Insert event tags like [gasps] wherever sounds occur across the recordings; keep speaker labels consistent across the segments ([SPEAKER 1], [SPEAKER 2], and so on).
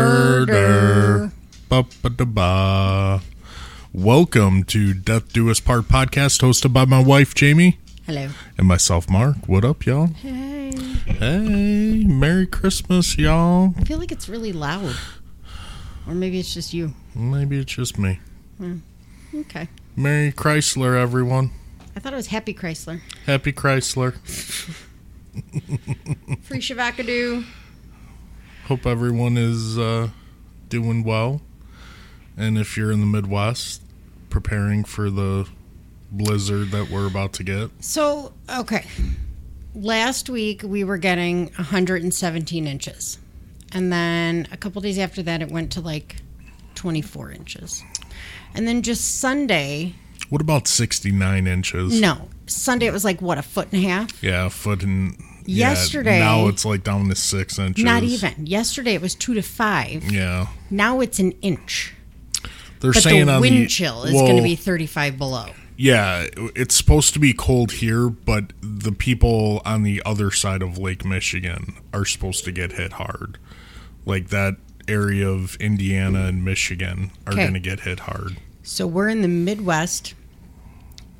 [SPEAKER 1] Murder. Ba-ba-da-ba. Welcome to Death Do Us Part podcast, hosted by my wife Jamie
[SPEAKER 2] Hello.
[SPEAKER 1] and myself Mark. What up, y'all?
[SPEAKER 2] Hey.
[SPEAKER 1] Hey, Merry Christmas, y'all.
[SPEAKER 2] I feel like it's really loud. Or maybe it's just you.
[SPEAKER 1] Maybe it's just me.
[SPEAKER 2] Okay.
[SPEAKER 1] Merry Chrysler, everyone.
[SPEAKER 2] I thought it was Happy Chrysler.
[SPEAKER 1] Happy Chrysler.
[SPEAKER 2] [laughs] Free Shavakadu.
[SPEAKER 1] Hope everyone is uh, doing well. And if you're in the Midwest, preparing for the blizzard that we're about to get.
[SPEAKER 2] So, okay. Last week we were getting 117 inches. And then a couple days after that it went to like 24 inches. And then just Sunday,
[SPEAKER 1] What about 69 inches?
[SPEAKER 2] no. Sunday it was like what a foot and a half?
[SPEAKER 1] Yeah, a foot and yeah,
[SPEAKER 2] Yesterday-
[SPEAKER 1] now it's like down to six inches.
[SPEAKER 2] Not even. Yesterday it was 2 to 5.
[SPEAKER 1] Yeah,
[SPEAKER 2] Now it's an inch.
[SPEAKER 1] they're
[SPEAKER 2] But
[SPEAKER 1] saying
[SPEAKER 2] the
[SPEAKER 1] on
[SPEAKER 2] wind
[SPEAKER 1] the
[SPEAKER 2] chill is going
[SPEAKER 1] well,
[SPEAKER 2] to be 35 below.
[SPEAKER 1] Yeah, it's supposed to be cold here, but the people on the other side of Lake Michigan are supposed to get hit hard. Like that area of Indiana and Michigan are
[SPEAKER 2] Okay.
[SPEAKER 1] going to get hit hard.
[SPEAKER 2] So we're in the Midwest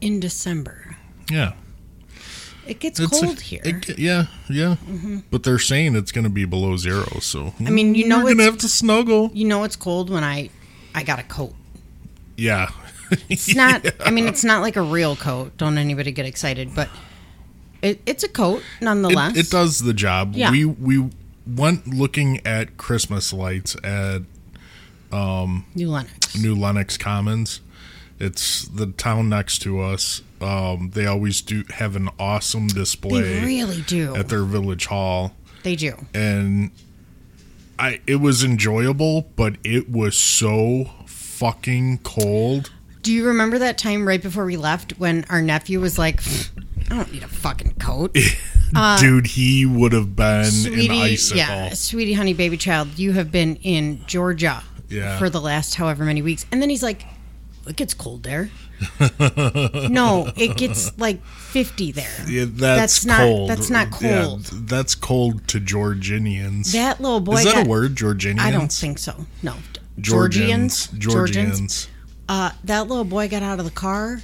[SPEAKER 2] in December.
[SPEAKER 1] Yeah,
[SPEAKER 2] It gets
[SPEAKER 1] It's a-
[SPEAKER 2] cold here. Mm-hmm.
[SPEAKER 1] it- yeah, yeah. But they're saying it's going to be below zero. So I
[SPEAKER 2] mean, you know
[SPEAKER 1] you're going to
[SPEAKER 2] it's-
[SPEAKER 1] have to snuggle.
[SPEAKER 2] you know it's cold when I I got a coat.
[SPEAKER 1] Yeah, [laughs]
[SPEAKER 2] It's not I mean it's not like a real coat. Don't anybody get excited, but it, it's a coat nonetheless.
[SPEAKER 1] It, it does the job.
[SPEAKER 2] Yeah.
[SPEAKER 1] We we went looking at Christmas lights at
[SPEAKER 2] New Lenox.
[SPEAKER 1] New Lenox Commons. It's the town next to us. Um, they always do have an awesome
[SPEAKER 2] They
[SPEAKER 1] display
[SPEAKER 2] really do.
[SPEAKER 1] at their village hall,
[SPEAKER 2] they do.
[SPEAKER 1] and I it was enjoyable, but it was so fucking cold.
[SPEAKER 2] Do you remember that time right before we left when our nephew was like, I don't need a fucking coat? Uh,
[SPEAKER 1] Dude, he would have been an icicle.
[SPEAKER 2] yeah, sweetie, honey, baby child, you have been in Georgia
[SPEAKER 1] Yeah.
[SPEAKER 2] for the last however many weeks, and then he's like, "It gets
[SPEAKER 1] [laughs]
[SPEAKER 2] cold there." no, it gets like fifty there.
[SPEAKER 1] Yeah, that's,
[SPEAKER 2] That's not-
[SPEAKER 1] cold.
[SPEAKER 2] that's not
[SPEAKER 1] Yeah,
[SPEAKER 2] cold.
[SPEAKER 1] that's cold to Georgianians.
[SPEAKER 2] That little boy
[SPEAKER 1] Is that
[SPEAKER 2] got-
[SPEAKER 1] a word? Georgianians.
[SPEAKER 2] I don't think so. No,
[SPEAKER 1] Georgians.
[SPEAKER 2] Georgians.
[SPEAKER 1] Georgians.
[SPEAKER 2] Uh, that little boy got out of the car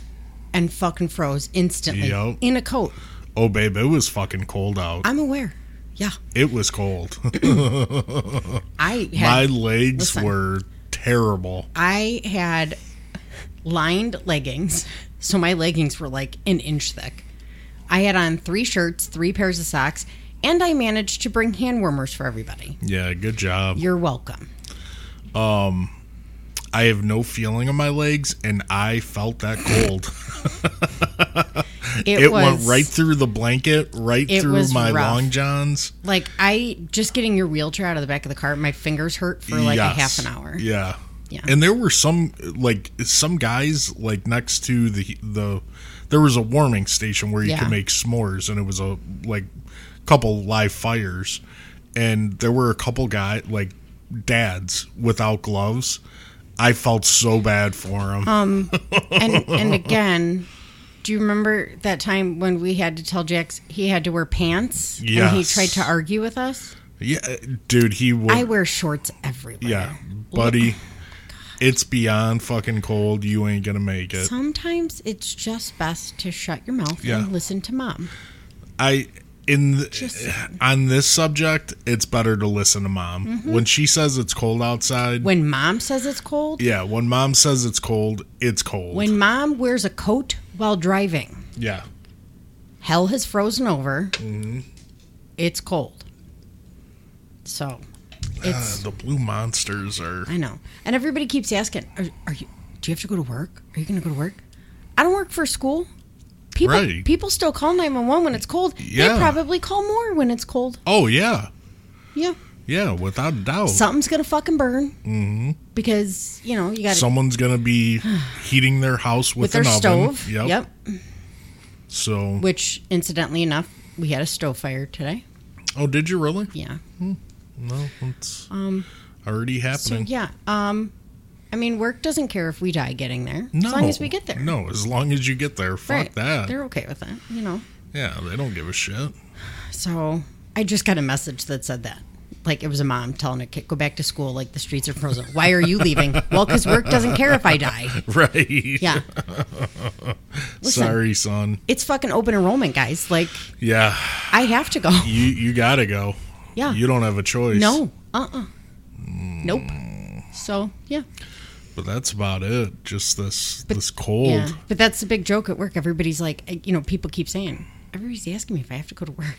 [SPEAKER 2] and fucking froze instantly
[SPEAKER 1] Yup.
[SPEAKER 2] in a coat.
[SPEAKER 1] Oh, babe, it was fucking cold out.
[SPEAKER 2] I'm aware. Yeah,
[SPEAKER 1] it was cold. [laughs]
[SPEAKER 2] I
[SPEAKER 1] My
[SPEAKER 2] had
[SPEAKER 1] legs
[SPEAKER 2] Listen.
[SPEAKER 1] were terrible.
[SPEAKER 2] I had lined leggings, so my leggings were like an inch thick. I had on three shirts, three pairs of socks, and I managed to bring hand warmers for everybody.
[SPEAKER 1] Yeah, good job.
[SPEAKER 2] You're welcome.
[SPEAKER 1] I have no feeling on my legs, and I felt that cold.
[SPEAKER 2] [laughs] It,
[SPEAKER 1] it
[SPEAKER 2] was
[SPEAKER 1] went right through the blanket, right
[SPEAKER 2] It
[SPEAKER 1] through
[SPEAKER 2] was
[SPEAKER 1] my
[SPEAKER 2] rough.
[SPEAKER 1] long johns.
[SPEAKER 2] like I just getting your wheelchair out of the back of the car. My fingers hurt for like
[SPEAKER 1] Yes.
[SPEAKER 2] a half an hour.
[SPEAKER 1] Yeah.
[SPEAKER 2] Yeah.
[SPEAKER 1] And there were some like some guys like next to the the there was a warming station where you
[SPEAKER 2] Yeah.
[SPEAKER 1] could make s'mores and it was a like couple live fires and there were a couple guy like dads without gloves. I felt so bad for them.
[SPEAKER 2] Um,
[SPEAKER 1] [laughs]
[SPEAKER 2] And and again, do you remember that time when we had to tell Jax he had to wear pants? And he
[SPEAKER 1] Yes.
[SPEAKER 2] tried to argue with us.
[SPEAKER 1] yeah, dude, he would
[SPEAKER 2] I wear shorts everywhere.
[SPEAKER 1] Yeah, buddy. It's beyond fucking cold. You ain't gonna make it.
[SPEAKER 2] Sometimes it's just best to shut your mouth
[SPEAKER 1] Yeah.
[SPEAKER 2] and listen to mom.
[SPEAKER 1] I in the, on this subject, it's better to listen to mom when she says it's cold outside.
[SPEAKER 2] Mm-hmm. When mom says it's cold,
[SPEAKER 1] yeah, when mom says it's cold, it's cold.
[SPEAKER 2] when mom wears a coat while driving,
[SPEAKER 1] yeah,
[SPEAKER 2] hell has frozen over.
[SPEAKER 1] Mm-hmm.
[SPEAKER 2] It's cold.
[SPEAKER 1] [sighs]
[SPEAKER 2] So,
[SPEAKER 1] Uh,
[SPEAKER 2] it's
[SPEAKER 1] the blue monsters are.
[SPEAKER 2] I know. And everybody keeps asking, are, are you do you have to go to work? Are you going to go to work? I don't work for school. People
[SPEAKER 1] Right.
[SPEAKER 2] people still call 911 when it's cold.
[SPEAKER 1] Yeah.
[SPEAKER 2] They probably call more when it's cold.
[SPEAKER 1] Oh yeah,
[SPEAKER 2] Yeah.
[SPEAKER 1] Oh. yeah, without a doubt.
[SPEAKER 2] Something's going to fucking burn. Mm-hmm. Because, you know, you got to
[SPEAKER 1] Someone's gonna
[SPEAKER 2] [sighs]
[SPEAKER 1] be heating their house with,
[SPEAKER 2] with their
[SPEAKER 1] an oven.
[SPEAKER 2] stove. Yep.
[SPEAKER 1] So,
[SPEAKER 2] Which, incidentally enough, we had a stove fire today.
[SPEAKER 1] oh, did you really?
[SPEAKER 2] Yeah. Um,
[SPEAKER 1] No, it's already
[SPEAKER 2] So
[SPEAKER 1] happening.
[SPEAKER 2] yeah. Um, I mean, work doesn't care if we die getting there,
[SPEAKER 1] no,
[SPEAKER 2] as long as we get there.
[SPEAKER 1] No, as long as you get there. Fuck
[SPEAKER 2] right?
[SPEAKER 1] that.
[SPEAKER 2] They're okay with that, you know.
[SPEAKER 1] yeah, they don't give a shit. [laughs]
[SPEAKER 2] So I just got a message that said that like it was a mom telling a kid, go back to school, like the streets are frozen. Why are you
[SPEAKER 1] [laughs]
[SPEAKER 2] leaving? well, because work doesn't care if I die.
[SPEAKER 1] Right.
[SPEAKER 2] Yeah. Listen,
[SPEAKER 1] Sorry, son.
[SPEAKER 2] It's fucking open enrollment, guys. Like,
[SPEAKER 1] Yeah.
[SPEAKER 2] I have to go.
[SPEAKER 1] You you gotta go.
[SPEAKER 2] Yeah.
[SPEAKER 1] You don't have a choice.
[SPEAKER 2] No. Uh uh Nope. So, yeah.
[SPEAKER 1] But that's about it. Just this this cold.
[SPEAKER 2] Yeah. But that's the big joke at work. Everybody's like, eh, you know, people keep saying, everybody's asking me if I have to go to work. [laughs]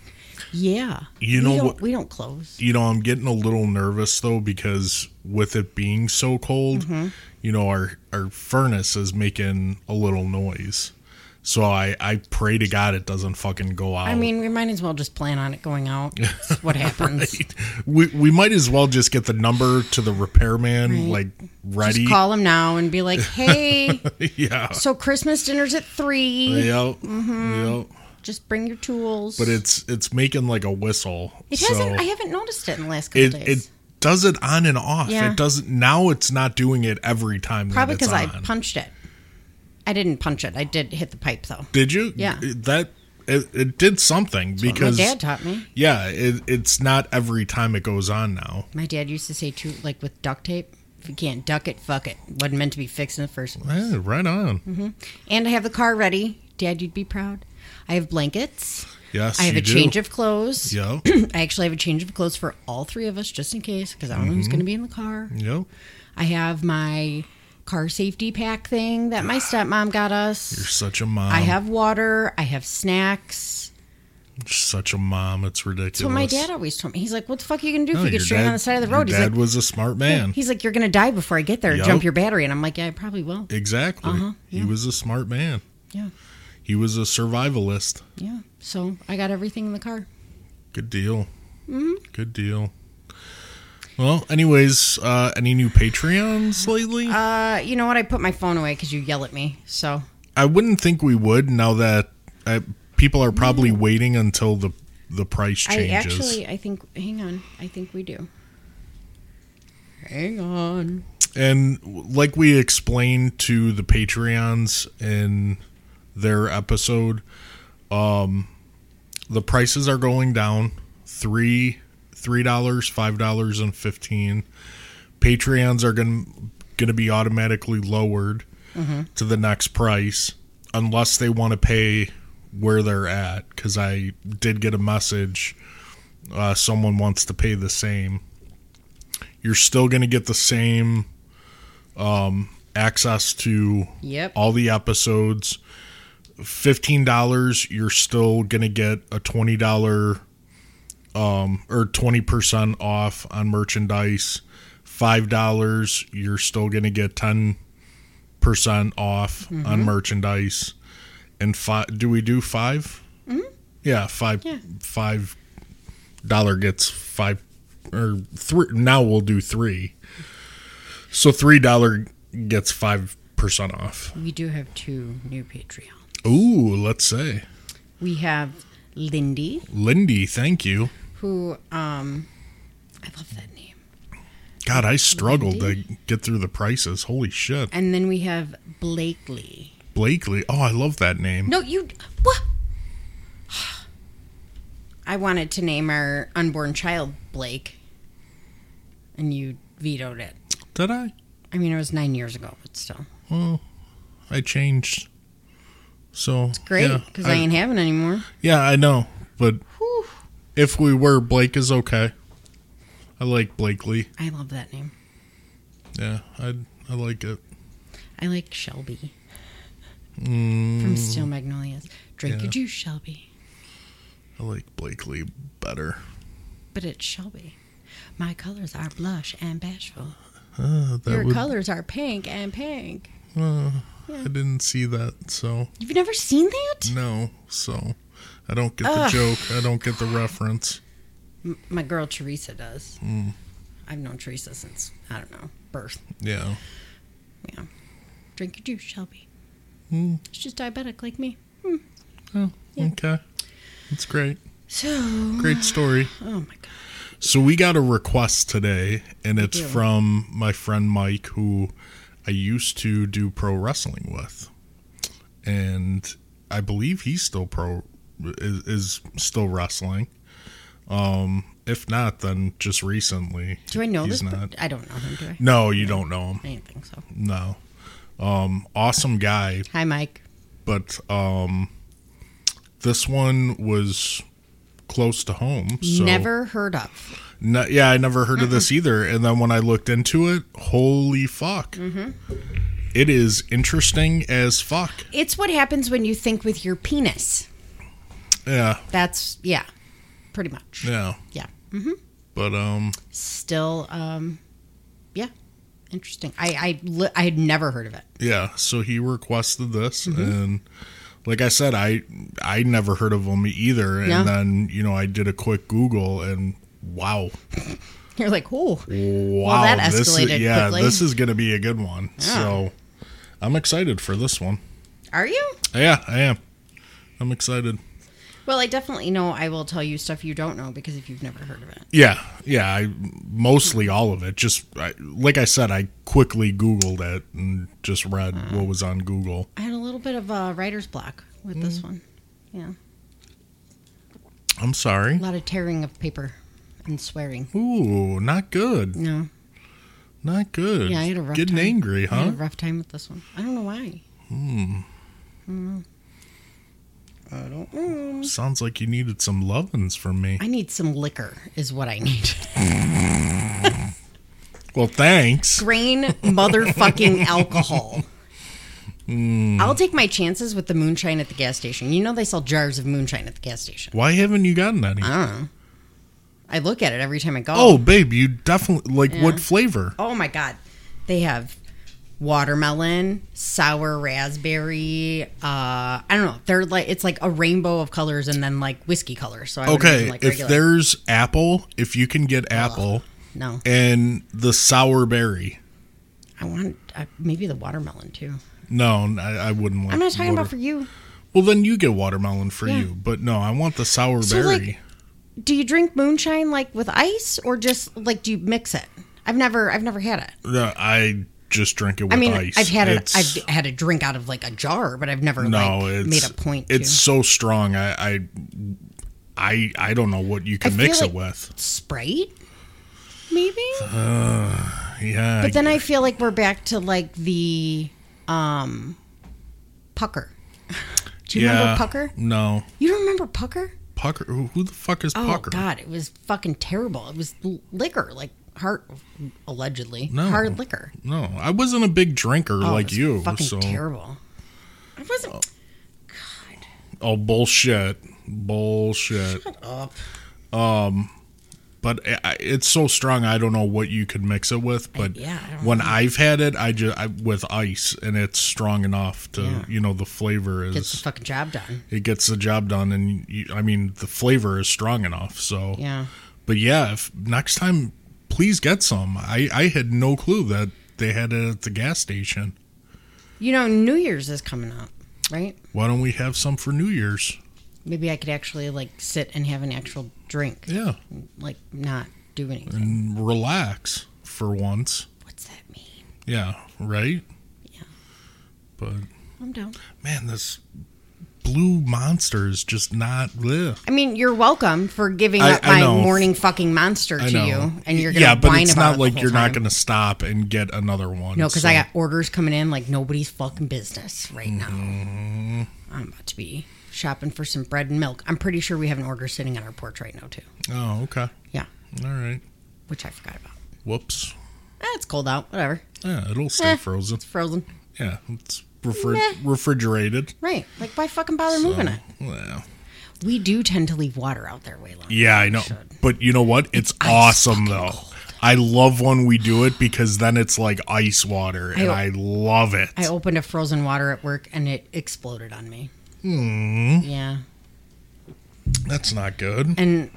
[SPEAKER 2] Yeah.
[SPEAKER 1] You
[SPEAKER 2] We
[SPEAKER 1] know
[SPEAKER 2] don't-
[SPEAKER 1] what-
[SPEAKER 2] we don't close.
[SPEAKER 1] You know, I'm getting a little nervous though because with it being so cold,
[SPEAKER 2] Mm-hmm.
[SPEAKER 1] you know, our our furnace is making a little noise. So I I pray to God it doesn't fucking go out.
[SPEAKER 2] I mean, we might as well just plan on it going out. It's what happens.
[SPEAKER 1] [laughs] we we might as well just get the number to the repairman like ready.
[SPEAKER 2] Just call him now and be like, hey,
[SPEAKER 1] [laughs] yeah.
[SPEAKER 2] so Christmas dinner's at three.
[SPEAKER 1] Yep.
[SPEAKER 2] Mm-hmm.
[SPEAKER 1] Yep.
[SPEAKER 2] Just bring your tools.
[SPEAKER 1] But it's it's making like a whistle.
[SPEAKER 2] It
[SPEAKER 1] so
[SPEAKER 2] hasn't. I haven't noticed it in the last couple
[SPEAKER 1] it
[SPEAKER 2] days.
[SPEAKER 1] it does it on and off.
[SPEAKER 2] Yeah.
[SPEAKER 1] It doesn't now. It's not doing it every time.
[SPEAKER 2] Probably
[SPEAKER 1] because
[SPEAKER 2] because I punched it. I didn't punch it. I did hit the pipe though.
[SPEAKER 1] did you.
[SPEAKER 2] Yeah.
[SPEAKER 1] that it, it did something
[SPEAKER 2] My
[SPEAKER 1] because
[SPEAKER 2] dad taught me.
[SPEAKER 1] yeah, it, it's not every time it goes on now.
[SPEAKER 2] My dad used to say too, like with duct tape, if you can't duck it, fuck it. Wasn't meant to be fixed in the first place.
[SPEAKER 1] Eh, right on.
[SPEAKER 2] Mm-hmm. And I have the car ready. Dad, you'd be proud. I have blankets.
[SPEAKER 1] Yes,
[SPEAKER 2] I have
[SPEAKER 1] you
[SPEAKER 2] a change
[SPEAKER 1] do.
[SPEAKER 2] of clothes.
[SPEAKER 1] Yep.
[SPEAKER 2] [clears throat] I actually have a change of clothes for all three of us just in case because I don't know
[SPEAKER 1] Mm-hmm.
[SPEAKER 2] who's going to be in the car.
[SPEAKER 1] yep.
[SPEAKER 2] I have my car safety pack thing that my stepmom got us.
[SPEAKER 1] You're such a mom.
[SPEAKER 2] I have water. I have snacks.
[SPEAKER 1] You're such a mom. It's ridiculous.
[SPEAKER 2] That's what my dad always told me. He's like, "What the fuck are you gonna do
[SPEAKER 1] No,
[SPEAKER 2] if you get
[SPEAKER 1] your
[SPEAKER 2] stranded
[SPEAKER 1] dad-
[SPEAKER 2] on the side of the
[SPEAKER 1] your
[SPEAKER 2] road?" He's
[SPEAKER 1] dad
[SPEAKER 2] like,
[SPEAKER 1] was a smart man.
[SPEAKER 2] "He's like, you're gonna die before I get there.
[SPEAKER 1] Yup.
[SPEAKER 2] Jump your battery." And I'm like, "Yeah, I probably will."
[SPEAKER 1] exactly. He was a smart man.
[SPEAKER 2] Uh-huh, Yeah,
[SPEAKER 1] He was a survivalist.
[SPEAKER 2] yeah. So I got everything in the car.
[SPEAKER 1] Good deal. Good deal. Well, anyways, uh, any new Patreons lately?
[SPEAKER 2] Uh, you know what? I put my phone away because you yell at me. So
[SPEAKER 1] I wouldn't think we would now that uh people are probably waiting until the the price changes.
[SPEAKER 2] I actually, I think. Hang on. I think we do. Hang on.
[SPEAKER 1] and like we explained to the Patreons in their episode, um, the prices are going down three three dollars, five dollars, and fifteen. Patreons are going going to be automatically lowered to the next price unless they want to pay where they're at. Because I did get a message. Uh, someone wants to pay the same you're still going to get the same um, access to
[SPEAKER 2] Yep.
[SPEAKER 1] all the episodes. Fifteen dollars, you're still going to get a twenty dollar um, or twenty percent off on merchandise. Five dollars, you're still going to get ten percent off
[SPEAKER 2] Mm-hmm.
[SPEAKER 1] on merchandise. And five, do we do 5 Yeah, five,
[SPEAKER 2] Mm-hmm. Yeah.
[SPEAKER 1] five dollar gets five or three now we'll do three so three dollar gets five percent off
[SPEAKER 2] We do have two new Patreon.
[SPEAKER 1] ooh let's say
[SPEAKER 2] We have Lindy,
[SPEAKER 1] lindy thank you
[SPEAKER 2] who um, I love that name.
[SPEAKER 1] god i struggled to get through the prices holy shit
[SPEAKER 2] And then we have Blakely.
[SPEAKER 1] blakely oh i love that name
[SPEAKER 2] No, you. What? I wanted to name our unborn child Blake, and you vetoed it.
[SPEAKER 1] did i
[SPEAKER 2] I mean, it was nine years ago, but still.
[SPEAKER 1] i changed so
[SPEAKER 2] Great,
[SPEAKER 1] yeah,
[SPEAKER 2] because I, ain't having anymore.
[SPEAKER 1] yeah i know but
[SPEAKER 2] Whew.
[SPEAKER 1] if we were blake is okay i like blakely
[SPEAKER 2] I love that name.
[SPEAKER 1] yeah i i like it
[SPEAKER 2] I like Shelby
[SPEAKER 1] Mm,
[SPEAKER 2] from
[SPEAKER 1] Hmm.
[SPEAKER 2] Steel Magnolias. Drink your juice, Shelby.
[SPEAKER 1] i like blakely better
[SPEAKER 2] But it's Shelby. My colors are blush and bashful.
[SPEAKER 1] uh, that
[SPEAKER 2] Your
[SPEAKER 1] would ah,
[SPEAKER 2] colors are pink and pink.
[SPEAKER 1] I didn't see that, so
[SPEAKER 2] You've never seen that?
[SPEAKER 1] no, so I don't get the
[SPEAKER 2] Ugh.
[SPEAKER 1] joke. I don't get the reference. Hmm.
[SPEAKER 2] M- my girl Teresa does. I've known Teresa since I don't know birth.
[SPEAKER 1] Yeah,
[SPEAKER 2] Yeah. Drink your juice, Shelby.
[SPEAKER 1] Mm.
[SPEAKER 2] She's diabetic like me.
[SPEAKER 1] okay, that's great.
[SPEAKER 2] So.
[SPEAKER 1] Great story.
[SPEAKER 2] Oh my god.
[SPEAKER 1] So we got a request today, and it's
[SPEAKER 2] do.
[SPEAKER 1] from my friend Mike, who I used to do pro wrestling with, and I believe he's still pro is, is still wrestling. Um, If not, then just recently.
[SPEAKER 2] Do I know
[SPEAKER 1] He's
[SPEAKER 2] this?
[SPEAKER 1] not.
[SPEAKER 2] I don't know him. Do I?
[SPEAKER 1] No, you don't know him.
[SPEAKER 2] I didn't think so.
[SPEAKER 1] No. Um, awesome guy,
[SPEAKER 2] Hi, Mike.
[SPEAKER 1] but um, this one was close to home. So
[SPEAKER 2] Never heard of.
[SPEAKER 1] No, yeah, I never heard of this either. And then when I looked into it, holy fuck.
[SPEAKER 2] Mm-hmm.
[SPEAKER 1] It is interesting as fuck.
[SPEAKER 2] It's what happens when you think with your penis.
[SPEAKER 1] Yeah,
[SPEAKER 2] That's yeah, pretty much.
[SPEAKER 1] yeah.
[SPEAKER 2] Yeah.
[SPEAKER 1] But um,
[SPEAKER 2] Still, um, yeah, interesting. I I li- I had never heard of it. [laughs]
[SPEAKER 1] yeah. So he requested this,
[SPEAKER 2] Mm-hmm.
[SPEAKER 1] and like I said, I I never heard of him either. And
[SPEAKER 2] Yeah.
[SPEAKER 1] then you know I did a quick Google, and wow,
[SPEAKER 2] You're like, oh,
[SPEAKER 1] wow,
[SPEAKER 2] that
[SPEAKER 1] this is,
[SPEAKER 2] escalated
[SPEAKER 1] yeah,
[SPEAKER 2] quickly.
[SPEAKER 1] this is gonna be a good one. So I'm excited for this one.
[SPEAKER 2] are you?
[SPEAKER 1] Yeah, I am. I'm excited.
[SPEAKER 2] Well, I definitely know. I will tell you stuff you don't know because if you've never heard of it,
[SPEAKER 1] Yeah, yeah. I mostly all of it. Just I, like I said, I quickly Googled it and just read
[SPEAKER 2] Hmm.
[SPEAKER 1] what was on Google.
[SPEAKER 2] I had a little bit of a writer's block with this one. Yeah,
[SPEAKER 1] I'm sorry.
[SPEAKER 2] a lot of tearing of paper and swearing.
[SPEAKER 1] Ooh, not good.
[SPEAKER 2] No,
[SPEAKER 1] Not good.
[SPEAKER 2] Yeah, I had a rough
[SPEAKER 1] Getting
[SPEAKER 2] time.
[SPEAKER 1] angry,
[SPEAKER 2] I had
[SPEAKER 1] huh?
[SPEAKER 2] a rough time with this one. I don't know why. Hmm.
[SPEAKER 1] Sounds like you needed some lovin's from me.
[SPEAKER 2] I need some liquor, is what I need. [laughs]
[SPEAKER 1] Well, thanks.
[SPEAKER 2] Grain
[SPEAKER 1] [laughs]
[SPEAKER 2] motherfucking alcohol.
[SPEAKER 1] Hmm.
[SPEAKER 2] I'll take my chances with the moonshine at the gas station. You know they sell jars of moonshine at the gas station.
[SPEAKER 1] Why haven't you gotten any?
[SPEAKER 2] I don't know. I look at it every time I go.
[SPEAKER 1] Uh-huh. Oh, babe, you definitely like what flavor?
[SPEAKER 2] Oh my god. They have watermelon, sour raspberry, uh I don't know. They're like it's like a rainbow of colors and then like whiskey colors. So I would
[SPEAKER 1] Okay,
[SPEAKER 2] imagine, like
[SPEAKER 1] if
[SPEAKER 2] regular.
[SPEAKER 1] there's apple, if you can get apple
[SPEAKER 2] no.
[SPEAKER 1] and the sour berry.
[SPEAKER 2] I want uh, maybe the watermelon too.
[SPEAKER 1] No, I, I wouldn't want.
[SPEAKER 2] I'm not talking
[SPEAKER 1] water-
[SPEAKER 2] about for you.
[SPEAKER 1] Well, then you get watermelon for
[SPEAKER 2] Yeah.
[SPEAKER 1] you, but no, I want the sour
[SPEAKER 2] So,
[SPEAKER 1] berry.
[SPEAKER 2] like- Do you drink moonshine like with ice or just like do you mix it? I've never I've never had it.
[SPEAKER 1] No, I just drink it with
[SPEAKER 2] I mean,
[SPEAKER 1] ice.
[SPEAKER 2] I've had it.
[SPEAKER 1] It's-
[SPEAKER 2] I've had a drink out of like a jar, but I've never
[SPEAKER 1] no,
[SPEAKER 2] like
[SPEAKER 1] it's
[SPEAKER 2] made a point.
[SPEAKER 1] It's so strong. I, I, I, I don't know what you
[SPEAKER 2] to.
[SPEAKER 1] can mix
[SPEAKER 2] feel
[SPEAKER 1] it
[SPEAKER 2] like
[SPEAKER 1] with.
[SPEAKER 2] Sprite, maybe.
[SPEAKER 1] Yeah,
[SPEAKER 2] But then I feel like we're back to like the um pucker. Do you
[SPEAKER 1] yeah,
[SPEAKER 2] remember pucker?
[SPEAKER 1] No,
[SPEAKER 2] You don't remember pucker?
[SPEAKER 1] pucker. Who, who the fuck is
[SPEAKER 2] Oh
[SPEAKER 1] pucker?
[SPEAKER 2] god, it was fucking terrible. It was l- liquor, like hard allegedly
[SPEAKER 1] No.
[SPEAKER 2] hard liquor.
[SPEAKER 1] No, I wasn't a big drinker
[SPEAKER 2] Oh, it
[SPEAKER 1] like
[SPEAKER 2] was
[SPEAKER 1] you.
[SPEAKER 2] fucking
[SPEAKER 1] So,
[SPEAKER 2] terrible. I wasn't
[SPEAKER 1] oh bullshit, bullshit.
[SPEAKER 2] up.
[SPEAKER 1] but I- I- it's so strong i don't know what you could mix it with but
[SPEAKER 2] yeah, I don't
[SPEAKER 1] when i've had it i just I, with ice and it's strong enough to
[SPEAKER 2] Yeah.
[SPEAKER 1] you know the flavor is
[SPEAKER 2] Gets the fucking job done.
[SPEAKER 1] it gets the job done and you, i mean the flavor is strong enough so
[SPEAKER 2] Yeah.
[SPEAKER 1] but yeah if next time please get some i i had no clue that they had it at the gas station
[SPEAKER 2] You know, New Year's is coming up, right?
[SPEAKER 1] why don't we have some for new year's
[SPEAKER 2] Maybe I could actually like sit and have an actual drink,
[SPEAKER 1] yeah
[SPEAKER 2] like not do anything.
[SPEAKER 1] and relax for once
[SPEAKER 2] What's that mean?
[SPEAKER 1] yeah right
[SPEAKER 2] Yeah.
[SPEAKER 1] but
[SPEAKER 2] I'm down.
[SPEAKER 1] man, this blue monster is just not. Ugh.
[SPEAKER 2] I mean, you're welcome for giving
[SPEAKER 1] I-
[SPEAKER 2] up
[SPEAKER 1] I
[SPEAKER 2] my
[SPEAKER 1] know.
[SPEAKER 2] morning fucking monster
[SPEAKER 1] I
[SPEAKER 2] to
[SPEAKER 1] know.
[SPEAKER 2] you, and you're gonna
[SPEAKER 1] yeah, but
[SPEAKER 2] whine
[SPEAKER 1] it's
[SPEAKER 2] about
[SPEAKER 1] not
[SPEAKER 2] it the
[SPEAKER 1] like
[SPEAKER 2] whole
[SPEAKER 1] you're not
[SPEAKER 2] time.
[SPEAKER 1] going to stop and get another one.
[SPEAKER 2] No, because
[SPEAKER 1] so-
[SPEAKER 2] I got orders coming in like nobody's fucking business right now. I'm about to be shopping for some bread and milk. I'm pretty sure we have an order sitting on our porch right now too.
[SPEAKER 1] Oh, okay.
[SPEAKER 2] Yeah,
[SPEAKER 1] All right.
[SPEAKER 2] which I forgot about.
[SPEAKER 1] Whoops.
[SPEAKER 2] Eh, it's cold out. Whatever.
[SPEAKER 1] Yeah, it'll stay
[SPEAKER 2] Eh.
[SPEAKER 1] frozen.
[SPEAKER 2] It's frozen.
[SPEAKER 1] Yeah, it's refri-
[SPEAKER 2] Meh.
[SPEAKER 1] refrigerated.
[SPEAKER 2] Right. Like, why fucking bother moving it?
[SPEAKER 1] Well,
[SPEAKER 2] We do tend to leave water out there way long.
[SPEAKER 1] yeah, I know. But you know what? It's awesome though. I love when we do it because then it's like ice water, and I,
[SPEAKER 2] I-
[SPEAKER 1] love it.
[SPEAKER 2] I opened a frozen water at work and it exploded on me. Yeah.
[SPEAKER 1] That's not good.
[SPEAKER 2] And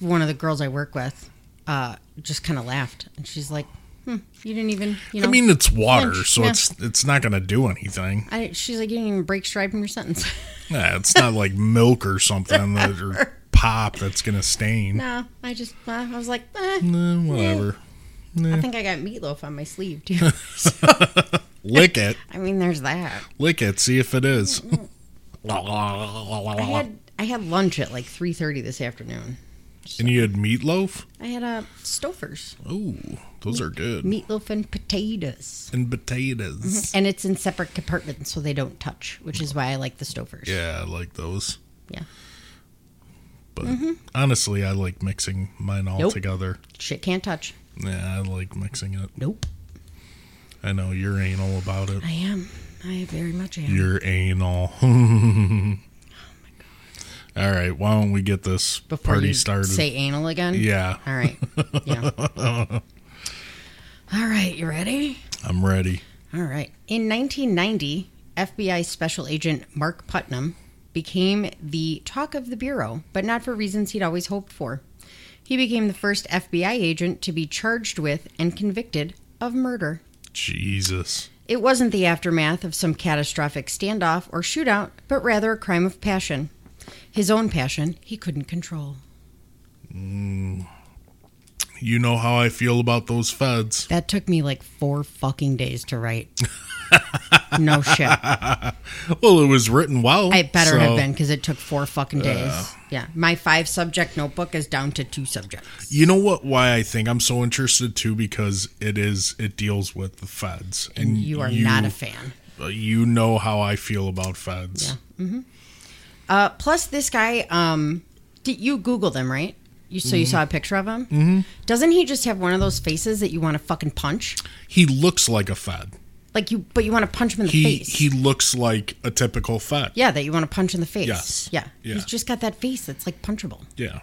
[SPEAKER 2] one of the girls I work with uh, just kind of laughed. And she's like, hmm, you didn't even, you know.
[SPEAKER 1] I mean, it's water,
[SPEAKER 2] Lunch,
[SPEAKER 1] so
[SPEAKER 2] yeah.
[SPEAKER 1] it's it's not going to do anything.
[SPEAKER 2] I- she's like, you didn't even break stride from your sentence.
[SPEAKER 1] [laughs] Yeah, it's not
[SPEAKER 2] [laughs]
[SPEAKER 1] like milk or something that, or pop that's gonna stain.
[SPEAKER 2] no, I just, uh, I was like, eh,
[SPEAKER 1] Eh, whatever.
[SPEAKER 2] I think I got meatloaf on my
[SPEAKER 1] [laughs]
[SPEAKER 2] sleeve, too.
[SPEAKER 1] Lick it.
[SPEAKER 2] I mean, there's that.
[SPEAKER 1] Lick it. See if it is.
[SPEAKER 2] I had, I had lunch at like 3.30 this afternoon.
[SPEAKER 1] [laughs] And you had meatloaf?
[SPEAKER 2] I had a Stouffer's
[SPEAKER 1] Oh, those are good.
[SPEAKER 2] meatloaf and potatoes,
[SPEAKER 1] And potatoes.
[SPEAKER 2] and it's in separate compartments, so they don't touch, which is why I like the Stouffer's.
[SPEAKER 1] Yeah, I like those.
[SPEAKER 2] Yeah.
[SPEAKER 1] But honestly, I like mixing mine all
[SPEAKER 2] Mm-hmm. Nope.
[SPEAKER 1] together.
[SPEAKER 2] shit can't touch.
[SPEAKER 1] Yeah, I like mixing it.
[SPEAKER 2] Nope,
[SPEAKER 1] I know you're anal about it.
[SPEAKER 2] I am. I very much am.
[SPEAKER 1] You're anal. [laughs] Oh All right, why don't we get this
[SPEAKER 2] Before
[SPEAKER 1] party
[SPEAKER 2] you
[SPEAKER 1] started?
[SPEAKER 2] say anal again.
[SPEAKER 1] yeah,
[SPEAKER 2] All right.
[SPEAKER 1] [laughs]
[SPEAKER 2] Yeah. All right. You ready?
[SPEAKER 1] I'm ready.
[SPEAKER 2] All right. In 1990, FBI Special Agent Mark Putnam became the talk of the Bureau, but not for reasons he'd always hoped for. He became the first FBI agent to be charged with and convicted of murder.
[SPEAKER 1] Jesus.
[SPEAKER 2] It wasn't the aftermath of some catastrophic standoff or shootout, but rather a crime of passion. His own passion he couldn't control.
[SPEAKER 1] You know how I feel about those feds.
[SPEAKER 2] That took me like four fucking days to write. [laughs] no shit.
[SPEAKER 1] Well, it was written well.
[SPEAKER 2] It better
[SPEAKER 1] so- uh,
[SPEAKER 2] have been because it took four fucking days. yeah, my five subject notebook is down to two subjects.
[SPEAKER 1] You know what? Why I think I'm so interested too because it is it deals with the feds, and, uh,
[SPEAKER 2] You are not a fan.
[SPEAKER 1] You know how I feel about feds.
[SPEAKER 2] Uh, plus, this guy, um, did you Google them right? You so you saw a picture of him. Mm-hmm. Doesn't he just have one of those faces that you want to fucking punch?
[SPEAKER 1] He looks like a fed.
[SPEAKER 2] Like you, but you want to punch him in the
[SPEAKER 1] He
[SPEAKER 2] face.
[SPEAKER 1] he looks like a typical fed.
[SPEAKER 2] yeah, that you want to punch in the face.
[SPEAKER 1] Yes.
[SPEAKER 2] Yeah.
[SPEAKER 1] Yeah.
[SPEAKER 2] He's just got that face that's like punchable.
[SPEAKER 1] Yeah.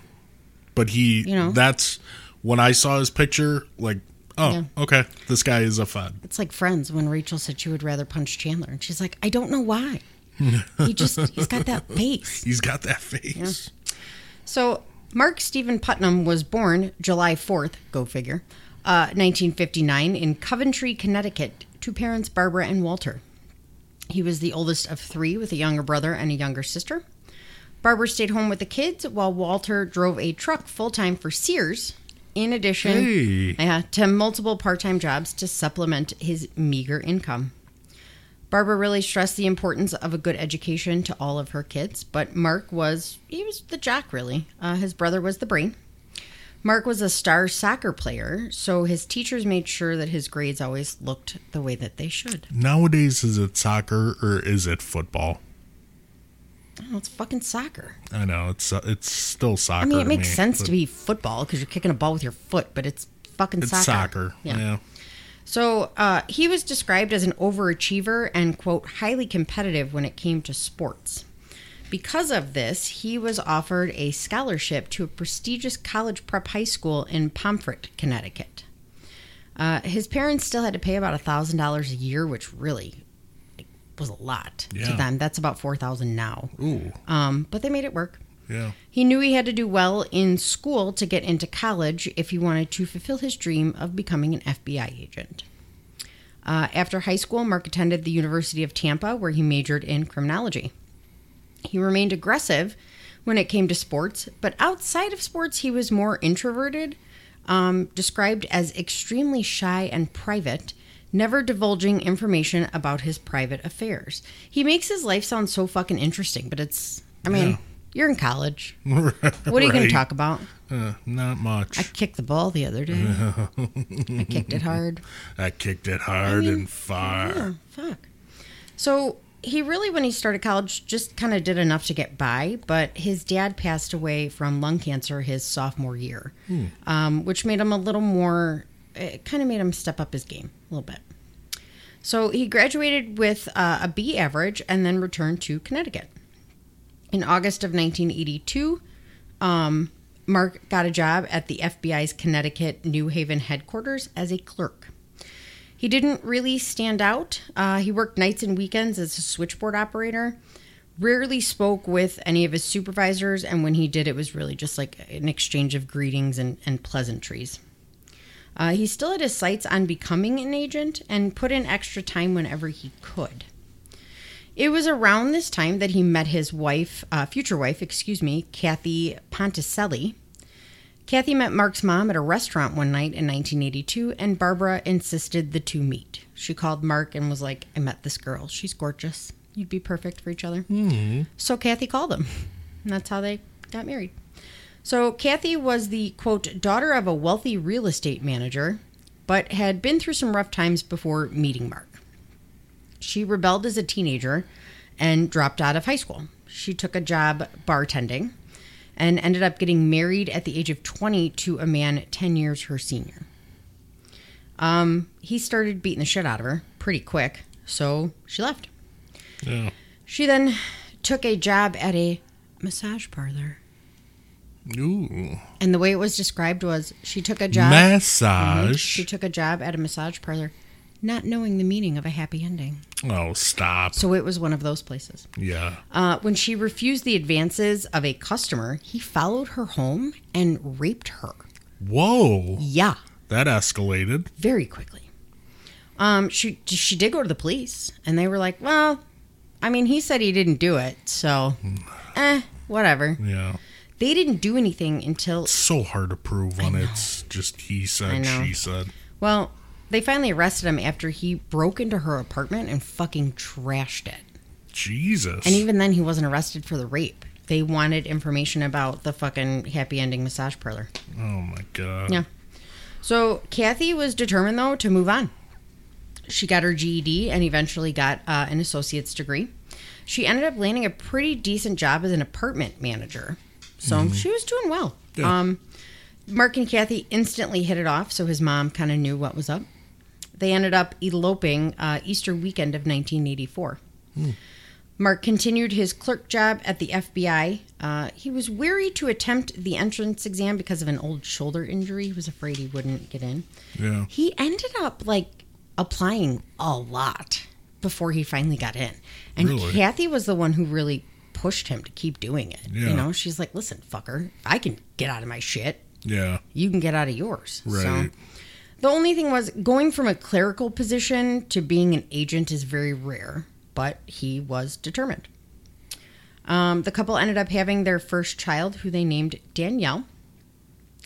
[SPEAKER 1] But he
[SPEAKER 2] You know?
[SPEAKER 1] that's when I saw his picture like oh okay this guy is a fed.
[SPEAKER 2] It's like Friends when Rachel said she would rather punch Chandler, and she's like, I don't
[SPEAKER 1] [laughs]
[SPEAKER 2] know why. he just he's got that face.
[SPEAKER 1] He's got that [laughs] face.
[SPEAKER 2] So, Mark Stephen Putnam was born July 4th, go figure, uh, 1959, in Coventry, Connecticut, to parents Barbara and Walter. He was the oldest of three, with a younger brother and a younger sister. Barbara stayed home with the kids while Walter drove a truck full time for Sears, in addition
[SPEAKER 1] Hey.
[SPEAKER 2] yeah, to multiple part time jobs to supplement his meager income. Barbara really stressed the importance of a good education to all of her kids, but Mark was he was the jock really. Uh, his brother was the brain. Mark was a star soccer player, so his teachers made sure that his grades always looked the way that they should.
[SPEAKER 1] Nowadays is it soccer or is it football?
[SPEAKER 2] Oh, it's fucking soccer.
[SPEAKER 1] I know it's it's still soccer.
[SPEAKER 2] I mean, it
[SPEAKER 1] to
[SPEAKER 2] makes
[SPEAKER 1] me,
[SPEAKER 2] sense
[SPEAKER 1] but
[SPEAKER 2] to be football because you're kicking a ball with your foot, but it's fucking
[SPEAKER 1] It's
[SPEAKER 2] soccer.
[SPEAKER 1] soccer. yeah.
[SPEAKER 2] So uh, he was described as an overachiever and, quote, highly competitive when it came to sports. Because of this, he was offered a scholarship to a prestigious college prep high school in Pomfret, Connecticut. Uh, his parents still had to pay about $1,000 a year, which really was a lot to
[SPEAKER 1] Yeah.
[SPEAKER 2] them. That's about 4000 now.
[SPEAKER 1] Ooh.
[SPEAKER 2] Um, but they made it work.
[SPEAKER 1] Yeah.
[SPEAKER 2] He knew he had to do well in school to get into college if he wanted to fulfill his dream of becoming an FBI agent. Uh, after high school, Mark attended the University of Tampa, where he majored in criminology. He remained aggressive when it came to sports, but outside of sports, he was more introverted, um, described as extremely shy and private, never divulging information about his private affairs. He makes his life sound so fucking interesting, but it's, I mean, you're in college. What are you
[SPEAKER 1] [laughs]
[SPEAKER 2] going
[SPEAKER 1] Right.
[SPEAKER 2] to talk about?
[SPEAKER 1] Uh, not much.
[SPEAKER 2] I kicked the ball the other day. I kicked it hard.
[SPEAKER 1] I kicked it hard and far.
[SPEAKER 2] Oh, fuck. So he really, when he started college, just kind of did enough to get by, but his dad passed away from lung cancer his sophomore year, um, which made him a little more, it kind of made him step up his game a little bit. So he graduated with uh, a B average and then returned to Connecticut. In August of 1982, um, Mark got a job at the FBI's Connecticut New Haven headquarters as a clerk. He didn't really stand out. Uh, he worked nights and weekends as a switchboard operator, rarely spoke with any of his supervisors, and when he did, it was really just like an exchange of greetings and, and pleasantries. Uh, he still had his sights on becoming an agent and put in extra time whenever he could. It was around this time that he met his wife, uh, future wife, excuse me, Kathy Ponticelli. Kathy met Mark's mom at a restaurant one night in 1982, and Barbara insisted the two meet. She called Mark and was like, I met this girl. She's gorgeous. You'd be perfect for each other. So Kathy called him. And that's how they got married. So Kathy was the quote daughter of a wealthy real estate manager, but had been through some rough times before meeting Mark. She rebelled as a teenager and dropped out of high school. She took a job bartending and ended up getting married at the age of 20 to a man 10 years her senior. Um, he started beating the shit out of her pretty quick, so she left.
[SPEAKER 1] Yeah.
[SPEAKER 2] She then took a job at a massage parlor.
[SPEAKER 1] Ooh.
[SPEAKER 2] And the way it was described was she took a job. She
[SPEAKER 1] Massage.
[SPEAKER 2] took a job at a massage parlor, not knowing the meaning of a happy ending.
[SPEAKER 1] Oh, stop.
[SPEAKER 2] So it was one of those places.
[SPEAKER 1] Yeah.
[SPEAKER 2] Uh, when she refused the advances of a customer, he followed her home and raped her.
[SPEAKER 1] Whoa.
[SPEAKER 2] Yeah,
[SPEAKER 1] That escalated.
[SPEAKER 2] very quickly. Um, she she did go to the police, and they were like, "Well, I mean, he said he didn't do it, so, eh, whatever."
[SPEAKER 1] Yeah.
[SPEAKER 2] They didn't do anything until
[SPEAKER 1] So hard to prove when it's just he
[SPEAKER 2] I
[SPEAKER 1] said,
[SPEAKER 2] know.
[SPEAKER 1] she said.
[SPEAKER 2] well, they finally arrested him after he broke into her apartment and fucking trashed it.
[SPEAKER 1] Jesus.
[SPEAKER 2] And even then, he wasn't arrested for the rape. They wanted information about the fucking happy ending massage parlor.
[SPEAKER 1] oh my god.
[SPEAKER 2] Yeah. So Kathy was determined, though, to move on. She got her GED and eventually got uh, an associate's degree. She ended up landing a pretty decent job as an apartment manager. So she was doing well.
[SPEAKER 1] Yeah.
[SPEAKER 2] Um, Mark and Kathy instantly hit it off, so his mom kind of knew what was up. They ended up eloping uh, Easter weekend of 1984.
[SPEAKER 1] Hmm.
[SPEAKER 2] Mark continued his clerk job at the FBI. Uh, he was wary to attempt the entrance exam because of an old shoulder injury. He was afraid he wouldn't get in.
[SPEAKER 1] Yeah.
[SPEAKER 2] He ended up like applying a lot before he finally got in. And
[SPEAKER 1] Really?
[SPEAKER 2] Kathy was the one who really pushed him to keep doing it. You
[SPEAKER 1] Yeah.
[SPEAKER 2] know, she's like, listen, fucker, I can get out of my shit
[SPEAKER 1] Yeah.
[SPEAKER 2] you can get out of yours.
[SPEAKER 1] Right.
[SPEAKER 2] So the only thing was going from a clerical position to being an agent is very rare, but he was determined. Um, the couple ended up having their first child, who they named Danielle.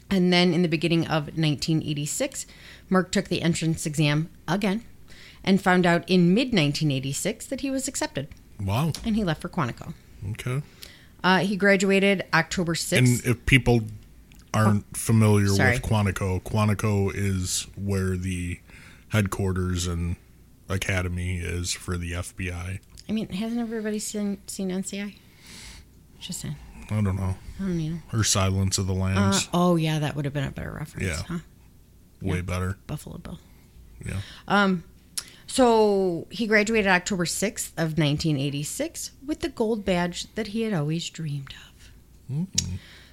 [SPEAKER 2] And then in the beginning of 1986, Mark took the entrance exam again and found out in mid 1986 that he was accepted
[SPEAKER 1] Wow.
[SPEAKER 2] and he left for Quantico.
[SPEAKER 1] Okay.
[SPEAKER 2] Uh, he graduated October 6th.
[SPEAKER 1] And if people aren't familiar
[SPEAKER 2] Oh, sorry.
[SPEAKER 1] with Quantico, Quantico is where the headquarters and academy is for the FBI.
[SPEAKER 2] I mean, hasn't everybody seen seen NCI? Just saying.
[SPEAKER 1] I don't know.
[SPEAKER 2] I don't either.
[SPEAKER 1] Or Silence of the
[SPEAKER 2] Uh,
[SPEAKER 1] Lambs.
[SPEAKER 2] oh yeah, that would have been a better reference.
[SPEAKER 1] Yeah.
[SPEAKER 2] Huh?
[SPEAKER 1] Way better.
[SPEAKER 2] Buffalo Bill. Um,
[SPEAKER 1] Yeah.
[SPEAKER 2] So he graduated October sixth of nineteen eighty six with the gold badge that he had always dreamed of.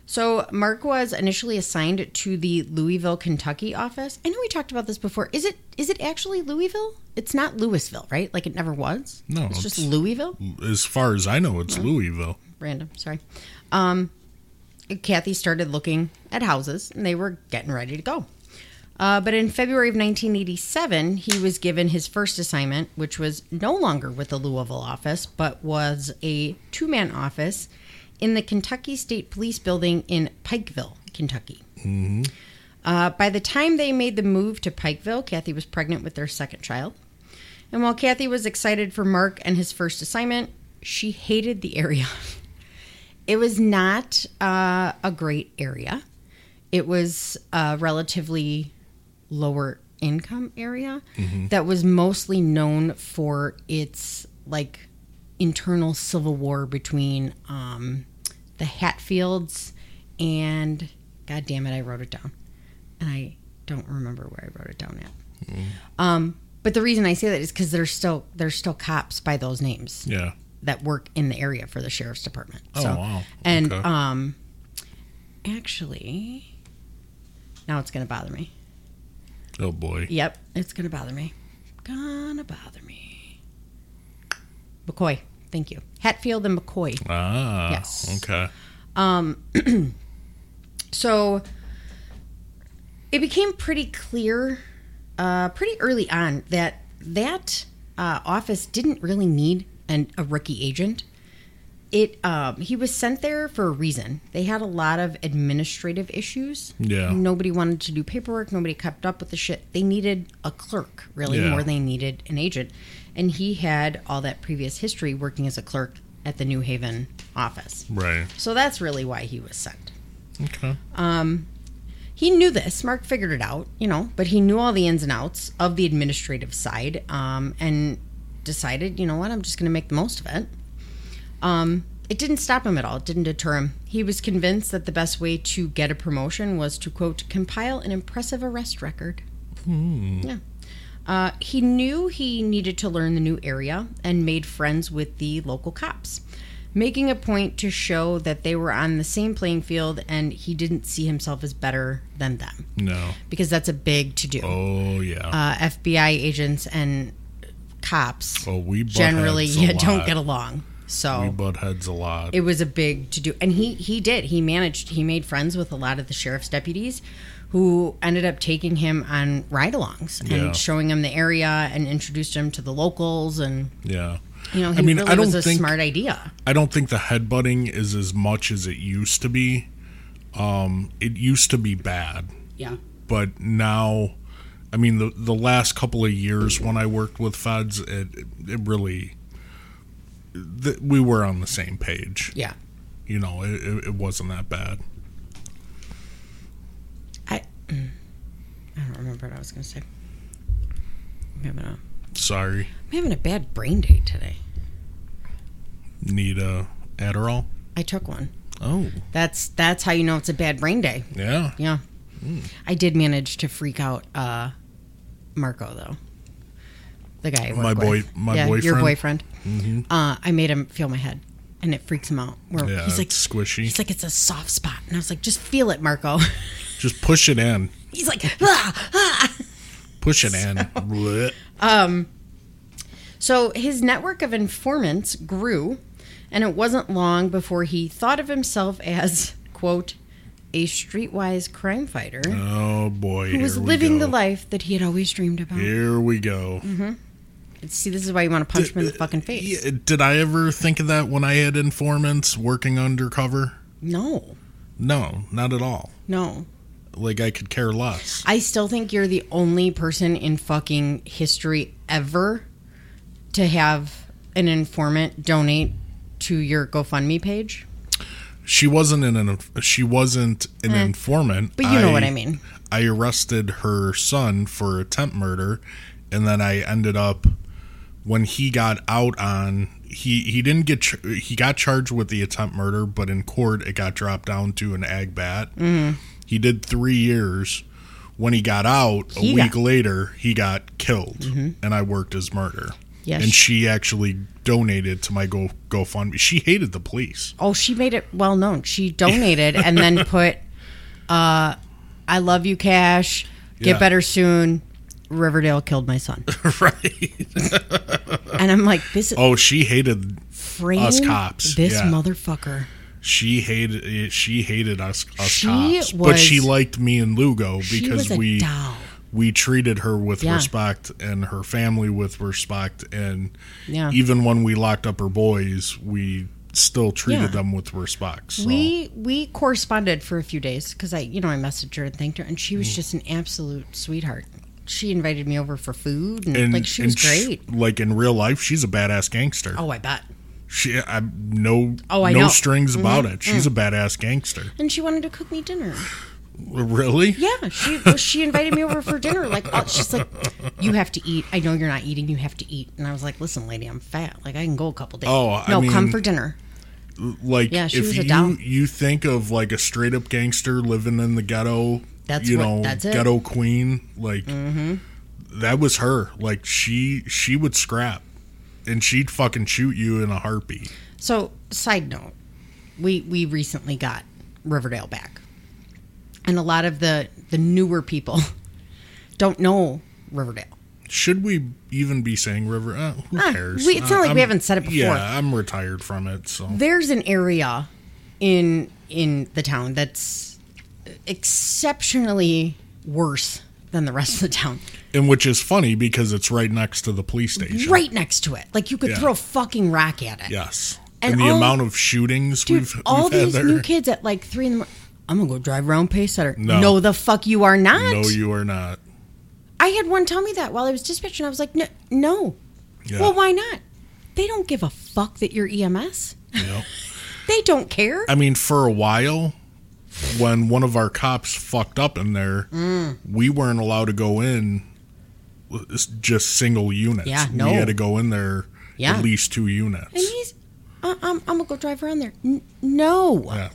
[SPEAKER 2] So Mark was initially assigned to the Louisville, Kentucky office. I know we talked about this before. Is it is it actually Louisville? It's not Louisville, right? Like it never was.
[SPEAKER 1] No,
[SPEAKER 2] it's just
[SPEAKER 1] it's-
[SPEAKER 2] Louisville.
[SPEAKER 1] As far as I know, it's Louisville.
[SPEAKER 2] random. Sorry. Um, Kathy started looking at houses, and they were getting ready to go. Uh, but in February of 1987, he was given his first assignment, which was no longer with the Louisville office, but was a two man office in the Kentucky State Police Building in Pikeville, Kentucky. Uh, by the time they made the move to Pikeville, Kathy was pregnant with their second child. And while Kathy was excited for Mark and his first assignment, she hated the area. [laughs] It was not uh, a great area. It was a relatively lower income area that was mostly known for its like internal civil war between um, the Hatfields and God damn it, I wrote it down, and I don't remember where I wrote it down at.
[SPEAKER 1] Mm.
[SPEAKER 2] Um, but the reason I say that is because there's still there's still cops by those names
[SPEAKER 1] Yeah.
[SPEAKER 2] that work in the area for the sheriff's department.
[SPEAKER 1] Oh, wow.
[SPEAKER 2] And
[SPEAKER 1] Okay.
[SPEAKER 2] um, actually, now it's gonna bother me.
[SPEAKER 1] Oh boy.
[SPEAKER 2] Yep, it's gonna bother me. Gonna bother me. McCoy, thank you. Hatfield and McCoy.
[SPEAKER 1] Ah.
[SPEAKER 2] Yes.
[SPEAKER 1] Okay.
[SPEAKER 2] So it became pretty clear uh, pretty early on that that uh, office didn't really need an, a rookie agent. It um, he was sent there for a reason. They had a lot of administrative issues.
[SPEAKER 1] Yeah.
[SPEAKER 2] Nobody wanted to do paperwork. Nobody kept up with the shit. They needed a clerk really
[SPEAKER 1] Yeah.
[SPEAKER 2] more than they needed an agent, and he had all that previous history working as a clerk at the New Haven office.
[SPEAKER 1] Right.
[SPEAKER 2] So that's really why he was sent.
[SPEAKER 1] Okay.
[SPEAKER 2] he knew this. Mark figured it out, you know, but he knew all the ins and outs of the administrative side um, and decided, you know what, I'm just going to make the most of it. Um, it didn't stop him at all, it didn't deter him. He was convinced that the best way to get a promotion was to, quote, compile an impressive arrest record. Yeah. Uh, he knew he needed to learn the new area and made friends with the local cops, making a point to show that they were on the same playing field and he didn't see himself as better than them
[SPEAKER 1] No.
[SPEAKER 2] because that's a big to do.
[SPEAKER 1] Oh yeah.
[SPEAKER 2] Uh, FBI agents and cops
[SPEAKER 1] well, we butt
[SPEAKER 2] generally
[SPEAKER 1] heads
[SPEAKER 2] [laughs] yeah,
[SPEAKER 1] Oh, a
[SPEAKER 2] don't
[SPEAKER 1] lot.
[SPEAKER 2] get along. So
[SPEAKER 1] We butt heads a lot.
[SPEAKER 2] it was a big to do and he he did he managed he made friends with a lot of the sheriff's deputies who ended up taking him on ride-alongs and
[SPEAKER 1] Yeah.
[SPEAKER 2] showing him the area and introduced him to the locals and
[SPEAKER 1] yeah.
[SPEAKER 2] you know he
[SPEAKER 1] I mean,
[SPEAKER 2] really
[SPEAKER 1] I don't
[SPEAKER 2] was a
[SPEAKER 1] think-
[SPEAKER 2] smart idea
[SPEAKER 1] I don't think the headbutting is as much as it used to be. Um, it used to be bad,
[SPEAKER 2] yeah
[SPEAKER 1] but now, I mean, the the last couple of years when I worked with feds, it it really, th- we were on the same page.
[SPEAKER 2] yeah
[SPEAKER 1] You know, it, it, it wasn't that bad.
[SPEAKER 2] i mm, i don't remember what i was gonna say i'm having a i'm
[SPEAKER 1] Sorry,
[SPEAKER 2] having a bad brain day today
[SPEAKER 1] need a Adderall.
[SPEAKER 2] i took one
[SPEAKER 1] Oh,
[SPEAKER 2] That's that's how you know it's a bad brain day.
[SPEAKER 1] yeah.
[SPEAKER 2] Yeah.
[SPEAKER 1] Hmm.
[SPEAKER 2] I did manage to freak out uh Marco though. The guy I work
[SPEAKER 1] My boy-
[SPEAKER 2] with.
[SPEAKER 1] my
[SPEAKER 2] yeah, your
[SPEAKER 1] boyfriend? Mm-hmm.
[SPEAKER 2] boyfriend. Uh, I made him feel my head, and it freaks him out. Where
[SPEAKER 1] Yeah,
[SPEAKER 2] he's like
[SPEAKER 1] it's squishy.
[SPEAKER 2] He's like it's a soft spot, and I was like, just feel it, Marco. [laughs]
[SPEAKER 1] Just push it in.
[SPEAKER 2] he's like, ah, ah.
[SPEAKER 1] Push it
[SPEAKER 2] [laughs]
[SPEAKER 1] in. Blech.
[SPEAKER 2] So his network of informants grew, and it wasn't long before he thought of himself as quote a streetwise crime fighter.
[SPEAKER 1] Oh boy.
[SPEAKER 2] who was
[SPEAKER 1] here we
[SPEAKER 2] living
[SPEAKER 1] go.
[SPEAKER 2] the Mm-hmm. life that he had always dreamed about.
[SPEAKER 1] Here we go.
[SPEAKER 2] See, this is why you want to punch him in the fucking face.
[SPEAKER 1] uh, Yeah, did I ever think of that when I had informants working undercover?
[SPEAKER 2] No,
[SPEAKER 1] No, not at all.
[SPEAKER 2] no.
[SPEAKER 1] Like I could care less.
[SPEAKER 2] I still think you're the only person in fucking history ever to have an informant donate to your GoFundMe page.
[SPEAKER 1] She wasn't an inf- she wasn't an informant.
[SPEAKER 2] Eh. But you know what I mean.
[SPEAKER 1] I arrested her son for attempt murder, and then I ended up when he got out on he he didn't get ch- he got charged with the attempt murder, but in court it got dropped down to an ag bat.
[SPEAKER 2] Mm-hmm.
[SPEAKER 1] He did three years. When he got out a
[SPEAKER 2] He
[SPEAKER 1] week
[SPEAKER 2] got- Mm-hmm.
[SPEAKER 1] later, he got killed, and I worked as murder.
[SPEAKER 2] Yes.
[SPEAKER 1] and she actually donated to my Go GoFundMe. She hated the police.
[SPEAKER 2] Oh, she made it well known.
[SPEAKER 1] [laughs]
[SPEAKER 2] She donated and then put, uh, "I love you, Cash. Get
[SPEAKER 1] Yeah.
[SPEAKER 2] better soon." Riverdale killed my son,
[SPEAKER 1] right.
[SPEAKER 2] and I'm like, "This
[SPEAKER 1] [laughs]
[SPEAKER 2] is
[SPEAKER 1] Oh, she hated
[SPEAKER 2] frame
[SPEAKER 1] us cops,
[SPEAKER 2] This
[SPEAKER 1] yeah.
[SPEAKER 2] motherfucker."
[SPEAKER 1] she hated she hated us us
[SPEAKER 2] She
[SPEAKER 1] cops, but she
[SPEAKER 2] was-
[SPEAKER 1] liked me and Lugo
[SPEAKER 2] She
[SPEAKER 1] because
[SPEAKER 2] was a
[SPEAKER 1] we
[SPEAKER 2] doll.
[SPEAKER 1] we treated her with
[SPEAKER 2] Yeah.
[SPEAKER 1] respect and her family with respect and
[SPEAKER 2] Yeah.
[SPEAKER 1] even when we locked up her boys, we still treated
[SPEAKER 2] Yeah.
[SPEAKER 1] them with respect. So
[SPEAKER 2] We we corresponded for a few days because I you know I messaged her and thanked her and she
[SPEAKER 1] Mm.
[SPEAKER 2] was just an absolute sweetheart. She invited me over for food and, like she was
[SPEAKER 1] and sh-
[SPEAKER 2] great.
[SPEAKER 1] like in real life, she's a badass gangster.
[SPEAKER 2] Oh, I bet.
[SPEAKER 1] She, I no,
[SPEAKER 2] Oh, I
[SPEAKER 1] no
[SPEAKER 2] know. Mm-hmm. Mm.
[SPEAKER 1] strings about it. She's a badass gangster.
[SPEAKER 2] And she wanted to cook me dinner.
[SPEAKER 1] Really?
[SPEAKER 2] Yeah, she well, she invited me over for dinner. Like all, she's like, you have to eat. I know you're not eating. You have to eat. And I was like, listen, lady, I'm fat. Like I can go a couple days.
[SPEAKER 1] Oh, I
[SPEAKER 2] no, come
[SPEAKER 1] mean-
[SPEAKER 2] for dinner.
[SPEAKER 1] Like
[SPEAKER 2] Yeah, she
[SPEAKER 1] if
[SPEAKER 2] was a
[SPEAKER 1] you
[SPEAKER 2] doll.
[SPEAKER 1] you think of like a straight up gangster living in the ghetto,
[SPEAKER 2] That's
[SPEAKER 1] you
[SPEAKER 2] what-
[SPEAKER 1] know,
[SPEAKER 2] that's it. Mm-hmm.
[SPEAKER 1] ghetto queen, like that was her. Like she she would scrap, and she'd fucking shoot you in a heartbeat.
[SPEAKER 2] So, side note, we we recently got Riverdale back, and a lot of the the newer people [laughs] don't know Riverdale.
[SPEAKER 1] Should we even be saying River? Uh, who
[SPEAKER 2] Ah,
[SPEAKER 1] cares?
[SPEAKER 2] we- it's not
[SPEAKER 1] Uh,
[SPEAKER 2] like we
[SPEAKER 1] I'm-
[SPEAKER 2] haven't said it before.
[SPEAKER 1] Yeah, I'm retired from it, so
[SPEAKER 2] There's an area in in the town that's exceptionally worse than the rest of the town.
[SPEAKER 1] and which is funny because it's right next to the police station.
[SPEAKER 2] Right next to it, like you could
[SPEAKER 1] Yeah.
[SPEAKER 2] throw a fucking rock at it.
[SPEAKER 1] Yes.
[SPEAKER 2] And
[SPEAKER 1] And, the
[SPEAKER 2] all-
[SPEAKER 1] amount of shootings
[SPEAKER 2] Dude,
[SPEAKER 1] we've,
[SPEAKER 2] all
[SPEAKER 1] we've
[SPEAKER 2] these
[SPEAKER 1] had [laughs]
[SPEAKER 2] new
[SPEAKER 1] there.
[SPEAKER 2] kids at like three in the morning. I'm gonna go drive around Pace Center.
[SPEAKER 1] No.
[SPEAKER 2] no, the fuck you are not.
[SPEAKER 1] no, you are not.
[SPEAKER 2] I had one tell me that while I was dispatching. I was like, no, no.
[SPEAKER 1] Yeah.
[SPEAKER 2] Well, why not? They don't give a E fuck that you're EMS.
[SPEAKER 1] You know?
[SPEAKER 2] They don't care.
[SPEAKER 1] I mean, for a while, when one of our cops fucked up in there,
[SPEAKER 2] Mm.
[SPEAKER 1] we weren't allowed to go in s- just single units.
[SPEAKER 2] Yeah,
[SPEAKER 1] We
[SPEAKER 2] no.
[SPEAKER 1] had to go in there
[SPEAKER 2] Yeah.
[SPEAKER 1] at least two units.
[SPEAKER 2] And he's, uh, I'm, I'm gonna go drive around there. N- no.
[SPEAKER 1] yeah.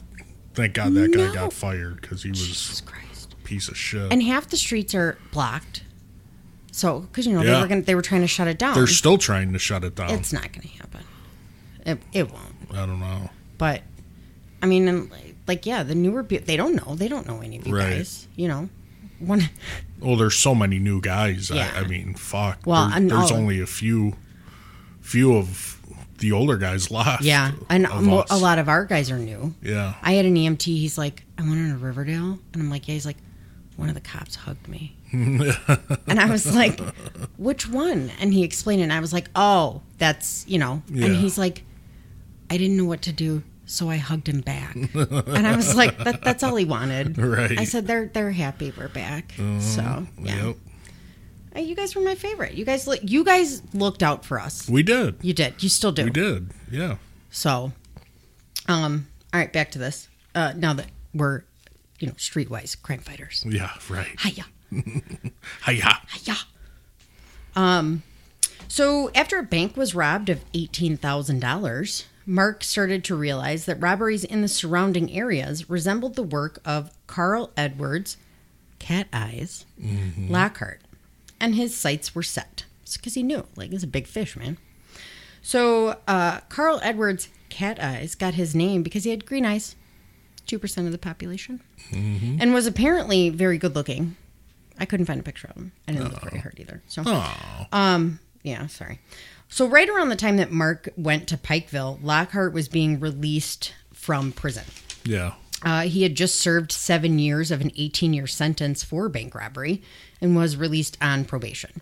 [SPEAKER 1] Thank God that guy
[SPEAKER 2] No.
[SPEAKER 1] got fired because he was
[SPEAKER 2] Jesus Christ.
[SPEAKER 1] a piece of shit.
[SPEAKER 2] And half the streets are blocked. So, because you know they
[SPEAKER 1] Yeah.
[SPEAKER 2] were gonna, they were trying to shut it down.
[SPEAKER 1] They're still trying to shut it down.
[SPEAKER 2] it's not gonna happen. It, it won't.
[SPEAKER 1] I don't know.
[SPEAKER 2] But I mean, and like, like yeah, the newer people they don't know. They don't know any of you
[SPEAKER 1] Right.
[SPEAKER 2] guys. You know, one.
[SPEAKER 1] Well, there's so many new guys.
[SPEAKER 2] Yeah.
[SPEAKER 1] I, I mean, fuck.
[SPEAKER 2] Well,
[SPEAKER 1] There-
[SPEAKER 2] and
[SPEAKER 1] there's
[SPEAKER 2] all-
[SPEAKER 1] only a few, few of the older guys left.
[SPEAKER 2] Yeah, and
[SPEAKER 1] of
[SPEAKER 2] mo-
[SPEAKER 1] us.
[SPEAKER 2] a lot of our guys are new.
[SPEAKER 1] Yeah.
[SPEAKER 2] I had an EMT. He's like, I went into Riverdale, and I'm like, yeah. He's like, one of the cops
[SPEAKER 1] [laughs]
[SPEAKER 2] hugged me, and I was like, which one? And he explained, it, and I was like, oh, that's you know. And
[SPEAKER 1] Yeah.
[SPEAKER 2] he's like, I didn't know what to do, so I hugged him back, and I was like, that, that's all he wanted.
[SPEAKER 1] Right. Uh-huh.
[SPEAKER 2] I said, they're they're happy we're back. so yeah,
[SPEAKER 1] Yep.
[SPEAKER 2] Uh, you guys were my favorite. You guys, look you guys looked out for us.
[SPEAKER 1] We did.
[SPEAKER 2] You did. You still do.
[SPEAKER 1] We did. Yeah.
[SPEAKER 2] So, um, all right, back to this. Uh, now that we're, you know, streetwise crime fighters.
[SPEAKER 1] Yeah. Right.
[SPEAKER 2] Hiya,
[SPEAKER 1] Hi-ya.
[SPEAKER 2] hiya. Um, so after a bank was robbed of eighteen thousand dollars, Mark started to realize that robberies in the surrounding areas resembled the work of Carl Edwards, Cat Eyes, Lockhart, and his sights were set because he knew, like, he's a big fish, man. So uh, Carl Edwards Cat Eyes got his name because he had green eyes, two percent of the population, and was apparently very good looking. I couldn't find a picture of him. I didn't look very hard either. So, um, yeah, sorry. So right around the time that Mark went to Pikeville, Lockhart was being released from prison.
[SPEAKER 1] Yeah.
[SPEAKER 2] Uh, he had just served seven years of an 18 year sentence for bank robbery and was released on probation.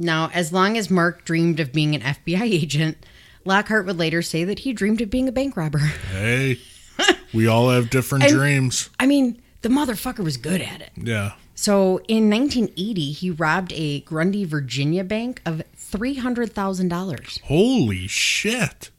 [SPEAKER 2] Now, as long as Mark dreamed of being an FBI [laughs] agent, Lockhart would later say that he dreamed of being a bank robber. [laughs]
[SPEAKER 1] Hey. [laughs] we all have different dreams.
[SPEAKER 2] I mean, the motherfucker was good at it.
[SPEAKER 1] Yeah.
[SPEAKER 2] So in 1980, he robbed a Grundy, Virginia bank of $300,000.
[SPEAKER 1] Holy shit.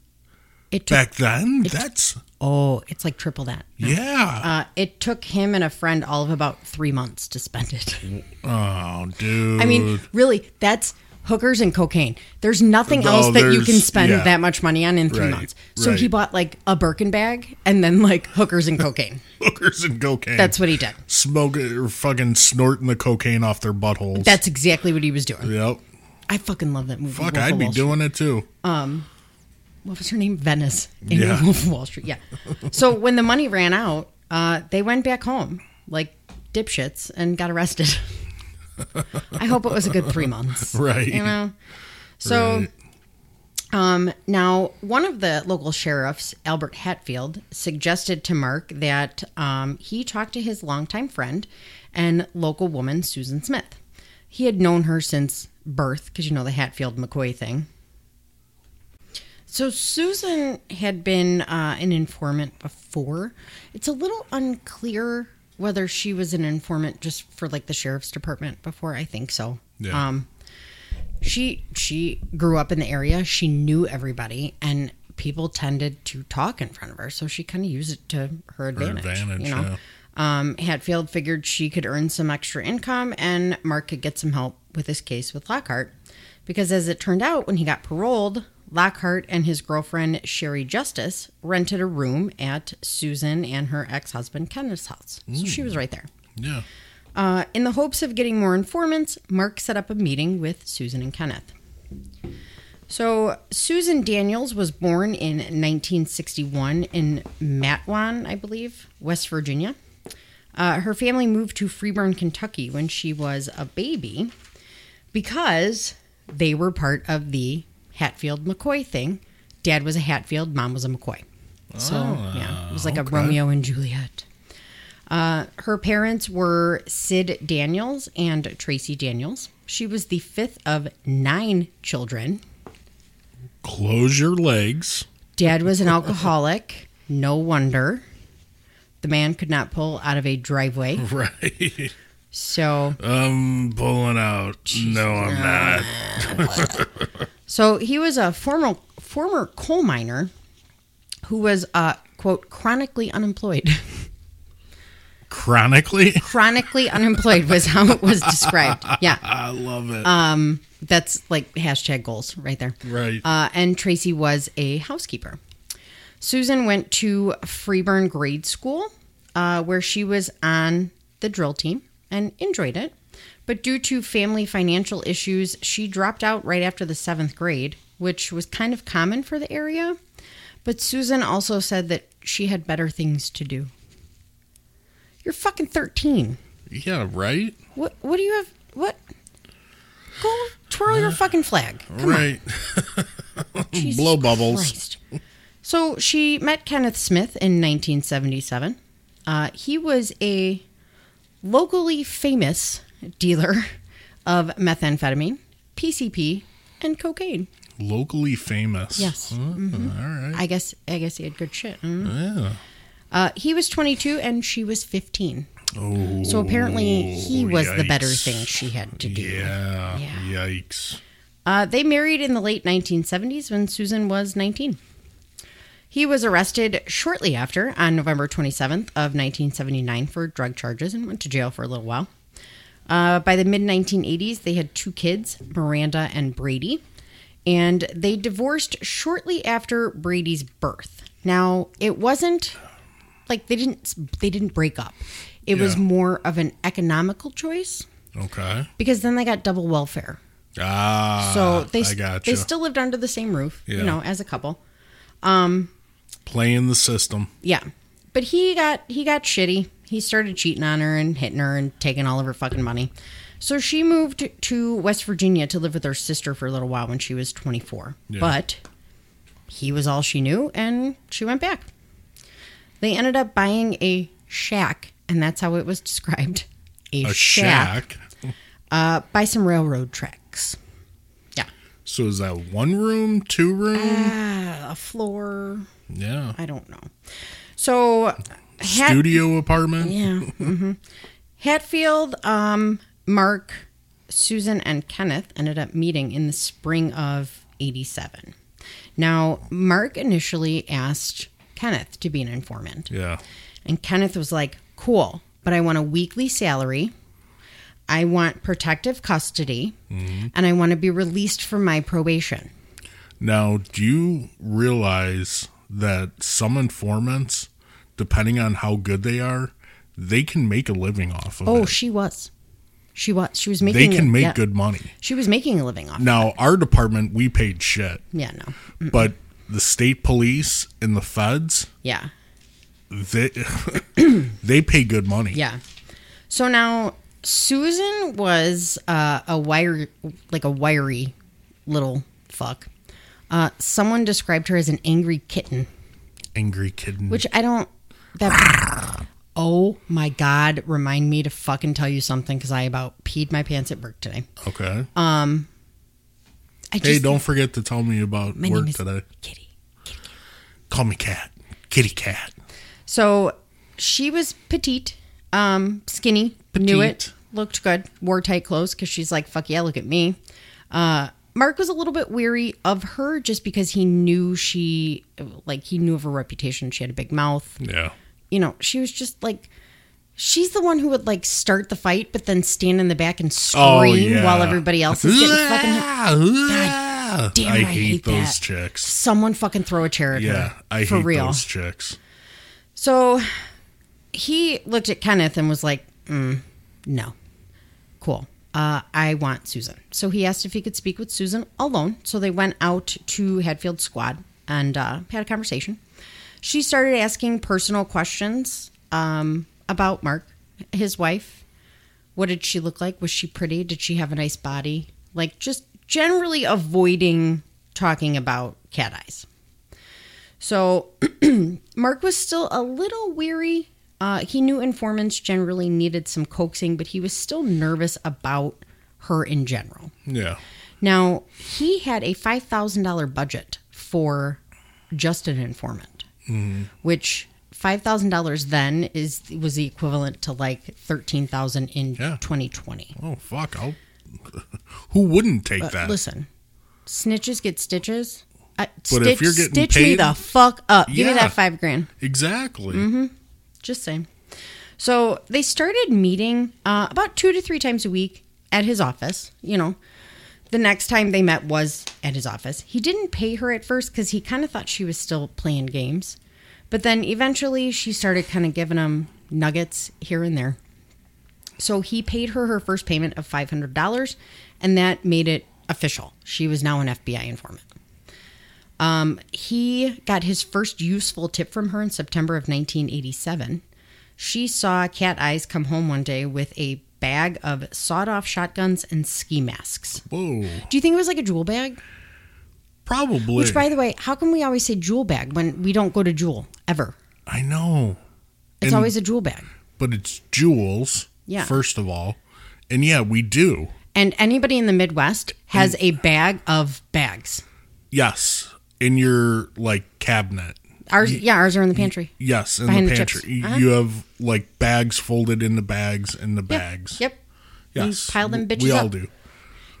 [SPEAKER 2] It took,
[SPEAKER 1] Back then, that's
[SPEAKER 2] oh, it's like triple that.
[SPEAKER 1] yeah.
[SPEAKER 2] Uh, it took him and a friend all of about three months to spend it. [laughs]
[SPEAKER 1] oh, dude.
[SPEAKER 2] I mean, really, that's hookers and cocaine. There's nothing
[SPEAKER 1] No,
[SPEAKER 2] else that you can
[SPEAKER 1] there's-
[SPEAKER 2] spend
[SPEAKER 1] yeah.
[SPEAKER 2] that much money on in three
[SPEAKER 1] Right,
[SPEAKER 2] months. So he
[SPEAKER 1] right.
[SPEAKER 2] bought like a Birkin bag and then like hookers and
[SPEAKER 1] [laughs]
[SPEAKER 2] cocaine.
[SPEAKER 1] hookers and cocaine.
[SPEAKER 2] That's what he did.
[SPEAKER 1] smoking or fucking snorting the cocaine off their buttholes.
[SPEAKER 2] That's exactly what he was doing.
[SPEAKER 1] yep.
[SPEAKER 2] I fucking love that movie.
[SPEAKER 1] Fuck,
[SPEAKER 2] Wolf of
[SPEAKER 1] I'd be
[SPEAKER 2] Wall Street.
[SPEAKER 1] doing it too.
[SPEAKER 2] Uh. What was her name? Venice in
[SPEAKER 1] Yeah.
[SPEAKER 2] Wolf [laughs] of Wall Street. Yeah. so when the money ran out, uh, they went back home like dipshits and got arrested. [laughs] I hope it was a good three
[SPEAKER 1] [laughs]
[SPEAKER 2] months.
[SPEAKER 1] right.
[SPEAKER 2] you know so
[SPEAKER 1] Right.
[SPEAKER 2] um now one of the local sheriffs albert hatfield suggested to mark that um, he talk to his longtime friend and local woman susan smith he had known her since birth because you know the hatfield mccoy thing so susan had been uh, an informant before it's a little unclear whether she was an informant just for like the sheriff's department before i think so
[SPEAKER 1] Yeah.
[SPEAKER 2] um she she grew up in the area she knew everybody and people tended to talk in front of her so she kind of used it to her advantage,
[SPEAKER 1] advantage,
[SPEAKER 2] you know
[SPEAKER 1] yeah.
[SPEAKER 2] um, hatfield figured she could earn some extra income and mark could get some help with his case with lockhart because as it turned out when he got paroled lockhart and his girlfriend sherry justice rented a room at susan and her ex-husband kenneth's house so
[SPEAKER 1] Mm.
[SPEAKER 2] she was right there
[SPEAKER 1] Yeah.
[SPEAKER 2] uh, in the hopes of getting more informants, Mark set up a meeting with Susan and Kenneth. So, Susan Daniels was born in 1961 in Matwan, I believe, West Virginia. Uh, her family moved to Freeburn, Kentucky when she was a baby because they were part of the Hatfield McCoy thing. Dad was a Hatfield, mom was a McCoy. So, yeah, it was like a Romeo and Juliet. Uh, her parents were Sid Daniels and Tracy Daniels. She was the fifth of nine children.
[SPEAKER 1] Close your legs. [laughs]
[SPEAKER 2] Dad was an alcoholic. No wonder. The man could not pull out of a driveway.
[SPEAKER 1] Right.
[SPEAKER 2] So,
[SPEAKER 1] I'm pulling out. No, I'm not.
[SPEAKER 2] so he was a former former coal miner who was uh, quote chronically unemployed. [laughs]
[SPEAKER 1] Chronically?
[SPEAKER 2] Chronically unemployed was how it was described. Yeah.
[SPEAKER 1] I love it.
[SPEAKER 2] Um, That's like hashtag goals right there.
[SPEAKER 1] Right.
[SPEAKER 2] Uh, and Tracy was a housekeeper. Susan went to Freeburn Grade School, uh, where she was on the drill team and enjoyed it. But due to family financial issues, she dropped out right after the seventh grade, which was kind of common for the area. But Susan also said that she had better things to do. You're fucking 13.
[SPEAKER 1] yeah, right?
[SPEAKER 2] What, what do you have? What? Go twirl your fucking flag.
[SPEAKER 1] right.
[SPEAKER 2] Jesus
[SPEAKER 1] Blow bubbles.
[SPEAKER 2] Christ. So she met Kenneth Smith in 1977. Uh, he was a locally famous dealer of methamphetamine, PCP, and cocaine.
[SPEAKER 1] Locally famous.
[SPEAKER 2] Yes. Mm-hmm.
[SPEAKER 1] Oh, All right.
[SPEAKER 2] I guess I guess he had good shit. I don't know.
[SPEAKER 1] Yeah.
[SPEAKER 2] Uh, he was 22 and she was 15.
[SPEAKER 1] Oh.
[SPEAKER 2] So apparently he was the better
[SPEAKER 1] yikes.
[SPEAKER 2] thing she had to do.
[SPEAKER 1] Yeah.
[SPEAKER 2] Yeah.
[SPEAKER 1] Yikes.
[SPEAKER 2] Uh, they married in the late 1970s when Susan was 19. He was arrested shortly after on November 27th of 1979 for drug charges and went to jail for a little while. Uh, by the mid 1980s, they had two kids, Miranda and Brady, and they divorced shortly after Brady's birth. Now, it wasn't like they didn't they didn't break up. It was
[SPEAKER 1] Yeah.
[SPEAKER 2] more of an economical choice
[SPEAKER 1] Okay.
[SPEAKER 2] because then they got double welfare.
[SPEAKER 1] Ah.
[SPEAKER 2] So they
[SPEAKER 1] I got
[SPEAKER 2] they still lived under the same roof,
[SPEAKER 1] Yeah.
[SPEAKER 2] you know, as a couple.
[SPEAKER 1] playing the system.
[SPEAKER 2] Yeah. But he got he got shitty. He started cheating on her and hitting her and taking all of her fucking money. So she moved to West Virginia to live with her sister for a little while when she was 24.
[SPEAKER 1] Yeah.
[SPEAKER 2] But he was all she knew and she went back. They ended up buying a shack and that's how it was described. A,
[SPEAKER 1] A
[SPEAKER 2] shack,
[SPEAKER 1] shack.
[SPEAKER 2] uh, by some railroad tracks. Yeah.
[SPEAKER 1] So is that one room, two room?
[SPEAKER 2] Uh, a floor
[SPEAKER 1] yeah.
[SPEAKER 2] I don't know. So, Hat-
[SPEAKER 1] Studio apartment.
[SPEAKER 2] yeah, mhm. Hatfield, um, Mark, Susan, and Kenneth ended up meeting in the spring of '87. Now, Mark initially asked Kenneth to be an informant,
[SPEAKER 1] Yeah.
[SPEAKER 2] and Kenneth was like, "Cool, but I want a weekly salary." I want protective custody
[SPEAKER 1] Mm-hmm.
[SPEAKER 2] and I want to be released from my probation.
[SPEAKER 1] Now, do you realize that some informants, depending on how good they are, they can make a living off of
[SPEAKER 2] Oh,
[SPEAKER 1] it.
[SPEAKER 2] she was. She was. She was making
[SPEAKER 1] They can
[SPEAKER 2] a-
[SPEAKER 1] make
[SPEAKER 2] yeah.
[SPEAKER 1] good money.
[SPEAKER 2] She was making a living off.
[SPEAKER 1] Now, our department, we paid shit,
[SPEAKER 2] Yeah, no.
[SPEAKER 1] but the state police and the feds,
[SPEAKER 2] Yeah.
[SPEAKER 1] they [coughs] they pay good money.
[SPEAKER 2] Yeah. So now Susan was uh, a wire like a wiry little fuck. Uh, someone described her as an angry kitten,
[SPEAKER 1] Angry kid.
[SPEAKER 2] which I don't
[SPEAKER 1] [laughs]
[SPEAKER 2] that Oh my god, remind me to fucking tell you something cuz I about peed my pants at work today.
[SPEAKER 1] okay.
[SPEAKER 2] I
[SPEAKER 1] hey,
[SPEAKER 2] uh, just
[SPEAKER 1] don't forget to tell me about
[SPEAKER 2] my name
[SPEAKER 1] work
[SPEAKER 2] is
[SPEAKER 1] today.
[SPEAKER 2] Kitty.
[SPEAKER 1] Call me cat. Kitty cat.
[SPEAKER 2] So she was petite, um, skinny, knew it,
[SPEAKER 1] Petite.
[SPEAKER 2] looked good, wore tight clothes because she's like, fuck yeah, look at me. Uh, Mark was a little bit weary of her just because he knew she, like, he knew of her reputation. She had a big mouth.
[SPEAKER 1] Yeah.
[SPEAKER 2] You know, she was just like, she's the one who would, like, start the fight, but then stand in the back and scream
[SPEAKER 1] Oh,
[SPEAKER 2] while everybody else is
[SPEAKER 1] [laughs]
[SPEAKER 2] getting fucking.
[SPEAKER 1] God
[SPEAKER 2] damn,
[SPEAKER 1] I,
[SPEAKER 2] I
[SPEAKER 1] hate
[SPEAKER 2] hate
[SPEAKER 1] those
[SPEAKER 2] that.
[SPEAKER 1] chicks.
[SPEAKER 2] Someone fucking throw a chair at her.
[SPEAKER 1] Yeah, I
[SPEAKER 2] for
[SPEAKER 1] hate
[SPEAKER 2] real.
[SPEAKER 1] those chicks.
[SPEAKER 2] So he looked at Kenneth and was like, mm, no, cool. Uh, I want Susan. So he asked if he could speak with Susan alone. So they went out to Hadfield Squad and uh, had a conversation. She started asking personal questions um, about Mark, his wife. What did she look like? Was she pretty? Did she have a nice body? Like, just generally avoiding talking about cat eyes. So Mark was still a little weary. Uh, he knew informants generally needed some coaxing, but he was still nervous about her in general.
[SPEAKER 1] Yeah.
[SPEAKER 2] Now, he had a $5,000 budget for just an informant,
[SPEAKER 1] Mm-hmm.
[SPEAKER 2] which $5,000 then is was the equivalent to like 13000 in
[SPEAKER 1] Yeah.
[SPEAKER 2] 2020.
[SPEAKER 1] Oh fuck! I'll. [laughs] Who wouldn't take that?
[SPEAKER 2] Uh, Listen, snitches get stitches. Uh,
[SPEAKER 1] But
[SPEAKER 2] stitch
[SPEAKER 1] if you're getting
[SPEAKER 2] stitch me
[SPEAKER 1] paid-
[SPEAKER 2] the fuck up. Give me
[SPEAKER 1] Yeah.
[SPEAKER 2] that five grand.
[SPEAKER 1] exactly.
[SPEAKER 2] Just saying. So they started meeting uh, about two to three times a week at his office. You know, the next time they met was at his office. He didn't pay her at first because he kind of thought she was still playing games. But then eventually she started kind of giving him nuggets here and there. So he paid her her first payment of $500, and that made it official. She was now an FBI informant. Um, he got his first useful tip from her in September of 1987. She saw Cat Eyes come home one day with a bag of sawed off shotguns and ski masks.
[SPEAKER 1] Whoa.
[SPEAKER 2] Do you think it was like a jewel bag?
[SPEAKER 1] Probably.
[SPEAKER 2] Which, by the way, how come we always say jewel bag when we don't go to jewel ever?
[SPEAKER 1] I know.
[SPEAKER 2] It's
[SPEAKER 1] And-
[SPEAKER 2] always a jewel bag.
[SPEAKER 1] But it's jewels,
[SPEAKER 2] Yeah.
[SPEAKER 1] first of all. And yeah, we do.
[SPEAKER 2] And anybody in the Midwest has a bag of bags.
[SPEAKER 1] Yes. In your like cabinet.
[SPEAKER 2] Ours, yeah, ours are in the pantry.
[SPEAKER 1] Yes, in
[SPEAKER 2] Behind
[SPEAKER 1] the
[SPEAKER 2] the
[SPEAKER 1] pantry.
[SPEAKER 2] chips. Uh-huh.
[SPEAKER 1] You have like bags folded into bags and the bags.
[SPEAKER 2] Yep.
[SPEAKER 1] Yes.
[SPEAKER 2] You pile them
[SPEAKER 1] W-
[SPEAKER 2] bitches
[SPEAKER 1] We all
[SPEAKER 2] up.
[SPEAKER 1] do.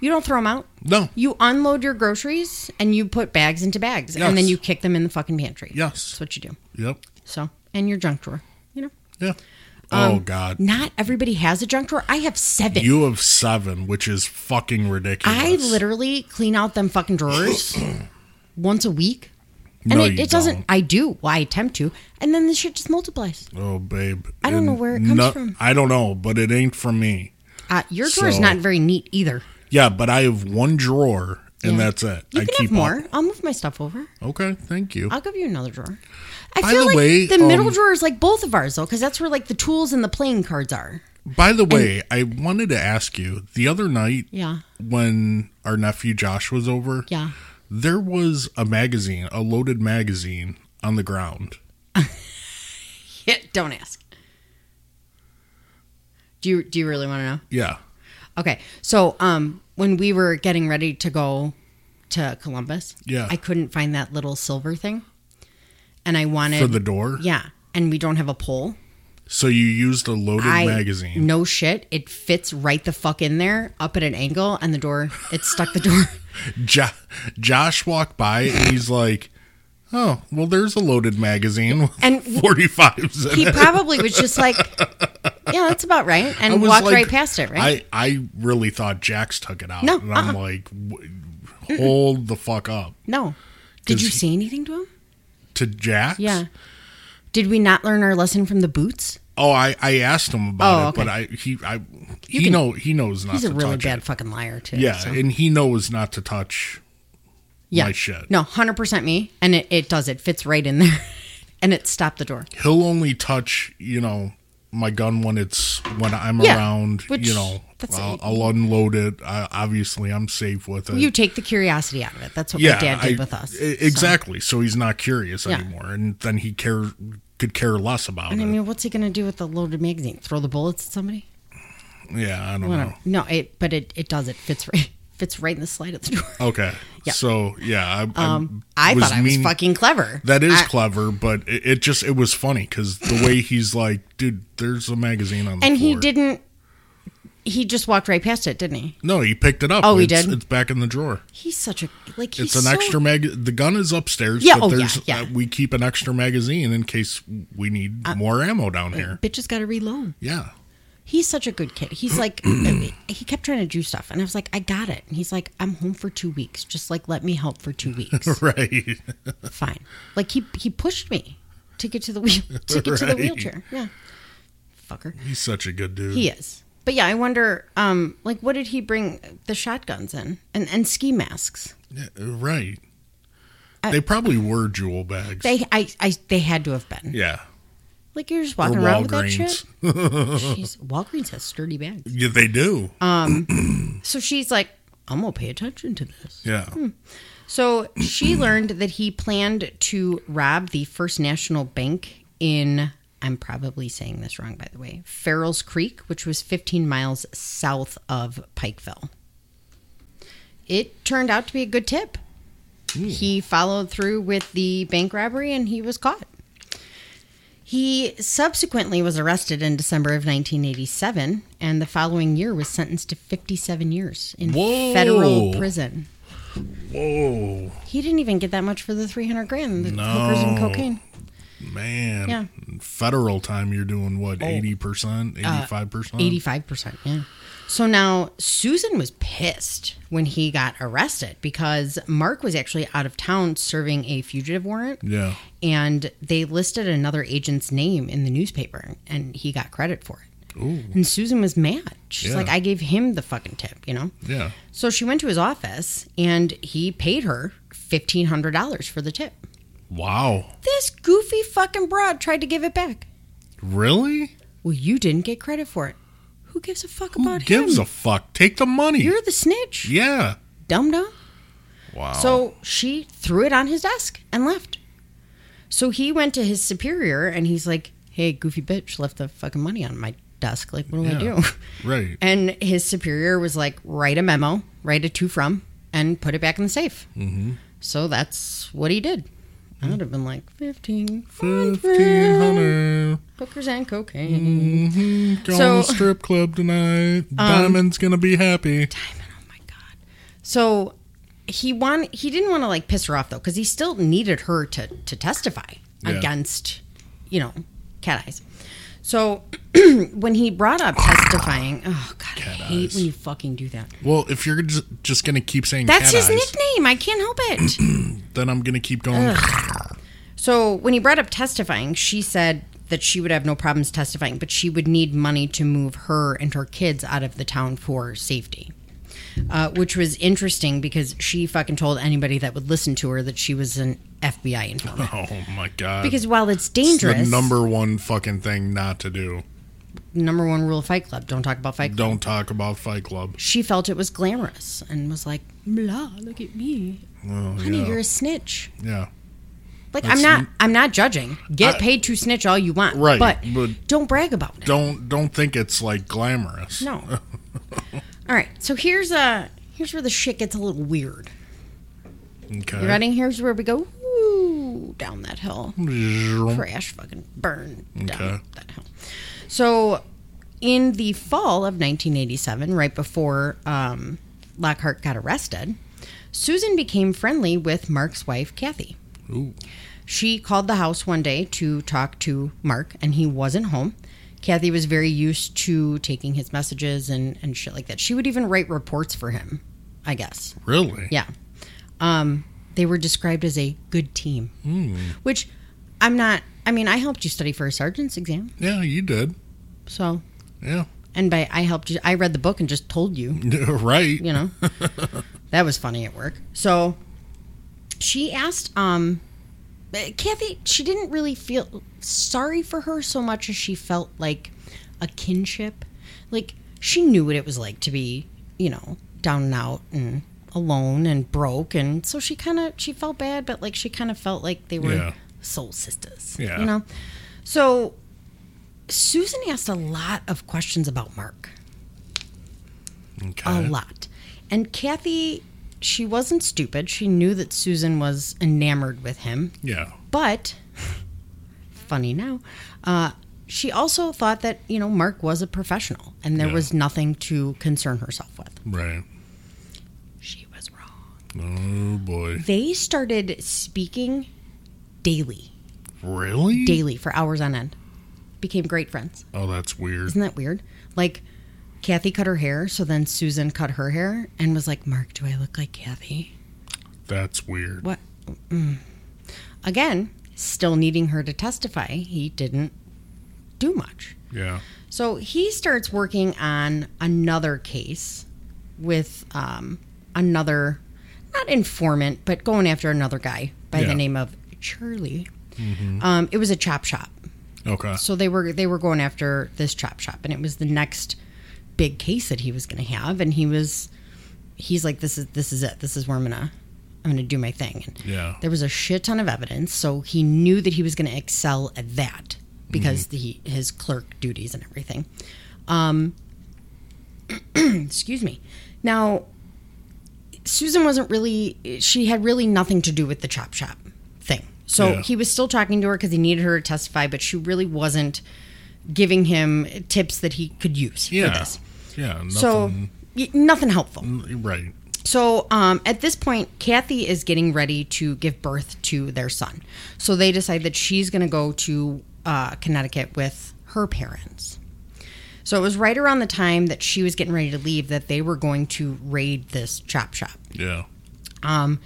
[SPEAKER 2] You don't throw them out.
[SPEAKER 1] No.
[SPEAKER 2] You unload your groceries and you put bags into bags
[SPEAKER 1] Yes.
[SPEAKER 2] and then you kick them in the fucking pantry.
[SPEAKER 1] Yes.
[SPEAKER 2] That's what you do.
[SPEAKER 1] Yep.
[SPEAKER 2] So, and your junk drawer, you know.
[SPEAKER 1] Yeah. oh
[SPEAKER 2] Um,
[SPEAKER 1] God.
[SPEAKER 2] Not everybody has a junk drawer. I have seven.
[SPEAKER 1] You have seven, which is fucking ridiculous.
[SPEAKER 2] I literally clean out them fucking [clears throat] drawers once a week. And
[SPEAKER 1] No,
[SPEAKER 2] it,
[SPEAKER 1] you
[SPEAKER 2] it doesn't,
[SPEAKER 1] don't.
[SPEAKER 2] I do. Well, I attempt to. And then this shit just multiplies.
[SPEAKER 1] Oh babe.
[SPEAKER 2] I don't know
[SPEAKER 1] And
[SPEAKER 2] where it comes
[SPEAKER 1] no-
[SPEAKER 2] from.
[SPEAKER 1] I don't know, but it ain't from me.
[SPEAKER 2] Uh, your drawer's
[SPEAKER 1] So-
[SPEAKER 2] not very neat either.
[SPEAKER 1] Yeah, but I have one drawer and
[SPEAKER 2] Yeah.
[SPEAKER 1] that's it.
[SPEAKER 2] You
[SPEAKER 1] I
[SPEAKER 2] can
[SPEAKER 1] keep
[SPEAKER 2] have more.
[SPEAKER 1] All,
[SPEAKER 2] I'll move my stuff over.
[SPEAKER 1] okay, thank you.
[SPEAKER 2] I'll give you another drawer. I
[SPEAKER 1] By
[SPEAKER 2] feel
[SPEAKER 1] the
[SPEAKER 2] like
[SPEAKER 1] way,
[SPEAKER 2] the middle
[SPEAKER 1] um,
[SPEAKER 2] drawer is like both of ours though, because that's where like the tools and the playing cards are.
[SPEAKER 1] By the way, I wanted to ask you the other night
[SPEAKER 2] Yeah,
[SPEAKER 1] when our nephew Josh was over,
[SPEAKER 2] yeah.
[SPEAKER 1] there was a magazine, a loaded magazine on the ground.
[SPEAKER 2] Yeah, don't ask. Do you do you really want to know?
[SPEAKER 1] Yeah.
[SPEAKER 2] Okay, so um, when we were getting ready to go to Columbus,
[SPEAKER 1] Yeah.
[SPEAKER 2] I couldn't find that little silver thing, and I wanted
[SPEAKER 1] For the door.
[SPEAKER 2] yeah, and we don't have a pole.
[SPEAKER 1] So you used a loaded
[SPEAKER 2] I
[SPEAKER 1] magazine.
[SPEAKER 2] no shit, it fits right the fuck in there, up at an angle, and the door it stuck the door. [laughs]
[SPEAKER 1] Jo- Josh walked by and he's like, Oh, well, there's a loaded magazine with [laughs]
[SPEAKER 2] And-
[SPEAKER 1] 45s in
[SPEAKER 2] he
[SPEAKER 1] it.
[SPEAKER 2] probably was just like, yeah, that's about right,
[SPEAKER 1] I
[SPEAKER 2] and
[SPEAKER 1] was
[SPEAKER 2] walked
[SPEAKER 1] like-
[SPEAKER 2] right past it, right?
[SPEAKER 1] I, I really thought Jax took it out.
[SPEAKER 2] No,
[SPEAKER 1] and I'm
[SPEAKER 2] uh-uh.
[SPEAKER 1] like, "W- Hold the fuck up.
[SPEAKER 2] no. Did
[SPEAKER 1] 'Cause
[SPEAKER 2] you
[SPEAKER 1] he-
[SPEAKER 2] say anything to him?
[SPEAKER 1] To Jax?
[SPEAKER 2] Yeah. Did we not learn our lesson from the boots?
[SPEAKER 1] Oh, I, I asked him about
[SPEAKER 2] Oh,
[SPEAKER 1] it, but I he I he know he knows not
[SPEAKER 2] He's
[SPEAKER 1] to
[SPEAKER 2] a really
[SPEAKER 1] touch
[SPEAKER 2] bad
[SPEAKER 1] it.
[SPEAKER 2] fucking liar too.
[SPEAKER 1] Yeah,
[SPEAKER 2] so-
[SPEAKER 1] and he knows not to touch
[SPEAKER 2] yeah.
[SPEAKER 1] my shit.
[SPEAKER 2] No, hundred percent me, and it, it does. It fits right in there, [laughs] and it stopped the door.
[SPEAKER 1] He'll only touch, you know, my gun when it's when I'm
[SPEAKER 2] Yeah,
[SPEAKER 1] around.
[SPEAKER 2] which-
[SPEAKER 1] you know,
[SPEAKER 2] that's-
[SPEAKER 1] I'll, I'll unload it. I, obviously, I'm safe with it.
[SPEAKER 2] You take the curiosity out of it. That's what
[SPEAKER 1] yeah,
[SPEAKER 2] my dad did
[SPEAKER 1] I-
[SPEAKER 2] with us.
[SPEAKER 1] e- exactly. So. he's not curious
[SPEAKER 2] Yeah.
[SPEAKER 1] anymore, and then he care could care less about
[SPEAKER 2] I
[SPEAKER 1] it.
[SPEAKER 2] mean, what's he gonna do with the loaded magazine? Throw the bullets at somebody?
[SPEAKER 1] yeah, I don't
[SPEAKER 2] Whatever.
[SPEAKER 1] know.
[SPEAKER 2] No, it. But it, it does. It fits right [laughs] fits right in the slide of the door.
[SPEAKER 1] Okay,
[SPEAKER 2] Yeah.
[SPEAKER 1] so yeah, I,
[SPEAKER 2] Um, I thought I was
[SPEAKER 1] Um, mean-
[SPEAKER 2] fucking clever.
[SPEAKER 1] That is
[SPEAKER 2] I-
[SPEAKER 1] clever, but it, it just it was funny because the way he's like, dude, there's a magazine on the
[SPEAKER 2] and he
[SPEAKER 1] floor."
[SPEAKER 2] didn't. He just walked right past it, didn't he?
[SPEAKER 1] No, he picked it up.
[SPEAKER 2] Oh, he
[SPEAKER 1] It's-
[SPEAKER 2] did?
[SPEAKER 1] It's back in the drawer.
[SPEAKER 2] He's such a like. He's
[SPEAKER 1] It's an
[SPEAKER 2] so-
[SPEAKER 1] extra mag. The gun is upstairs.
[SPEAKER 2] Yeah,
[SPEAKER 1] but
[SPEAKER 2] oh, yeah,
[SPEAKER 1] there's, uh,
[SPEAKER 2] yeah. Uh,
[SPEAKER 1] we keep an extra magazine in case we need more ammo down here.
[SPEAKER 2] Bitch has got to reload.
[SPEAKER 1] Yeah, [laughs]
[SPEAKER 2] He's such a good kid.
[SPEAKER 1] [clears throat]
[SPEAKER 2] He's like, he kept trying to do stuff, and I was like, I got it. And he's like, I'm home for two weeks. Just like let me help
[SPEAKER 1] [laughs]
[SPEAKER 2] for two weeks.
[SPEAKER 1] right.
[SPEAKER 2] Fine. Like he he pushed me to get to
[SPEAKER 1] [laughs]
[SPEAKER 2] the wheel to get to the
[SPEAKER 1] Right.
[SPEAKER 2] wheelchair. Yeah, fucker.
[SPEAKER 1] he's such a good dude.
[SPEAKER 2] He is. But yeah, I wonder, um, like, what did he bring the shotguns in and and ski masks?
[SPEAKER 1] Yeah, right. they probably were jewel bags.
[SPEAKER 2] Uh, They I, I they had to have been.
[SPEAKER 1] yeah,
[SPEAKER 2] Like you're just
[SPEAKER 1] or
[SPEAKER 2] walking around with that shit.
[SPEAKER 1] Walgreens. [laughs]
[SPEAKER 2] Jeez, Walgreens has sturdy bags.
[SPEAKER 1] Yeah, they do.
[SPEAKER 2] Uh, So she's like, I'm gonna pay attention to this.
[SPEAKER 1] yeah.
[SPEAKER 2] So she [clears throat] learned that he planned to rob the First National Bank in I'm probably saying this wrong by the way, Farrell's Creek, which was 15 miles south of Pikeville. It turned out to be a good tip. He followed through with the bank robbery and he was caught. He subsequently was arrested in December of 1987 and the following year was sentenced to 57 years in
[SPEAKER 1] Whoa.
[SPEAKER 2] federal prison.
[SPEAKER 1] Whoa.
[SPEAKER 2] He didn't even get that much for the 300 grand, the hookers and
[SPEAKER 1] No.
[SPEAKER 2] cocaine.
[SPEAKER 1] Man,
[SPEAKER 2] Yeah. Uh,
[SPEAKER 1] federal time, you're doing what, 80%, 85%?
[SPEAKER 2] Eighty-five percent. Yeah. So now Susan was pissed when he got arrested because Mark was actually out of town serving a fugitive warrant,
[SPEAKER 1] Yeah.
[SPEAKER 2] and they listed another agent's name in the newspaper, and he got credit for it. And Susan was mad. She's
[SPEAKER 1] Yeah.
[SPEAKER 2] like, "I gave him the fucking tip," you know.
[SPEAKER 1] Yeah.
[SPEAKER 2] So she went to his office, and he paid her fifteen hundred dollars for the tip.
[SPEAKER 1] Wow.
[SPEAKER 2] This goofy fucking broad tried to give it back.
[SPEAKER 1] Really?
[SPEAKER 2] Well, you didn't get credit for it. Who gives a fuck
[SPEAKER 1] Who
[SPEAKER 2] about
[SPEAKER 1] gives
[SPEAKER 2] him?
[SPEAKER 1] a fuck? Take the money.
[SPEAKER 2] You're the snitch.
[SPEAKER 1] yeah.
[SPEAKER 2] dum dum.
[SPEAKER 1] Wow.
[SPEAKER 2] So she threw it on his desk and left. So he went to his superior and he's like, "Hey, goofy bitch, left the fucking money on my desk. Like, what do
[SPEAKER 1] Yeah.
[SPEAKER 2] I do?" [laughs]
[SPEAKER 1] right.
[SPEAKER 2] And his superior was like, "Write a memo, write a to from, and put it back in the safe." Mm-hmm. So that's what he did. I would have been like, 15
[SPEAKER 1] Fifteen hundred.
[SPEAKER 2] hookers and cocaine.
[SPEAKER 1] Going
[SPEAKER 2] So- Um,
[SPEAKER 1] to the strip club tonight. Diamond's gonna be happy.
[SPEAKER 2] Diamond, oh my god. So he won he didn't want to like piss her off though, because he still needed her to to testify
[SPEAKER 1] Yeah.
[SPEAKER 2] against, you know, cat eyes. So [clears throat] when he brought up testifying, oh god, I hate
[SPEAKER 1] Eyes.
[SPEAKER 2] when you fucking do that.
[SPEAKER 1] Well, if you're just, just gonna keep saying
[SPEAKER 2] That's
[SPEAKER 1] cat
[SPEAKER 2] his
[SPEAKER 1] eyes,
[SPEAKER 2] nickname. I can't help it.
[SPEAKER 1] then I'm gonna keep going.
[SPEAKER 2] so when he brought up testifying, she said that she would have no problems testifying, but she would need money to move her and her kids out of the town for safety. uh, which was interesting because she fucking told anybody that would listen to her that she was an FBI
[SPEAKER 1] [laughs]
[SPEAKER 2] informant.
[SPEAKER 1] [laughs] Oh my god.
[SPEAKER 2] Because while it's
[SPEAKER 1] It's
[SPEAKER 2] dangerous,
[SPEAKER 1] the number one fucking thing not to do.
[SPEAKER 2] number one rule of Fight Club: don't talk about Fight Club.
[SPEAKER 1] Don't talk about Fight Club.
[SPEAKER 2] She felt it was glamorous and was like, "Blah, look at me,
[SPEAKER 1] Oh,
[SPEAKER 2] honey,
[SPEAKER 1] yeah.
[SPEAKER 2] you're a snitch."
[SPEAKER 1] yeah.
[SPEAKER 2] Like
[SPEAKER 1] That's
[SPEAKER 2] I'm not,
[SPEAKER 1] n-
[SPEAKER 2] I'm not judging. Get
[SPEAKER 1] I-
[SPEAKER 2] paid to snitch all you want,
[SPEAKER 1] Right,
[SPEAKER 2] But,
[SPEAKER 1] but-
[SPEAKER 2] don't brag about it.
[SPEAKER 1] Don't don't think it's like glamorous.
[SPEAKER 2] No. all right, so here's uh here's where the shit gets a little weird.
[SPEAKER 1] Okay.
[SPEAKER 2] You ready? Here's where we go ooh, down that hill.
[SPEAKER 1] Zzzz.
[SPEAKER 2] crash, fucking burn
[SPEAKER 1] Okay.
[SPEAKER 2] down that hill. So, in the fall of 1987, right before um, Lockhart got arrested, Susan became friendly with Mark's wife, Kathy.
[SPEAKER 1] Ooh.
[SPEAKER 2] She called the house one day to talk to Mark, and he wasn't home. Kathy was very used to taking his messages and, and shit like that. She would even write reports for him, I guess.
[SPEAKER 1] Really?
[SPEAKER 2] Yeah. Um, they were described as a good team, which I'm not. I mean, I helped you study for a sergeant's exam.
[SPEAKER 1] Yeah, you did.
[SPEAKER 2] So,
[SPEAKER 1] Yeah. [laughs]
[SPEAKER 2] and by I helped you, I read the book and just told you,
[SPEAKER 1] right. [laughs]
[SPEAKER 2] you know, that was funny at work. So she asked, um, Kathy, she didn't really feel sorry for her so much as she felt like a kinship. Like she knew what it was like to be, you know, down and out and alone and broke and so she kind of she felt bad but like she kind of felt like they were
[SPEAKER 1] Yeah.
[SPEAKER 2] soul sisters
[SPEAKER 1] Yeah.
[SPEAKER 2] you know so susan asked a lot of questions about mark
[SPEAKER 1] Okay.
[SPEAKER 2] a lot. And Kathy, she wasn't stupid. She knew that Susan was enamored with him.
[SPEAKER 1] Yeah.
[SPEAKER 2] But, funny now, uh, she also thought that, you know, Mark was a professional and there
[SPEAKER 1] Yeah.
[SPEAKER 2] was nothing to concern herself with.
[SPEAKER 1] Right.
[SPEAKER 2] She was wrong.
[SPEAKER 1] Oh boy.
[SPEAKER 2] They started speaking daily,
[SPEAKER 1] Really?
[SPEAKER 2] daily for hours on end. Became great friends.
[SPEAKER 1] oh, that's weird.
[SPEAKER 2] Isn't that weird? Like, Kathy cut her hair, so then Susan cut her hair and was like, Mark, do I look like Kathy?
[SPEAKER 1] That's weird.
[SPEAKER 2] What? mm. Again, still needing her to testify, he didn't do much.
[SPEAKER 1] Yeah.
[SPEAKER 2] So he starts working on another case with um, another, not informant, but going after another guy by
[SPEAKER 1] Yeah.
[SPEAKER 2] the name of Charlie. Um, it was a chop shop,
[SPEAKER 1] Okay.
[SPEAKER 2] so they were they were going after this chop shop, and it was the next big case that he was going to have, and he was he's like, this is this is it, this is where I'm gonna I'm gonna do my thing, and
[SPEAKER 1] Yeah.
[SPEAKER 2] there was a shit ton of evidence, so he knew that he was going to excel at that because the his clerk duties and everything. Um, excuse me. Now, Susan wasn't really. She had really nothing to do with the chop shop thing. So
[SPEAKER 1] Yeah.
[SPEAKER 2] he was still talking to her because he needed her to testify, but she really wasn't giving him tips that he could use for
[SPEAKER 1] Yeah.
[SPEAKER 2] this.
[SPEAKER 1] Yeah. Nothing.
[SPEAKER 2] So y- nothing helpful.
[SPEAKER 1] right.
[SPEAKER 2] So um, at this point, Kathy is getting ready to give birth to their son. So they decide that she's going to go to uh, Connecticut with her parents. So it was right around the time that she was getting ready to leave that they were going to raid this chop shop.
[SPEAKER 1] Yeah.
[SPEAKER 2] Um,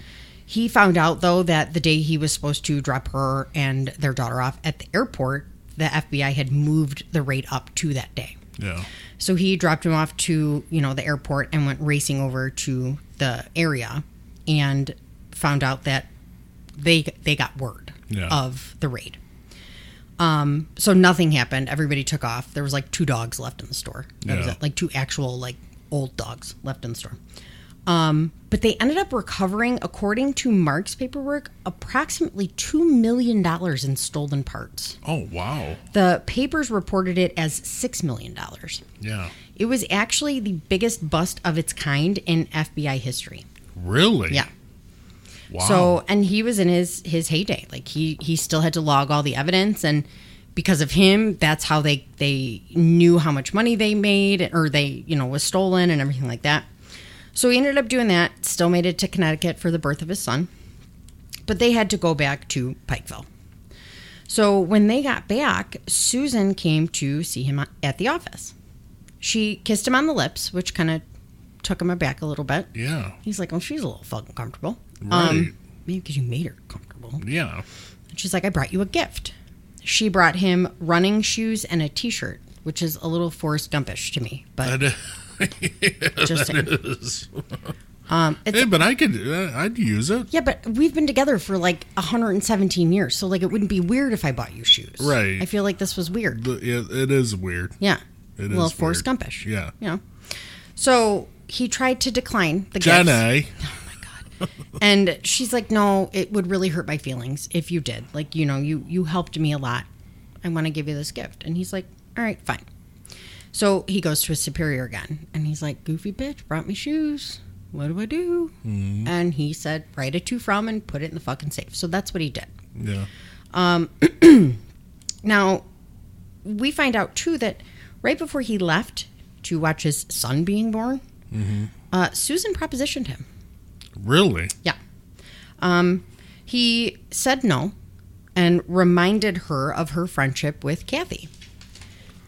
[SPEAKER 2] he found out though that the day he was supposed to drop her and their daughter off at the airport, the FBI had moved the raid up to that day.
[SPEAKER 1] Yeah.
[SPEAKER 2] So he dropped him off to, you know, the airport and went racing over to the area and found out that they they got word
[SPEAKER 1] Yeah.
[SPEAKER 2] of the raid. Um, so nothing happened. Everybody took off. There was like two dogs left in the store. That was
[SPEAKER 1] Yeah.
[SPEAKER 2] it. Like two actual like old dogs left in the store. Um, but they ended up recovering, according to Mark's paperwork, approximately two million dollars in stolen parts.
[SPEAKER 1] Oh wow.
[SPEAKER 2] The papers reported it as six million dollars.
[SPEAKER 1] Yeah.
[SPEAKER 2] It was actually the biggest bust of its kind in FBI history.
[SPEAKER 1] Really?
[SPEAKER 2] Yeah.
[SPEAKER 1] Wow.
[SPEAKER 2] So, and he was in his his heyday. Like he he still had to log all the evidence, and because of him, that's how they they knew how much money they made or they you know was stolen and everything like that. So he ended up doing that. Still made it to Connecticut for the birth of his son, but they had to go back to Pikeville. So when they got back, Susan came to see him at the office. She kissed him on the lips, which kind of took him aback a little bit.
[SPEAKER 1] yeah.
[SPEAKER 2] He's like, "Oh, she's a little fucking comfortable."
[SPEAKER 1] Right.
[SPEAKER 2] Um, maybe because you made her comfortable.
[SPEAKER 1] Yeah.
[SPEAKER 2] And she's like, "I brought you a gift." She brought him running shoes and a T-shirt, which is a little Forrest Gumpish to me, but
[SPEAKER 1] That
[SPEAKER 2] just saying.
[SPEAKER 1] is. [laughs]
[SPEAKER 2] Um, it's,
[SPEAKER 1] Hey, but I could. Uh, I'd use it.
[SPEAKER 2] yeah, but we've been together for like 117 years, so like it wouldn't be weird if I bought you shoes,
[SPEAKER 1] Right.
[SPEAKER 2] I feel like this was weird.
[SPEAKER 1] The- It, it is weird.
[SPEAKER 2] Yeah,
[SPEAKER 1] It
[SPEAKER 2] a
[SPEAKER 1] is
[SPEAKER 2] little Forrest
[SPEAKER 1] weird.
[SPEAKER 2] Gumpish.
[SPEAKER 1] Yeah.
[SPEAKER 2] you know. So he tried to decline the gift. Oh,
[SPEAKER 1] Jenny. [laughs]
[SPEAKER 2] and she's like no it would really hurt my feelings if you did like you know you you helped me a lot i want to give you this gift and he's like all right fine so he goes to his superior again and he's like goofy bitch brought me shoes what do i do
[SPEAKER 1] Mm-hmm.
[SPEAKER 2] and he said write a to from and put it in the fucking safe so that's what he did
[SPEAKER 1] Yeah.
[SPEAKER 2] now, we find out too that right before he left to watch his son being born, uh, Susan propositioned him.
[SPEAKER 1] Really?
[SPEAKER 2] Yeah. Um, he said no and reminded her of her friendship with Kathy.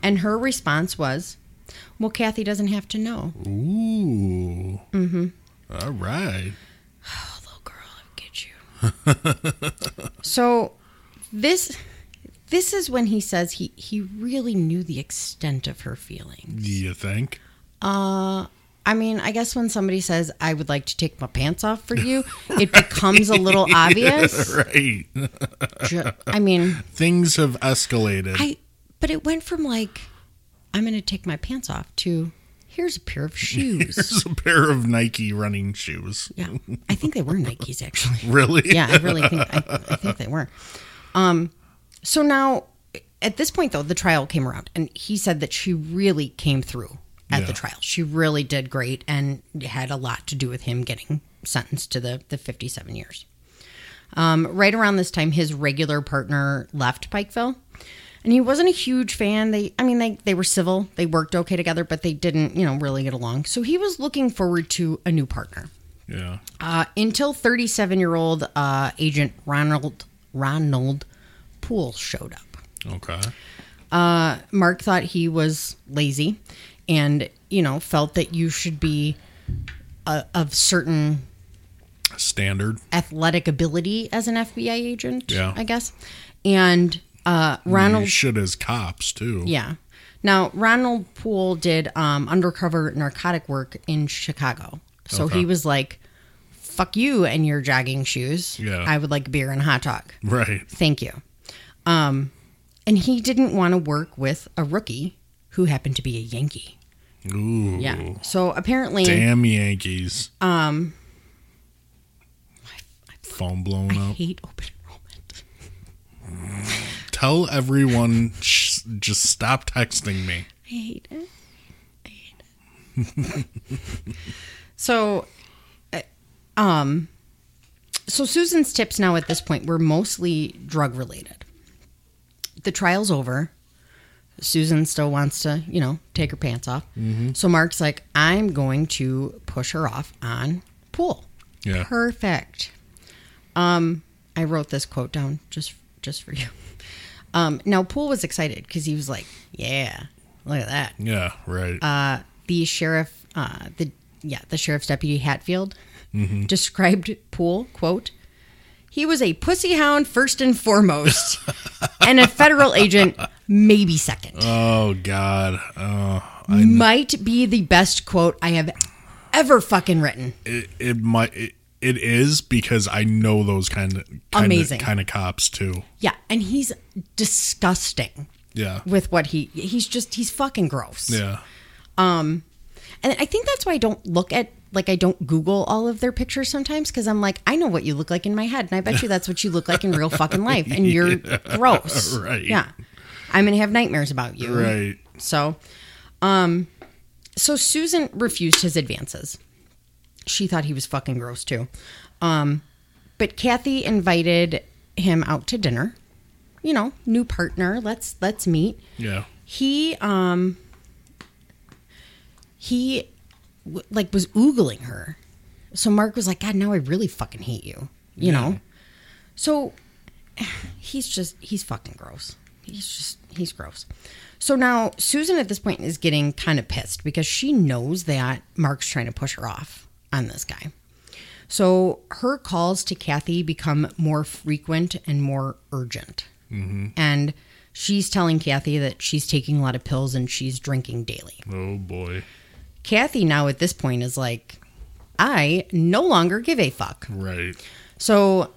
[SPEAKER 2] And her response was, Well, Kathy doesn't have to know.
[SPEAKER 1] Ooh. Mm-hmm. All right.
[SPEAKER 2] Oh, little girl, I'll get you. so this this is when he says he, he really knew the extent of her feelings.
[SPEAKER 1] Do you think? [laughs]
[SPEAKER 2] Uh, I mean, I guess when somebody says, I would like to take my pants off for you, it becomes a little obvious.
[SPEAKER 1] Right.
[SPEAKER 2] Ju- I mean,
[SPEAKER 1] Things have escalated. [laughs]
[SPEAKER 2] I, but it went from like, I'm going to take my pants off to, here's a pair of
[SPEAKER 1] [laughs]
[SPEAKER 2] shoes.
[SPEAKER 1] Here's a pair of Nike running shoes.
[SPEAKER 2] yeah. I think they were Nikes, actually.
[SPEAKER 1] Really?
[SPEAKER 2] [laughs] Yeah, I really think, I, I think they were. Um, so now, at this point, though, the trial came around and he said that she really came through at the
[SPEAKER 1] Yeah.
[SPEAKER 2] trial. She really did great and had a lot to do with him getting sentenced to the, the 57 years. Um, right around this time, his regular partner left Pikeville. And he wasn't a huge fan. They, I mean, they, they were civil. They worked okay together, but they didn't, you know, really get along. So he was looking forward to a new partner
[SPEAKER 1] Yeah.
[SPEAKER 2] uh, until 37 year old uh, agent Ronald Ronald Poole showed up.
[SPEAKER 1] Okay.
[SPEAKER 2] Uh, Mark thought he was lazy, and you know felt that you should be uh, of certain
[SPEAKER 1] Standard.
[SPEAKER 2] athletic ability as an FBI agent.
[SPEAKER 1] Yeah.
[SPEAKER 2] I guess. And uh, Ronald
[SPEAKER 1] You should as cops too.
[SPEAKER 2] Yeah. Now, Ronald Poole did um, undercover narcotic work in Chicago. So
[SPEAKER 1] Okay.
[SPEAKER 2] he was like, fuck you and your jogging shoes.
[SPEAKER 1] Yeah.
[SPEAKER 2] I would like beer and a hot dog.
[SPEAKER 1] Right.
[SPEAKER 2] Thank you. Um, and he didn't want to work with a rookie who happened to be a Yankee.
[SPEAKER 1] Ooh.
[SPEAKER 2] Yeah. So apparently,
[SPEAKER 1] Damn Yankees. Um. Phone blown
[SPEAKER 2] I
[SPEAKER 1] up.
[SPEAKER 2] hate open enrollment.
[SPEAKER 1] Tell everyone, sh- just stop texting me.
[SPEAKER 2] I hate it. I hate it. so, uh, um, so Susan's tips now at this point were mostly drug related. The trial's over. Susan still wants to, you know, take her pants off. So Mark's like, I'm going to push her off on pool.
[SPEAKER 1] Yeah.
[SPEAKER 2] Perfect. Um, I wrote this quote down just just for you. [laughs] Um, now Poole was excited because he was like, "Yeah, look at that."
[SPEAKER 1] Yeah, right.
[SPEAKER 2] Uh, the sheriff, uh, the yeah, the sheriff's deputy Hatfield
[SPEAKER 1] Mm-hmm.
[SPEAKER 2] described Poole quote. He was a pussy hound first
[SPEAKER 1] [laughs]
[SPEAKER 2] and foremost, and a federal agent maybe second.
[SPEAKER 1] oh God. Oh,
[SPEAKER 2] Might be the best quote I have ever fucking written.
[SPEAKER 1] it, it might. It, it is because I know those kind of kind
[SPEAKER 2] Amazing.
[SPEAKER 1] of kind of cops too.
[SPEAKER 2] Yeah, and he's disgusting
[SPEAKER 1] Yeah.
[SPEAKER 2] with what he he's just he's fucking gross.
[SPEAKER 1] Yeah.
[SPEAKER 2] And I think that's why I don't look at like I don't Google all of their pictures sometimes because I'm like I know what you look like in my head, and I bet you that's what you look like in
[SPEAKER 1] [laughs]
[SPEAKER 2] real fucking life, and you're gross.
[SPEAKER 1] right.
[SPEAKER 2] Yeah, I'm gonna have nightmares about you.
[SPEAKER 1] Right.
[SPEAKER 2] So, um, so Susan refused his advances. She thought he was fucking gross too. Um, but Kathy invited him out to dinner. You know, new partner. Let's let's meet.
[SPEAKER 1] Yeah.
[SPEAKER 2] He um he w- like was oogling her. So Mark was like, "God, now I really fucking hate you." You know. So he's just he's fucking gross. He's just he's gross. So now Susan at this point is getting kind of pissed because she knows that Mark's trying to push her off on this guy. So her calls to Kathy become more frequent and more urgent. And she's telling Kathy that she's taking a lot of pills and she's drinking daily.
[SPEAKER 1] Oh boy.
[SPEAKER 2] Kathy now at this point is like, I no longer give a fuck.
[SPEAKER 1] Right.
[SPEAKER 2] So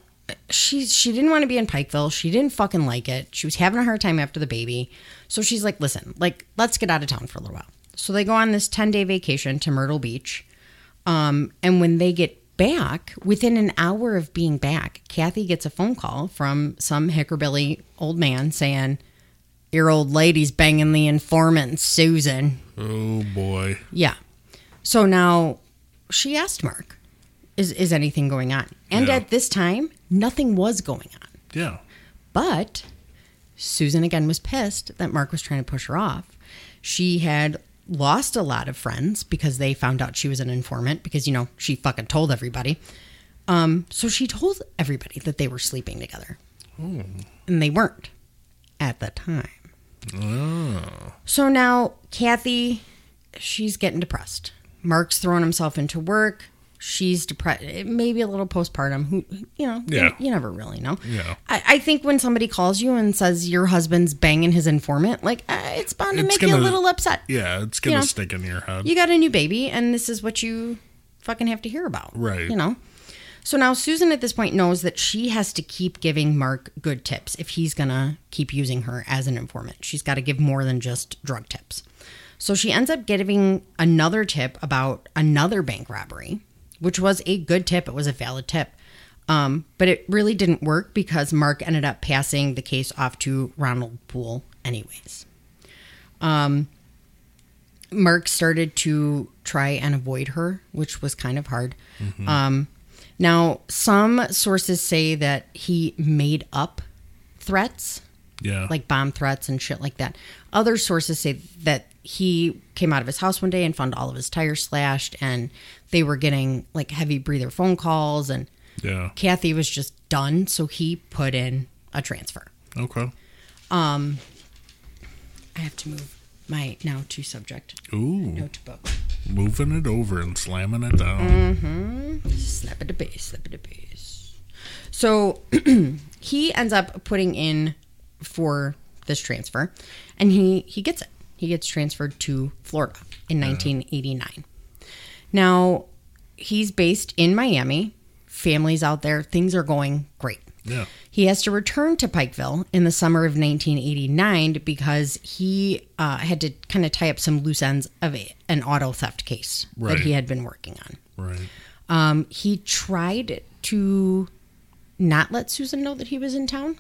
[SPEAKER 2] she she didn't want to be in Pikeville. She didn't fucking like it. She was having a hard time after the baby. So she's like, listen, like let's get out of town for a little while. So they go on this 10-day vacation to Myrtle Beach. Um, and when they get back, within an hour of being back, Kathy gets a phone call from some hickorbilly old man saying, Your old lady's banging the informant, Susan.
[SPEAKER 1] Oh boy.
[SPEAKER 2] Yeah. So now she asked Mark, is, is anything going on? And
[SPEAKER 1] Yeah.
[SPEAKER 2] at this time, nothing was going on.
[SPEAKER 1] Yeah.
[SPEAKER 2] But Susan again was pissed that Mark was trying to push her off. She had lost a lot of friends because they found out she was an informant because, you know, she fucking told everybody. Um, so she told everybody that they were sleeping together. And they weren't at the time.
[SPEAKER 1] Ah.
[SPEAKER 2] So now Kathy, she's getting depressed. Mark's throwing himself into work. She's depressed, maybe a little postpartum. Who, you know, you-
[SPEAKER 1] Yeah.
[SPEAKER 2] you, never really know.
[SPEAKER 1] Yeah.
[SPEAKER 2] I, I think when somebody calls you and says your husband's banging his informant, like uh, it's bound to
[SPEAKER 1] It's
[SPEAKER 2] make you a
[SPEAKER 1] gonna-
[SPEAKER 2] little upset.
[SPEAKER 1] Yeah. It's gonna
[SPEAKER 2] You know,
[SPEAKER 1] stick in your head.
[SPEAKER 2] You got a new baby, and this is what you fucking have to hear about.
[SPEAKER 1] Right.
[SPEAKER 2] You know? So now Susan at this point knows that she has to keep giving Mark good tips if he's going to keep using her as an informant. She's got to give more than just drug tips. So she ends up giving another tip about another bank robbery, which was a good tip. It was a valid tip. Um, but it really didn't work because Mark ended up passing the case off to Ronald Poole, anyways. Mark started to try and avoid her, which was kind of hard. Um, now, some sources say that he made up threats,
[SPEAKER 1] yeah.
[SPEAKER 2] like bomb threats and shit like that. Other sources say that he came out of his house one day and found all of his tires slashed, and they were getting like heavy breather phone calls, and
[SPEAKER 1] Yeah.
[SPEAKER 2] Kathy was just done, so he put in a transfer.
[SPEAKER 1] Okay.
[SPEAKER 2] I have to move my now to subject
[SPEAKER 1] Ooh.
[SPEAKER 2] notebook.
[SPEAKER 1] Moving it over and slamming it down.
[SPEAKER 2] Snap it a base, snap it a base. So [clears throat] he ends up putting in for this transfer, and he he gets it. He gets transferred to Florida in
[SPEAKER 1] Uh-huh.
[SPEAKER 2] 1989. Now he's based in Miami. Families out there, things are going great.
[SPEAKER 1] Yeah.
[SPEAKER 2] He has to return to Pikeville in the summer of 1989 because he uh, had to kind of tie up some loose ends of a, an auto theft case
[SPEAKER 1] Right.
[SPEAKER 2] that he had been working on.
[SPEAKER 1] Right.
[SPEAKER 2] Um, he tried to not let Susan know that he was in town,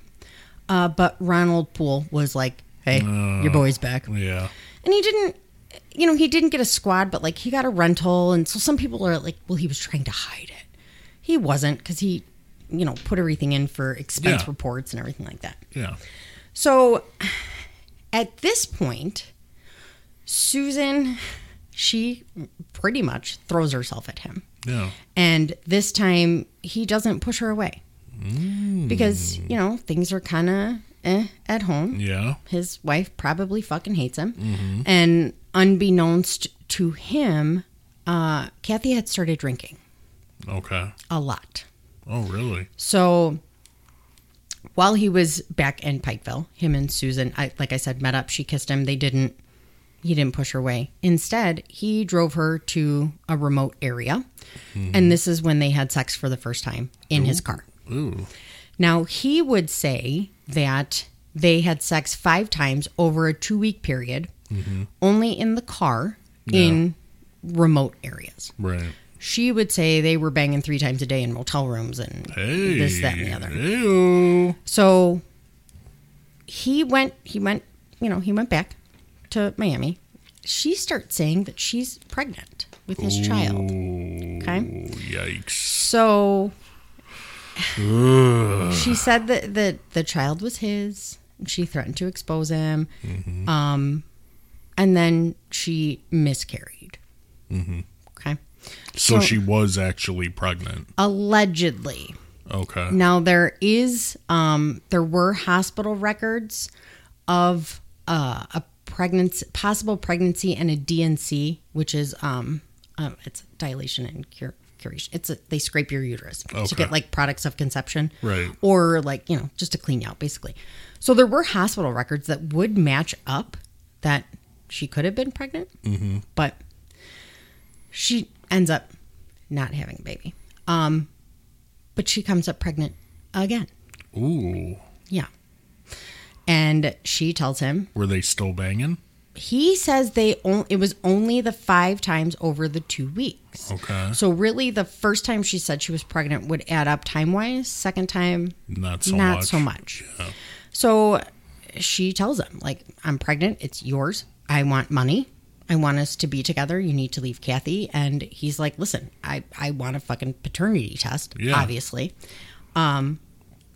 [SPEAKER 2] uh, but Ronald Poole was like, "Hey, your boy's back," and
[SPEAKER 1] Yeah.
[SPEAKER 2] he didn't. You know, he didn't get a squad, but like he got a rental, and so some people are like, "Well, he was trying to hide it." He wasn't because he, you know, put everything in for expense
[SPEAKER 1] Yeah.
[SPEAKER 2] reports and everything like that.
[SPEAKER 1] Yeah.
[SPEAKER 2] So at this point, Susan, she pretty much throws herself at him.
[SPEAKER 1] Yeah.
[SPEAKER 2] And this time he doesn't push her away because, you know, things are kind of eh at home.
[SPEAKER 1] Yeah.
[SPEAKER 2] His wife probably fucking hates him. And unbeknownst to him, uh, Kathy had started drinking
[SPEAKER 1] Okay.
[SPEAKER 2] a lot.
[SPEAKER 1] Oh, really?
[SPEAKER 2] So while he was back in Pikeville, him and Susan, I, like I said, met up. She kissed him. They didn't, he didn't push her away. Instead, he drove her to a remote area. And this is when they had sex for the first time in his car.
[SPEAKER 1] Ooh.
[SPEAKER 2] Now, he would say that they had sex five times over a two week period, only in the car in remote areas.
[SPEAKER 1] Right.
[SPEAKER 2] She would say they were banging three times a day in motel rooms and
[SPEAKER 1] Hey.
[SPEAKER 2] this, that, and the other.
[SPEAKER 1] Ew.
[SPEAKER 2] So he went he went you know, he went back to Miami. She starts saying that she's pregnant with his child. Okay.
[SPEAKER 1] Ooh, yikes.
[SPEAKER 2] So she said that the, the child was his. and She threatened to expose him. Um, and then she miscarried. Okay.
[SPEAKER 1] So she was actually pregnant.
[SPEAKER 2] Allegedly.
[SPEAKER 1] Okay.
[SPEAKER 2] Now there is um there were hospital records of uh, a pregnancy possible pregnancy and a DNC which is um, um it's dilation and cur- curation. It's a, they scrape your uterus to
[SPEAKER 1] Okay.
[SPEAKER 2] get like products of conception.
[SPEAKER 1] Right.
[SPEAKER 2] Or like, you know, just to clean you out basically. So there were hospital records that would match up that she could have been pregnant. Mm-hmm. But she ends up not having a baby. Um, but she comes up pregnant again.
[SPEAKER 1] Ooh.
[SPEAKER 2] Yeah. And she tells him
[SPEAKER 1] Were they still banging?
[SPEAKER 2] he says they on, it was only the five times over the two weeks.
[SPEAKER 1] Okay.
[SPEAKER 2] So really, the first time she said she was pregnant would add up time wise. Second time,
[SPEAKER 1] Not so
[SPEAKER 2] not
[SPEAKER 1] much.
[SPEAKER 2] so much. So she tells him, like, I'm pregnant. It's yours. I want money. I want us to be together. You need to leave Kathy. And he's like, listen, I, I want a fucking paternity test,
[SPEAKER 1] Yeah.
[SPEAKER 2] obviously. Um,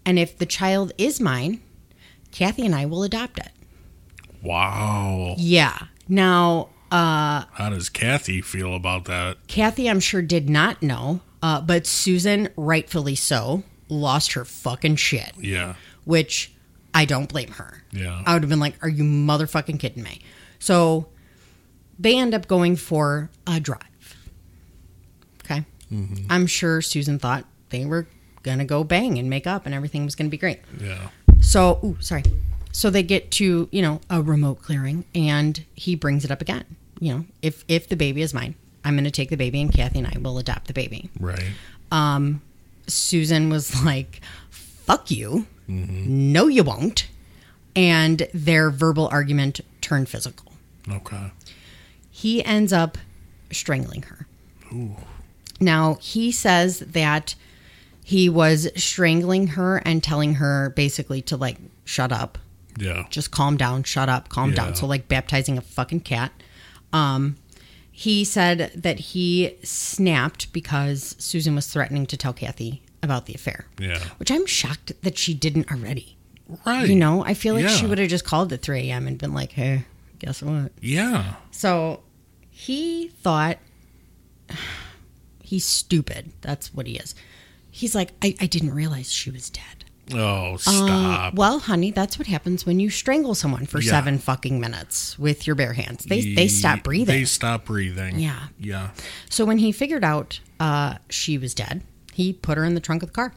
[SPEAKER 2] and if the child is mine, Kathy and I will adopt it.
[SPEAKER 1] Wow.
[SPEAKER 2] Yeah. Now, uh,
[SPEAKER 1] How does Kathy feel about that?
[SPEAKER 2] Kathy, I'm sure, did not know, uh, but Susan, rightfully so, lost her fucking shit.
[SPEAKER 1] Yeah.
[SPEAKER 2] which I don't blame her.
[SPEAKER 1] Yeah.
[SPEAKER 2] I would have been like, are you motherfucking kidding me? So they end up going for a drive. Okay.
[SPEAKER 1] Mm-hmm.
[SPEAKER 2] I'm sure Susan thought they were going to go bang and make up and everything was going to be great.
[SPEAKER 1] Yeah.
[SPEAKER 2] So, ooh, sorry. So they get to, you know, a remote clearing and he brings it up again. You know, if if the baby is mine, I'm going to take the baby and Kathy and I will adopt the baby.
[SPEAKER 1] Right.
[SPEAKER 2] Um, Susan was like, fuck you. No, you won't. And their verbal argument turned physical.
[SPEAKER 1] Okay.
[SPEAKER 2] He ends up strangling her. Now, he says that he was strangling her and telling her basically to like shut up,
[SPEAKER 1] Yeah.
[SPEAKER 2] just calm down, shut up, calm
[SPEAKER 1] Yeah.
[SPEAKER 2] down. So, like baptizing a fucking cat. Um, he said that he snapped because Susan was threatening to tell Kathy about the affair
[SPEAKER 1] Yeah.
[SPEAKER 2] which I'm shocked that she didn't already.
[SPEAKER 1] Right.
[SPEAKER 2] You know, I feel like she
[SPEAKER 1] Yeah.
[SPEAKER 2] would have just called at 3 a.m. and been like, hey, guess what?
[SPEAKER 1] Yeah.
[SPEAKER 2] So he thought [sighs] he's stupid. That's what he is. He's like, I, I didn't realize she was dead.
[SPEAKER 1] Oh,
[SPEAKER 2] Uh,
[SPEAKER 1] stop.
[SPEAKER 2] well, honey, that's what happens when you strangle someone for
[SPEAKER 1] Yeah.
[SPEAKER 2] seven fucking minutes with your bare hands. They, they stop breathing.
[SPEAKER 1] They stop breathing.
[SPEAKER 2] Yeah.
[SPEAKER 1] Yeah.
[SPEAKER 2] So when he figured out uh, she was dead, he put her in the trunk of the car.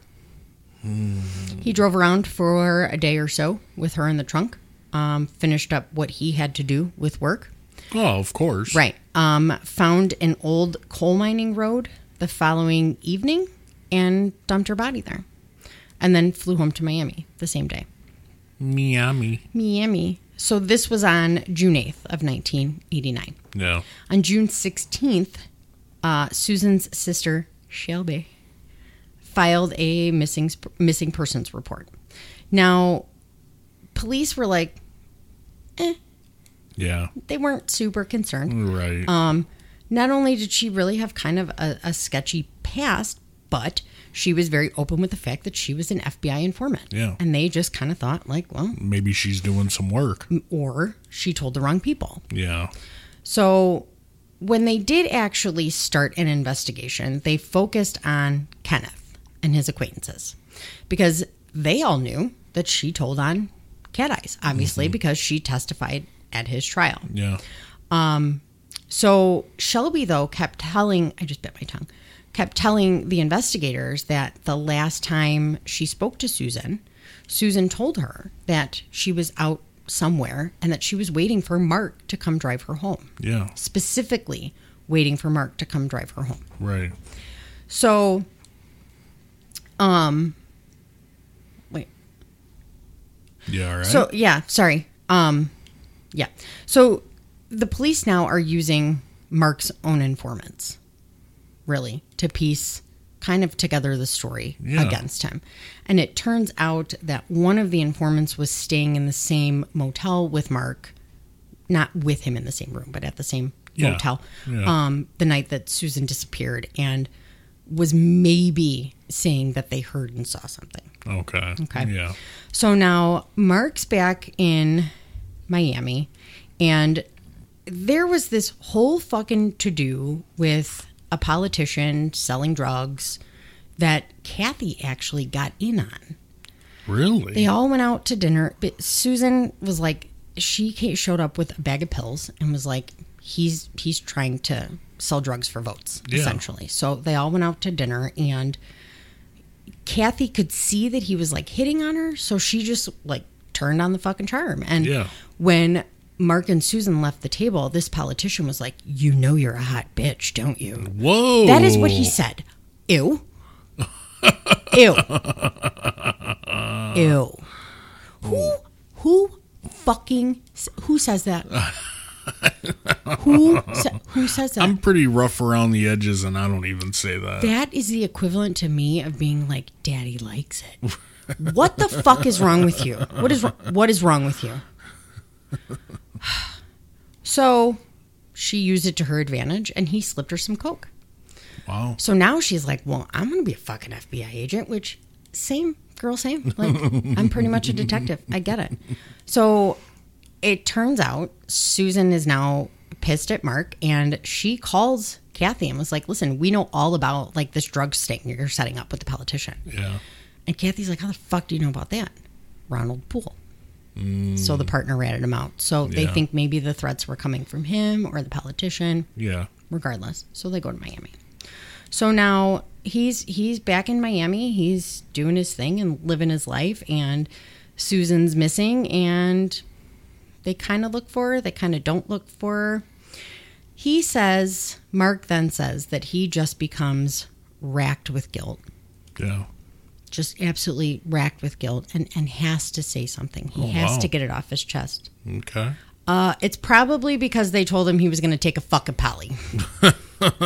[SPEAKER 1] Hmm.
[SPEAKER 2] He drove around for a day or so with her in the trunk, um, finished up what he had to do with work.
[SPEAKER 1] Oh, of course.
[SPEAKER 2] Right. Um, found an old coal mining road the following evening and dumped her body there. And then flew home to Miami the same day.
[SPEAKER 1] Miami.
[SPEAKER 2] Miami. So this was on June 8th of 1989.
[SPEAKER 1] Yeah.
[SPEAKER 2] On June 16th, uh, Susan's sister, Shelby, filed a missing, missing persons report. Now, police were like,
[SPEAKER 1] Yeah.
[SPEAKER 2] they weren't super concerned.
[SPEAKER 1] Right.
[SPEAKER 2] Um, Not only did she really have kind of a, a sketchy past, but she was very open with the fact that she was an FBI informant.
[SPEAKER 1] Yeah.
[SPEAKER 2] And they just kind of thought, like, well,
[SPEAKER 1] Maybe she's doing some work.
[SPEAKER 2] or she told the wrong people.
[SPEAKER 1] Yeah.
[SPEAKER 2] So when they did actually start an investigation, they focused on Kenneth and his acquaintances because they all knew that she told on Cat Eyes, obviously, because she testified at his trial.
[SPEAKER 1] Yeah.
[SPEAKER 2] So Shelby, though, kept telling, I just bit my tongue, kept telling the investigators that the last time she spoke to Susan, Susan told her that she was out somewhere and that she was waiting for Mark to come drive her home,
[SPEAKER 1] Yeah.
[SPEAKER 2] specifically waiting for Mark to come drive her home.
[SPEAKER 1] Right.
[SPEAKER 2] So, um, wait,
[SPEAKER 1] Yeah. All right.
[SPEAKER 2] so yeah, sorry. Um, yeah. So the police now are using Mark's own informants, really, to piece kind of together the story
[SPEAKER 1] Yeah.
[SPEAKER 2] against him. And it turns out that one of the informants was staying in the same motel with Mark, not with him in the same room, but at the same
[SPEAKER 1] Yeah.
[SPEAKER 2] motel.
[SPEAKER 1] Yeah.
[SPEAKER 2] Um, the night that Susan disappeared and was maybe saying that they heard and saw something.
[SPEAKER 1] okay.
[SPEAKER 2] Okay.
[SPEAKER 1] Yeah.
[SPEAKER 2] So now Mark's back in Miami, and there was this whole fucking to do with a politician selling drugs that Kathy actually got in on.
[SPEAKER 1] Really?
[SPEAKER 2] They all went out to dinner, but Susan was like, she ca- showed up with a bag of pills and was like, he's he's trying to sell drugs for votes,
[SPEAKER 1] Yeah.
[SPEAKER 2] essentially. So they all went out to dinner, and Kathy could see that he was like hitting on her, so she just like turned on the fucking charm. And
[SPEAKER 1] Yeah.
[SPEAKER 2] when Mark and Susan left the table, this politician was like, "You know you're a hot bitch, don't you?"
[SPEAKER 1] Whoa.
[SPEAKER 2] That is what he said. Ew. [laughs] Ew. Ew. Who who fucking s- who says that? who sa- who says that?
[SPEAKER 1] I'm pretty rough around the edges, and I don't even say that.
[SPEAKER 2] that is the equivalent to me of being like daddy likes it. what the fuck is wrong with you? What is wr- what is wrong with you? [sighs] So she used it to her advantage and he slipped her some coke.
[SPEAKER 1] wow.
[SPEAKER 2] So now she's like, well, I'm going to be a fucking FBI agent, which same girl, same. Like, I'm pretty much a detective. I get it. So it turns out Susan is now pissed at Mark and she calls Kathy and was like, listen, we know all about like this drug sting you're setting up with the politician.
[SPEAKER 1] Yeah.
[SPEAKER 2] And Kathy's like, how the fuck do you know about that? Ronald Poole. So the partner ratted him out. So they
[SPEAKER 1] Yeah.
[SPEAKER 2] think maybe the threats were coming from him or the politician
[SPEAKER 1] Yeah.
[SPEAKER 2] regardless. So they go to Miami. So now he's he's back in Miami. He's doing his thing and living his life and Susan's missing and they kind of look for her, they kind of don't look for her. He says, Mark then says that he just becomes racked with guilt.
[SPEAKER 1] Yeah.
[SPEAKER 2] Just absolutely racked with guilt and, and has to say something. He has
[SPEAKER 1] wow.
[SPEAKER 2] to get it off his chest.
[SPEAKER 1] Okay. [laughs]
[SPEAKER 2] Uh, it's probably because they told him he was going to take a fucking poly.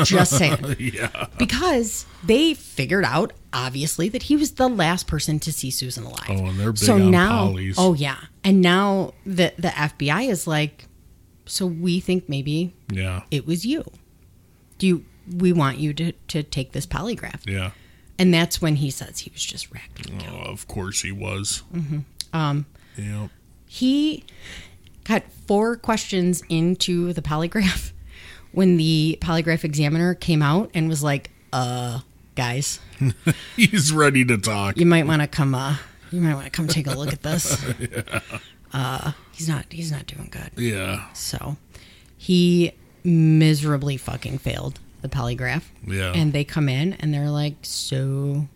[SPEAKER 2] Just saying.
[SPEAKER 1] Yeah.
[SPEAKER 2] Because they figured out, obviously, that he was the last person to see Susan alive.
[SPEAKER 1] Oh, and they're big on
[SPEAKER 2] now,
[SPEAKER 1] polys.
[SPEAKER 2] Oh, yeah. And now the, the FBI is like, so we think maybe
[SPEAKER 1] Yeah.
[SPEAKER 2] it was you. Do you, we want you to, to take this polygraph.
[SPEAKER 1] Yeah.
[SPEAKER 2] And that's when he says he was just wrecked.
[SPEAKER 1] Oh, of course he was. Mm-hmm. Um. Yep.
[SPEAKER 2] he got four questions into the polygraph [laughs] when the polygraph examiner came out and was like, uh, guys,
[SPEAKER 1] He's ready to talk.
[SPEAKER 2] you might want to come, uh, you might want to come take a look at this. Uh, he's not, he's not doing good.
[SPEAKER 1] Yeah.
[SPEAKER 2] So he miserably fucking failed the polygraph.
[SPEAKER 1] Yeah.
[SPEAKER 2] And they come in and they're like, so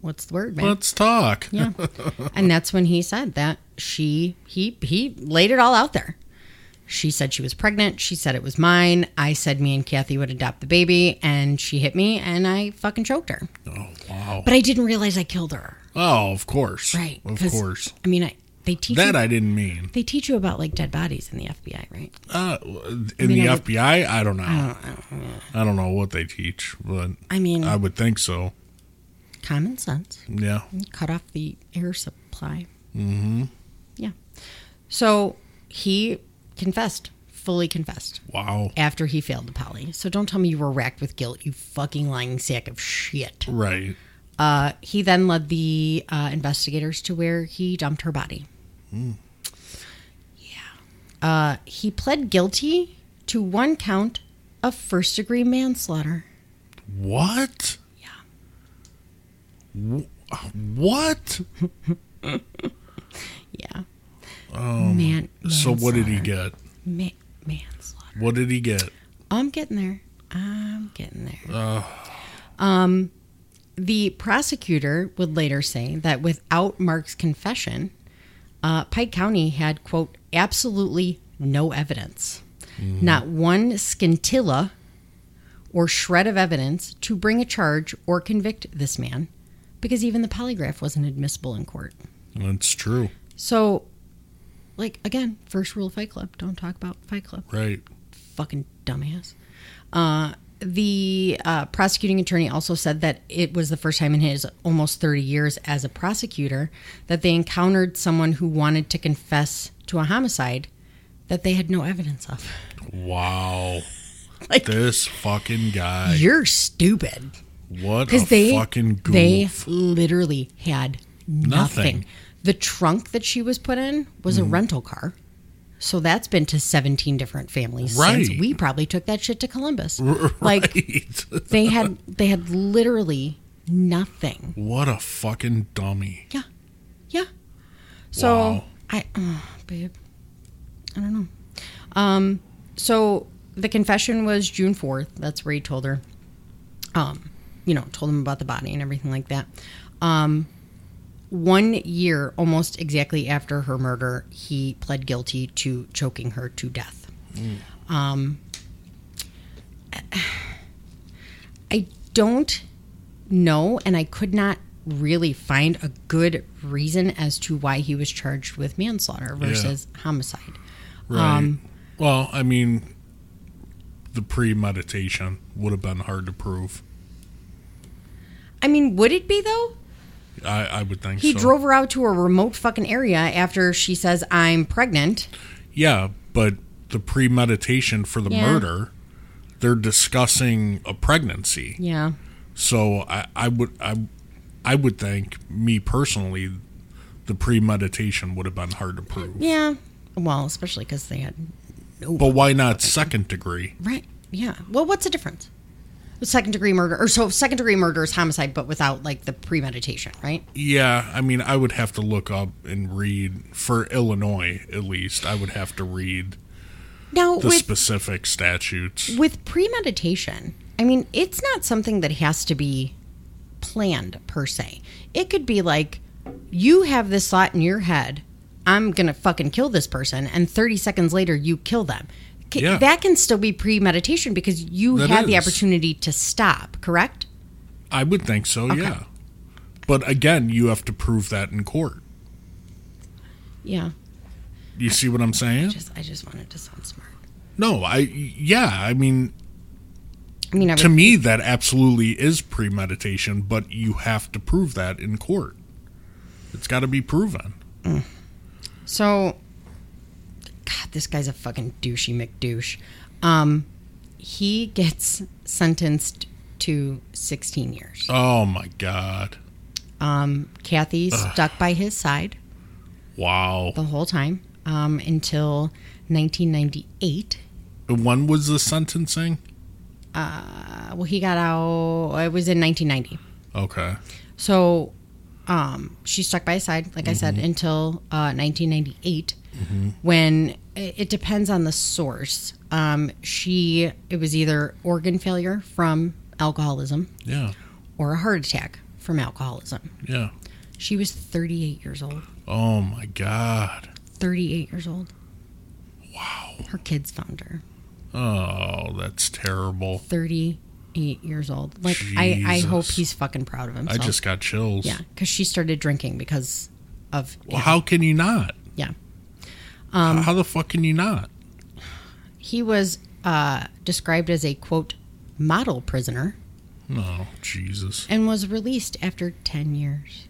[SPEAKER 2] what's the word, man?
[SPEAKER 1] Let's talk.
[SPEAKER 2] Yeah. and that's when he said that she he he laid it all out there. She said she was pregnant. She said it was mine. I said me and Kathy would adopt the baby, and she hit me, and I fucking choked her.
[SPEAKER 1] Oh wow.
[SPEAKER 2] But I didn't realize I killed her.
[SPEAKER 1] Oh, of course.
[SPEAKER 2] Right?
[SPEAKER 1] Of
[SPEAKER 2] 'Cause,
[SPEAKER 1] course.
[SPEAKER 2] I mean, I they teach
[SPEAKER 1] That
[SPEAKER 2] you,
[SPEAKER 1] I didn't mean.
[SPEAKER 2] they teach you about like dead bodies in the FBI, right?
[SPEAKER 1] Uh, in
[SPEAKER 2] mean,
[SPEAKER 1] the
[SPEAKER 2] I would-
[SPEAKER 1] FBI, I don't know. I don't know what they teach, but
[SPEAKER 2] I mean,
[SPEAKER 1] I would think so.
[SPEAKER 2] common sense.
[SPEAKER 1] Yeah.
[SPEAKER 2] cut off the air supply. Mm-hmm. Yeah. So he confessed, fully confessed.
[SPEAKER 1] Wow.
[SPEAKER 2] after he failed the poly. E. So don't tell me you were racked with guilt, you fucking lying sack of shit.
[SPEAKER 1] Right.
[SPEAKER 2] Uh, he then led the uh, investigators to where he dumped her body.
[SPEAKER 1] Hmm.
[SPEAKER 2] Yeah. Uh, he pled guilty to one count of first degree manslaughter.
[SPEAKER 1] What? Yeah. What?
[SPEAKER 2] Yeah. Oh. Man.
[SPEAKER 1] Um, So what did he
[SPEAKER 2] manslaughter.
[SPEAKER 1] get?
[SPEAKER 2] Ma- manslaughter.
[SPEAKER 1] What did he get?
[SPEAKER 2] I'm getting there. I'm getting there. Um, the prosecutor would later say that without Mark's confession, uh, Pike County had, quote, absolutely no evidence, not one scintilla or shred of evidence to bring a charge or convict this man, because even the polygraph wasn't admissible in court.
[SPEAKER 1] That's true.
[SPEAKER 2] So, like, again, first rule of Fight Club don't talk about Fight Club
[SPEAKER 1] Right.
[SPEAKER 2] fucking dumbass. Uh, the uh, prosecuting attorney also said that it was the first time in his almost 30 years as a prosecutor that they encountered someone who wanted to confess to a homicide that they had no evidence of.
[SPEAKER 1] Wow.
[SPEAKER 2] [laughs] Like-
[SPEAKER 1] this fucking guy.
[SPEAKER 2] You're stupid.
[SPEAKER 1] What a
[SPEAKER 2] Because they,
[SPEAKER 1] fucking goof.
[SPEAKER 2] they literally had nothing.
[SPEAKER 1] Nothing.
[SPEAKER 2] The trunk that she was put in was
[SPEAKER 1] Mm.
[SPEAKER 2] a rental car. So that's been to 17 different families
[SPEAKER 1] Right.
[SPEAKER 2] since we probably took that shit to Columbus. Like,
[SPEAKER 1] right.
[SPEAKER 2] they had they had literally nothing.
[SPEAKER 1] [laughs] what a fucking dummy.
[SPEAKER 2] Yeah, yeah. So
[SPEAKER 1] Wow.
[SPEAKER 2] I, oh, babe, I don't know. Um, so the confession was June fourth. That's where he told her, um, you know, told him about the body and everything like that. Um, one year, almost exactly after her murder, he pled guilty to choking her to death. Um, I don't know, and I could not really find a good reason as to why he was charged with manslaughter versus homicide.
[SPEAKER 1] Right.
[SPEAKER 2] Um,
[SPEAKER 1] well, I mean, the premeditation would have been hard to prove.
[SPEAKER 2] I mean, would it be though?
[SPEAKER 1] I, I would think
[SPEAKER 2] He
[SPEAKER 1] so.
[SPEAKER 2] drove her out to a remote fucking area after she says, I'm pregnant.
[SPEAKER 1] Yeah, but the premeditation for the
[SPEAKER 2] Yeah.
[SPEAKER 1] murder, they're discussing a pregnancy.
[SPEAKER 2] Yeah.
[SPEAKER 1] So I, I would I I would think me personally, the premeditation would have been hard to prove.
[SPEAKER 2] Yeah. Well, especially because they had
[SPEAKER 1] But why not second degree?
[SPEAKER 2] Right. Yeah. Well, what's the difference? Second degree murder, or so second degree murder is homicide, but without like the premeditation, right?
[SPEAKER 1] Yeah, I mean, I would have to look up and read for Illinois at least. I would have to read
[SPEAKER 2] Now,
[SPEAKER 1] the
[SPEAKER 2] with
[SPEAKER 1] specific statutes.
[SPEAKER 2] with premeditation, I mean, it's not something that has to be planned per se. It could be like you have this thought in your head, I'm going to fucking kill this person, and 30 seconds later you kill them. C-
[SPEAKER 1] Yeah.
[SPEAKER 2] That can still be premeditation because you
[SPEAKER 1] That
[SPEAKER 2] had the
[SPEAKER 1] is.
[SPEAKER 2] opportunity to stop, correct?
[SPEAKER 1] I would think so. Yeah, but again, you have to prove that in court.
[SPEAKER 2] Yeah.
[SPEAKER 1] You see what I'm saying?
[SPEAKER 2] Just I just wanted to sound smart.
[SPEAKER 1] No, I yeah, I mean
[SPEAKER 2] I mean, I
[SPEAKER 1] to
[SPEAKER 2] would-
[SPEAKER 1] me that absolutely is premeditation, but you have to prove that in court. It's got to be proven.
[SPEAKER 2] So, God, this guy's a fucking douchey McDouche. Um, he gets sentenced to 16 years.
[SPEAKER 1] Oh my god.
[SPEAKER 2] Um, Kathy stuck by his side
[SPEAKER 1] Wow.
[SPEAKER 2] the whole time um, until 1998.
[SPEAKER 1] When was the sentencing?
[SPEAKER 2] Uh, well, he got out. It was in 1990.
[SPEAKER 1] Okay.
[SPEAKER 2] So um, she stuck by his side, like I said,
[SPEAKER 1] Mm-hmm.
[SPEAKER 2] until uh, 1998, when it, it depends on the source. Um, she it was either organ failure from alcoholism
[SPEAKER 1] Yeah.
[SPEAKER 2] or a heart attack from alcoholism.
[SPEAKER 1] Yeah.
[SPEAKER 2] She was 38 years old.
[SPEAKER 1] Oh my god.
[SPEAKER 2] 38 years old. Wow. Her kids found her.
[SPEAKER 1] Oh, that's terrible.
[SPEAKER 2] 38 years old. Like I, I hope
[SPEAKER 1] Jesus.
[SPEAKER 2] he's fucking proud of
[SPEAKER 1] I
[SPEAKER 2] himself.
[SPEAKER 1] just got chills.
[SPEAKER 2] yeah, because she started drinking because of
[SPEAKER 1] Well, how can you not?
[SPEAKER 2] yeah.
[SPEAKER 1] how the fuck can you not?
[SPEAKER 2] He was uh, described as a quote model prisoner
[SPEAKER 1] No, Jesus.
[SPEAKER 2] and was released after 10 years.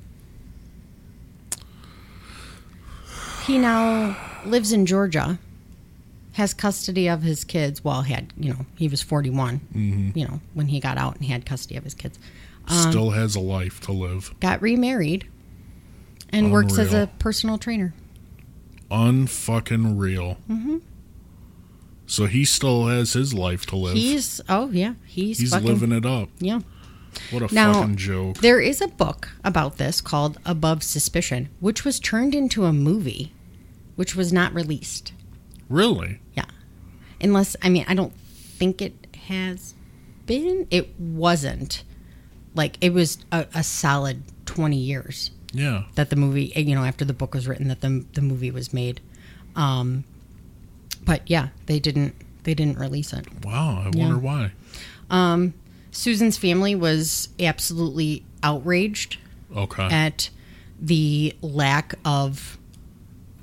[SPEAKER 2] He now lives in Georgia, has custody of his kids. Well, had, you know, he was 41, you know, when he got out and had custody of his kids.
[SPEAKER 1] Still has a life to live.
[SPEAKER 2] Got remarried and works as
[SPEAKER 1] Unreal.
[SPEAKER 2] a personal trainer.
[SPEAKER 1] unfucking real. So he still has his life to live. He's,
[SPEAKER 2] He's oh yeah, he's, fucking,
[SPEAKER 1] living it up.
[SPEAKER 2] Yeah.
[SPEAKER 1] What a
[SPEAKER 2] Now-
[SPEAKER 1] fucking joke.
[SPEAKER 2] There is a book about this called Above Suspicion, which was turned into a movie, which was not released.
[SPEAKER 1] Really?
[SPEAKER 2] Yeah. Unless, I mean, I don't think it has been. It wasn't. Like, it was a, a solid 20 years
[SPEAKER 1] Yeah.
[SPEAKER 2] that the movie, eh, you know, after the book was written, that the, the movie was made. Um, but yeah, they didn't. They didn't release it.
[SPEAKER 1] Wow. I wonder why.
[SPEAKER 2] Susan's family was absolutely outraged
[SPEAKER 1] Okay.
[SPEAKER 2] at the lack of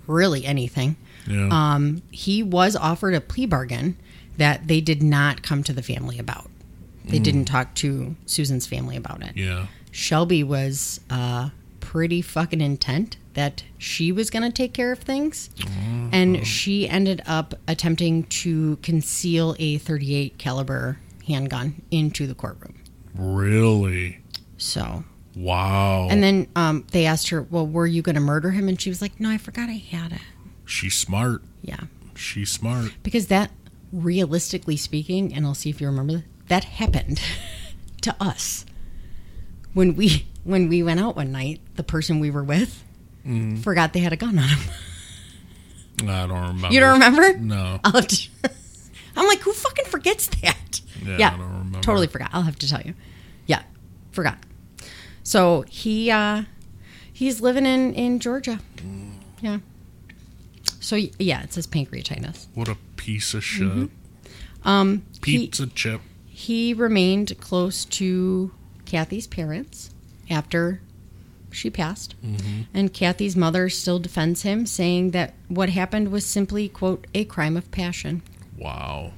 [SPEAKER 2] really anything.
[SPEAKER 1] yeah.
[SPEAKER 2] Um, he was offered a plea bargain that they did not come to the family about. They didn't talk to Susan's family about it.
[SPEAKER 1] yeah.
[SPEAKER 2] Shelby was uh, pretty fucking intent that she was going to take care of things, and she ended up attempting to conceal a 38 caliber handgun into the courtroom.
[SPEAKER 1] Really?
[SPEAKER 2] So
[SPEAKER 1] Wow.
[SPEAKER 2] And then um, they asked her, "Well, were you going to murder him?" And she was like, "No, I forgot I had it."
[SPEAKER 1] She's smart.
[SPEAKER 2] Yeah,
[SPEAKER 1] She's smart.
[SPEAKER 2] because that, realistically speaking, and I'll see if you remember this, that happened [laughs] to us when we when we went out one night. The person we were with forgot they had a gun on him. [laughs]
[SPEAKER 1] I don't remember.
[SPEAKER 2] You don't remember?
[SPEAKER 1] No.
[SPEAKER 2] I'll have to, [laughs] I'm like, who fucking forgets that?
[SPEAKER 1] Yeah, I don't remember.
[SPEAKER 2] totally forgot. I'll have to tell you. Yeah, forgot. So he uh, he's living in in Georgia.
[SPEAKER 1] Mm.
[SPEAKER 2] Yeah. So y- yeah, it says pancreatitis.
[SPEAKER 1] What a piece of shit.
[SPEAKER 2] Um, he
[SPEAKER 1] Pizza chip.
[SPEAKER 2] he remained close to Kathy's parents after she passed,
[SPEAKER 1] Mm-hmm.
[SPEAKER 2] and Kathy's mother still defends him, saying that what happened was simply quote a crime of passion.
[SPEAKER 1] Wow.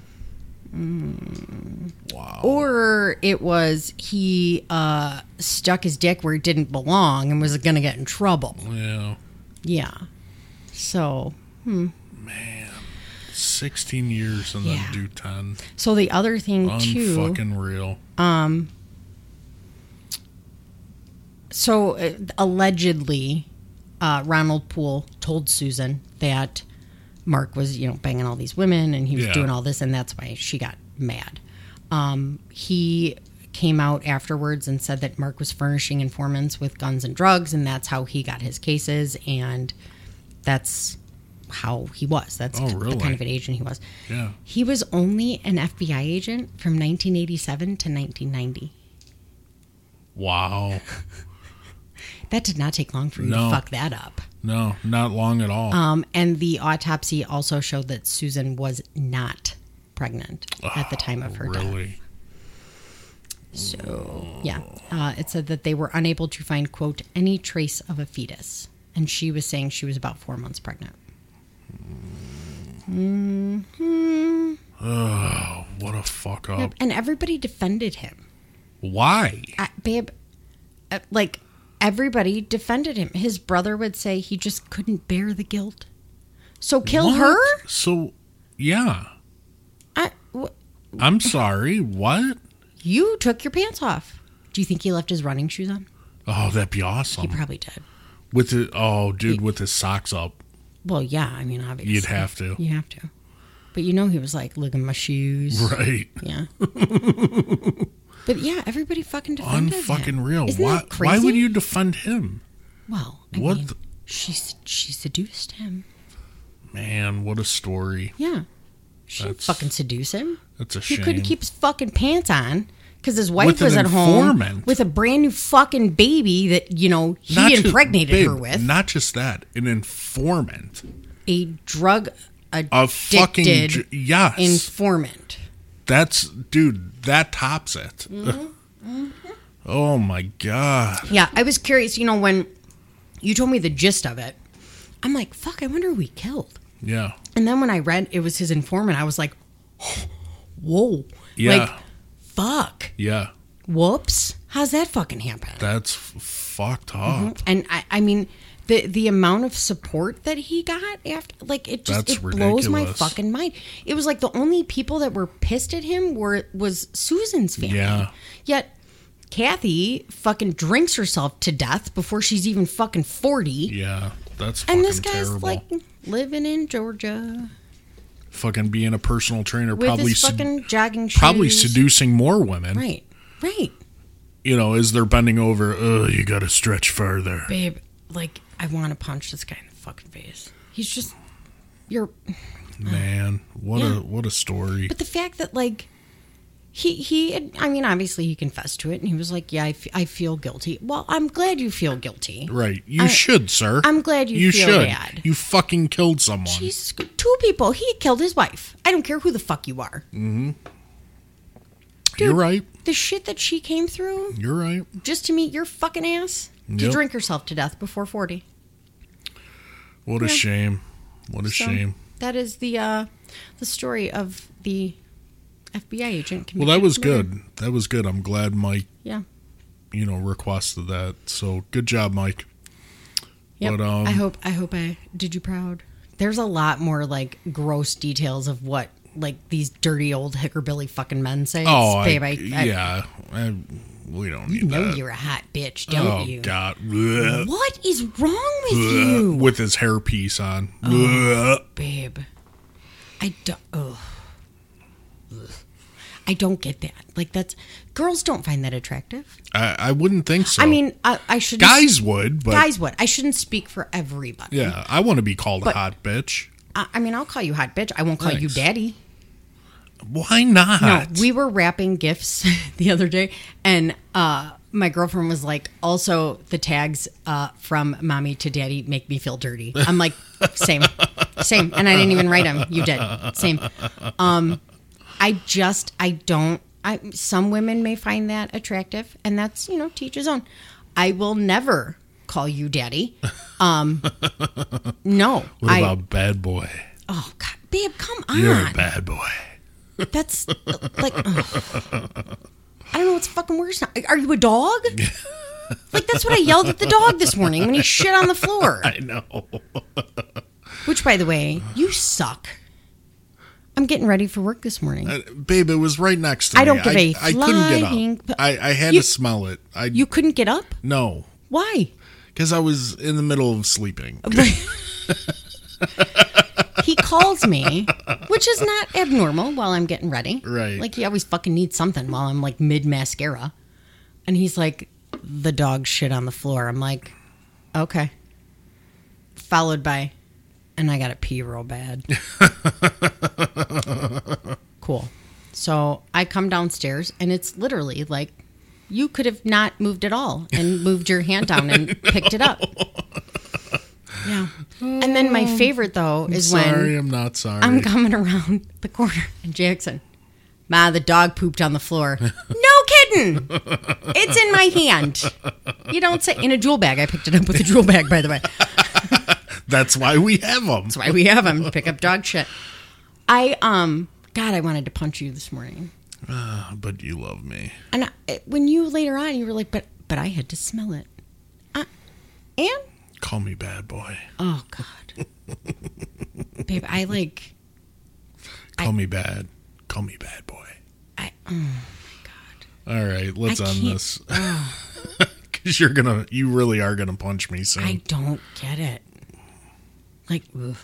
[SPEAKER 2] Mm.
[SPEAKER 1] Wow.
[SPEAKER 2] or it was he uh, stuck his dick where it didn't belong and was going to get in trouble.
[SPEAKER 1] yeah.
[SPEAKER 2] Yeah. So,
[SPEAKER 1] 16 years and
[SPEAKER 2] Yeah.
[SPEAKER 1] then do 10.
[SPEAKER 2] so the other thing too.
[SPEAKER 1] Unfucking real.
[SPEAKER 2] So uh, allegedly, uh, Ronald Poole told Susan that Mark was, you know, banging all these women and he was
[SPEAKER 1] Yeah.
[SPEAKER 2] doing all this, and that's why she got mad. Um, he came out afterwards and said that Mark was furnishing informants with guns and drugs, and that's how he got his cases, and that's how he was. That's
[SPEAKER 1] Oh, really?
[SPEAKER 2] the kind of an agent he was.
[SPEAKER 1] Yeah.
[SPEAKER 2] He was only an FBI agent from 1987 to 1990.
[SPEAKER 1] Wow.
[SPEAKER 2] That did not take long for you
[SPEAKER 1] No.
[SPEAKER 2] to fuck that up.
[SPEAKER 1] No, not long at all.
[SPEAKER 2] Um, and the autopsy also showed that Susan was not pregnant at the time of her death.
[SPEAKER 1] Oh, really?
[SPEAKER 2] So, yeah, uh, it said that they were unable to find quote any trace of a fetus, and she was saying she was about four months pregnant.
[SPEAKER 1] What a fuck up.
[SPEAKER 2] Yep, And everybody defended him,
[SPEAKER 1] Why?
[SPEAKER 2] uh, babe. Uh, like everybody defended him. His brother would say he just couldn't bear the guilt, so kill
[SPEAKER 1] What?
[SPEAKER 2] her.
[SPEAKER 1] So, yeah.
[SPEAKER 2] I, w- [laughs]
[SPEAKER 1] I'm sorry. What?
[SPEAKER 2] you took your pants off. Do you think he left his running shoes on?
[SPEAKER 1] Oh, that'd be
[SPEAKER 2] He
[SPEAKER 1] awesome.
[SPEAKER 2] probably did.
[SPEAKER 1] With the oh, dude, with his socks up,
[SPEAKER 2] Well, yeah, I mean, obviously.
[SPEAKER 1] you'd have to.
[SPEAKER 2] You have to. But you know, he was like, look at my shoes.
[SPEAKER 1] [laughs] Right.
[SPEAKER 2] Yeah. [laughs] but yeah, everybody fucking defended him.
[SPEAKER 1] Unfucking real.
[SPEAKER 2] Isn't
[SPEAKER 1] Why?
[SPEAKER 2] that
[SPEAKER 1] Why
[SPEAKER 2] crazy?
[SPEAKER 1] would you defend him?
[SPEAKER 2] Well, I
[SPEAKER 1] What
[SPEAKER 2] mean,
[SPEAKER 1] the-
[SPEAKER 2] she, s- she seduced him.
[SPEAKER 1] Man, what a story.
[SPEAKER 2] Yeah. She didn't
[SPEAKER 1] That's-
[SPEAKER 2] fucking seduced him.
[SPEAKER 1] That's a
[SPEAKER 2] He
[SPEAKER 1] shame.
[SPEAKER 2] couldn't keep his fucking pants on because his wife
[SPEAKER 1] With an
[SPEAKER 2] was at home
[SPEAKER 1] informant.
[SPEAKER 2] with a brand new fucking baby that, you know, he
[SPEAKER 1] ju-
[SPEAKER 2] impregnated
[SPEAKER 1] babe,
[SPEAKER 2] her with.
[SPEAKER 1] Not just that, an informant,
[SPEAKER 2] a drug
[SPEAKER 1] a fucking
[SPEAKER 2] addicted
[SPEAKER 1] ju- yes.
[SPEAKER 2] informant.
[SPEAKER 1] that's dude. That tops it.
[SPEAKER 2] Mm-hmm.
[SPEAKER 1] [laughs] Oh my god.
[SPEAKER 2] Yeah, I was curious. You know, when you told me the gist of it, I'm like, fuck, I wonder who he killed.
[SPEAKER 1] Yeah.
[SPEAKER 2] And then when I read it was his informant, I was like, [gasps] whoa.
[SPEAKER 1] Yeah.
[SPEAKER 2] Like, fuck.
[SPEAKER 1] Yeah.
[SPEAKER 2] Whoops. How's that fucking happen?
[SPEAKER 1] That's f- fucked up.
[SPEAKER 2] And I, I mean, the the amount of support that he got after, like, it just
[SPEAKER 1] That's
[SPEAKER 2] it blows my
[SPEAKER 1] ridiculous.
[SPEAKER 2] fucking mind. It was like the only people that were pissed at him were was Susan's family.
[SPEAKER 1] Yeah.
[SPEAKER 2] Yet Kathy fucking drinks herself to death before she's even fucking forty.
[SPEAKER 1] Yeah. That's fucking
[SPEAKER 2] And this guy's
[SPEAKER 1] terrible.
[SPEAKER 2] like living in Georgia.
[SPEAKER 1] fucking being a personal trainer,
[SPEAKER 2] with
[SPEAKER 1] probably
[SPEAKER 2] his
[SPEAKER 1] sed-
[SPEAKER 2] fucking jogging shoes.
[SPEAKER 1] probably seducing more women.
[SPEAKER 2] Right, right,
[SPEAKER 1] You know, as they're bending over, oh, you got to stretch further.
[SPEAKER 2] babe. Like I want to punch this guy in the fucking face. He's just you're.
[SPEAKER 1] Man, what
[SPEAKER 2] Yeah.
[SPEAKER 1] a what a story.
[SPEAKER 2] But the fact that like he he I mean obviously he confessed to it and he was like yeah I, f- I feel guilty. Well, I'm glad you feel guilty.
[SPEAKER 1] Right, you
[SPEAKER 2] I-
[SPEAKER 1] should, sir.
[SPEAKER 2] I'm glad you feel
[SPEAKER 1] should.
[SPEAKER 2] bad.
[SPEAKER 1] You fucking killed someone.
[SPEAKER 2] Jesus, Christ. two people. He killed his wife. I don't care who the fuck you are.
[SPEAKER 1] You're right.
[SPEAKER 2] The shit that she came through
[SPEAKER 1] You're right.
[SPEAKER 2] just to meet your fucking ass to
[SPEAKER 1] Yep.
[SPEAKER 2] drink herself to death before 40.
[SPEAKER 1] What a shame. What a
[SPEAKER 2] So,
[SPEAKER 1] shame.
[SPEAKER 2] That is the uh the story of the FBI agent.
[SPEAKER 1] Well, that was good. That was good. I'm glad Mike,
[SPEAKER 2] Yeah.
[SPEAKER 1] you know, requested that. So good job, Mike.
[SPEAKER 2] Yep.
[SPEAKER 1] But, um,
[SPEAKER 2] I hope I hope I did you proud. There's a lot more like gross details of what like these dirty old hickerbilly fucking men say.
[SPEAKER 1] Oh, I-
[SPEAKER 2] babe, I, I
[SPEAKER 1] yeah. I, we don't need
[SPEAKER 2] know
[SPEAKER 1] that.
[SPEAKER 2] you're a hot bitch, don't
[SPEAKER 1] oh
[SPEAKER 2] you?
[SPEAKER 1] God. Blech.
[SPEAKER 2] What is wrong with
[SPEAKER 1] Blech.
[SPEAKER 2] you,
[SPEAKER 1] With his hairpiece on.
[SPEAKER 2] Oh.
[SPEAKER 1] Blech.
[SPEAKER 2] babe? I don't. Ugh. Ugh. I don't get that. Like that's girls don't find that attractive.
[SPEAKER 1] I, I wouldn't think so.
[SPEAKER 2] I mean, I, I should
[SPEAKER 1] Oh. guys would, but
[SPEAKER 2] guys what? I shouldn't speak for everybody.
[SPEAKER 1] yeah, I want to be called a hot bitch.
[SPEAKER 2] I, I mean, I'll call you hot bitch. I won't call you
[SPEAKER 1] Thanks.
[SPEAKER 2] daddy.
[SPEAKER 1] Why not?
[SPEAKER 2] No, we were wrapping gifts [laughs] the other day, and uh, my girlfriend was like, "Also, the tags uh, from mommy to daddy make me feel dirty."
[SPEAKER 1] [laughs]
[SPEAKER 2] I'm like, "Same, same," and I didn't even write them. You did, same. Um, I just, I don't. I some women may find that attractive, and that's you know, teach his own. I will never call you daddy.
[SPEAKER 1] [laughs]
[SPEAKER 2] Um, no,
[SPEAKER 1] what
[SPEAKER 2] I.
[SPEAKER 1] about bad boy?
[SPEAKER 2] oh God, babe, come on.
[SPEAKER 1] You're a bad boy. [laughs]
[SPEAKER 2] That's like ugh. I don't know what's fucking worse. now. Are you a dog? Like that's what I yelled at the dog this morning when he shit on the floor.
[SPEAKER 1] I know.
[SPEAKER 2] Which, by the way, you suck. I'm getting ready for work this morning.
[SPEAKER 1] Uh, Babe, it was right next to me.
[SPEAKER 2] I don't give
[SPEAKER 1] I,
[SPEAKER 2] a
[SPEAKER 1] I couldn't
[SPEAKER 2] flying
[SPEAKER 1] get
[SPEAKER 2] p-
[SPEAKER 1] up. I, I had
[SPEAKER 2] You-
[SPEAKER 1] to smell it. I
[SPEAKER 2] You couldn't get up.
[SPEAKER 1] no,
[SPEAKER 2] Why?
[SPEAKER 1] because I was in the middle of sleeping.
[SPEAKER 2] He calls me, which is not abnormal while I'm getting ready.
[SPEAKER 1] Right.
[SPEAKER 2] Like he always fucking needs something while I'm like mid mascara, and he's like, "The dog shit on the floor." I'm like, "Okay." Followed by, "And I got to pee
[SPEAKER 1] [laughs]
[SPEAKER 2] real bad." cool. So I come downstairs, and it's literally like. You could have not moved at all
[SPEAKER 1] [laughs]
[SPEAKER 2] and moved your hand down and picked it up. Yeah. And then my favorite though is when
[SPEAKER 1] sorry, I'm not sorry.
[SPEAKER 2] I'm coming around the corner [laughs] and Jackson, ma, the dog pooped on
[SPEAKER 1] [laughs]
[SPEAKER 2] the floor. no kidding. It's in my hand. You don't say in a jewel bag. I picked it up with a jewel bag, by the way.
[SPEAKER 1] That's
[SPEAKER 2] That's
[SPEAKER 1] why we have them.
[SPEAKER 2] why we have them pick up dog shit. I um, God, I wanted to punch you this morning,
[SPEAKER 1] But you love me.
[SPEAKER 2] and I, when you later on, you were like, but but I had to smell it, uh, and
[SPEAKER 1] Call me bad boy.
[SPEAKER 2] oh God, babe, I like.
[SPEAKER 1] Call me bad. Call me bad boy.
[SPEAKER 2] I, mm,
[SPEAKER 1] All right, let's
[SPEAKER 2] I
[SPEAKER 1] end
[SPEAKER 2] can't- [laughs]
[SPEAKER 1] this. [laughs] Because you're gonna, you really are gonna punch me soon.
[SPEAKER 2] I don't get it. Like, ugh.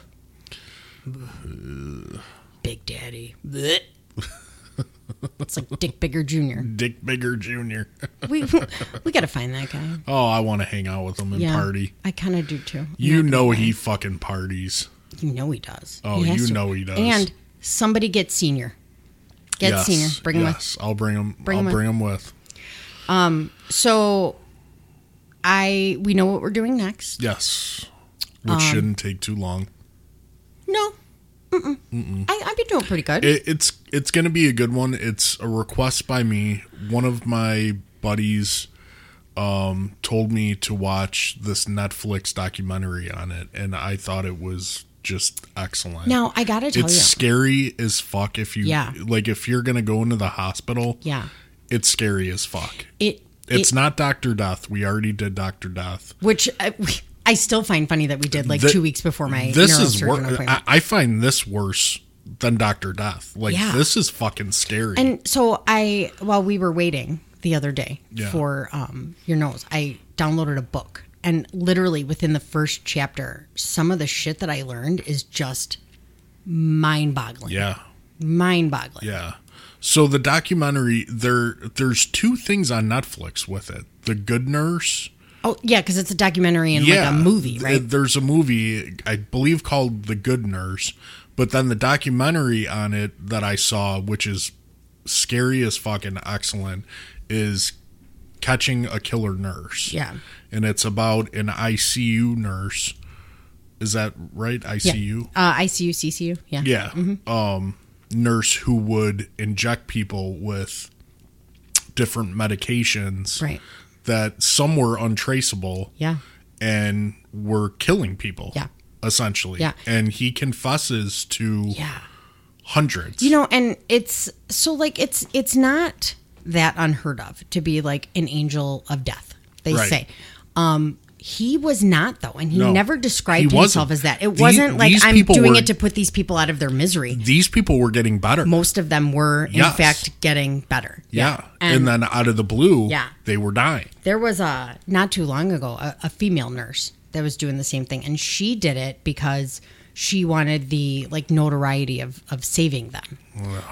[SPEAKER 2] Ugh. Big Daddy. Blech. it's like Dick Bigger Jr.
[SPEAKER 1] Dick Bigger Jr.
[SPEAKER 2] We we gotta find that guy.
[SPEAKER 1] [laughs] Oh, I want to hang out with him and
[SPEAKER 2] Yeah,
[SPEAKER 1] party.
[SPEAKER 2] I kind of do too.
[SPEAKER 1] You know he fucking parties.
[SPEAKER 2] You know he does.
[SPEAKER 1] Oh,
[SPEAKER 2] He has
[SPEAKER 1] you know he does.
[SPEAKER 2] And somebody get senior. Get
[SPEAKER 1] yes,
[SPEAKER 2] senior. Bring him with.
[SPEAKER 1] yes, I'll bring him. I'll
[SPEAKER 2] Bring him with.
[SPEAKER 1] bring him with.
[SPEAKER 2] So, I we know what we're doing next.
[SPEAKER 1] Yes, which
[SPEAKER 2] Um,
[SPEAKER 1] shouldn't take too long.
[SPEAKER 2] No. Mm-mm. I, I've been doing pretty good.
[SPEAKER 1] It, it's it's going to be a good one. It's a request by me. One of my buddies um, told me to watch this Netflix documentary on it, and I thought it was just excellent.
[SPEAKER 2] now I gotta tell
[SPEAKER 1] it's
[SPEAKER 2] you.
[SPEAKER 1] scary as fuck. If you
[SPEAKER 2] Yeah.
[SPEAKER 1] like, if you're going to go into the hospital,
[SPEAKER 2] Yeah.
[SPEAKER 1] it's scary as fuck.
[SPEAKER 2] It
[SPEAKER 1] It's
[SPEAKER 2] it,
[SPEAKER 1] not Doctor Death. We already did Doctor Death.
[SPEAKER 2] which I, [laughs] I still find funny that we did like
[SPEAKER 1] Th-
[SPEAKER 2] two weeks before my
[SPEAKER 1] this is
[SPEAKER 2] neurosurgeon
[SPEAKER 1] worse.
[SPEAKER 2] appointment.
[SPEAKER 1] I, I find this worse than Doctor Death. Like
[SPEAKER 2] Yeah.
[SPEAKER 1] this is fucking scary.
[SPEAKER 2] and so I, while we were waiting the other day
[SPEAKER 1] Yeah.
[SPEAKER 2] for um, your nose, I downloaded a book, and literally within the first chapter, some of the shit that I learned is just mind boggling.
[SPEAKER 1] Yeah.
[SPEAKER 2] Mind boggling.
[SPEAKER 1] Yeah. So the documentary there there's two things on Netflix with it. The Good Nurse.
[SPEAKER 2] Oh, yeah, because it's a documentary and
[SPEAKER 1] Yeah.
[SPEAKER 2] like a movie,
[SPEAKER 1] th-
[SPEAKER 2] right?
[SPEAKER 1] There's a movie I believe called The Good Nurse, but then the documentary on it that I saw which is scary as fucking excellent is Catching a Killer Nurse.
[SPEAKER 2] Yeah.
[SPEAKER 1] And it's about an ICU nurse. Is that right? ICU?
[SPEAKER 2] Uh, ICU, CCU. Yeah.
[SPEAKER 1] yeah
[SPEAKER 2] Mm-hmm.
[SPEAKER 1] um nurse who would inject people with different medications
[SPEAKER 2] Right.
[SPEAKER 1] that some were untraceable
[SPEAKER 2] Yeah.
[SPEAKER 1] and were killing people
[SPEAKER 2] Yeah.
[SPEAKER 1] essentially
[SPEAKER 2] Yeah.
[SPEAKER 1] and he confesses to
[SPEAKER 2] Yeah.
[SPEAKER 1] hundreds
[SPEAKER 2] You know, and it's so like it's it's not that unheard of to be like an angel of death. They
[SPEAKER 1] Right.
[SPEAKER 2] say. Um he was not though, and he
[SPEAKER 1] No.
[SPEAKER 2] never described
[SPEAKER 1] He
[SPEAKER 2] himself
[SPEAKER 1] wasn't.
[SPEAKER 2] as that. It
[SPEAKER 1] The-
[SPEAKER 2] wasn't like
[SPEAKER 1] these
[SPEAKER 2] I'm
[SPEAKER 1] people
[SPEAKER 2] doing
[SPEAKER 1] were-
[SPEAKER 2] it to put these people out of their misery.
[SPEAKER 1] these people were getting better
[SPEAKER 2] Most of them were, in
[SPEAKER 1] Yes.
[SPEAKER 2] fact, getting better.
[SPEAKER 1] yeah,
[SPEAKER 2] And-
[SPEAKER 1] And, then out of the blue
[SPEAKER 2] Yeah.
[SPEAKER 1] they were dying
[SPEAKER 2] There was a not too long ago a, a female nurse that was doing the same thing, and she did it because she wanted the like notoriety of of saving them.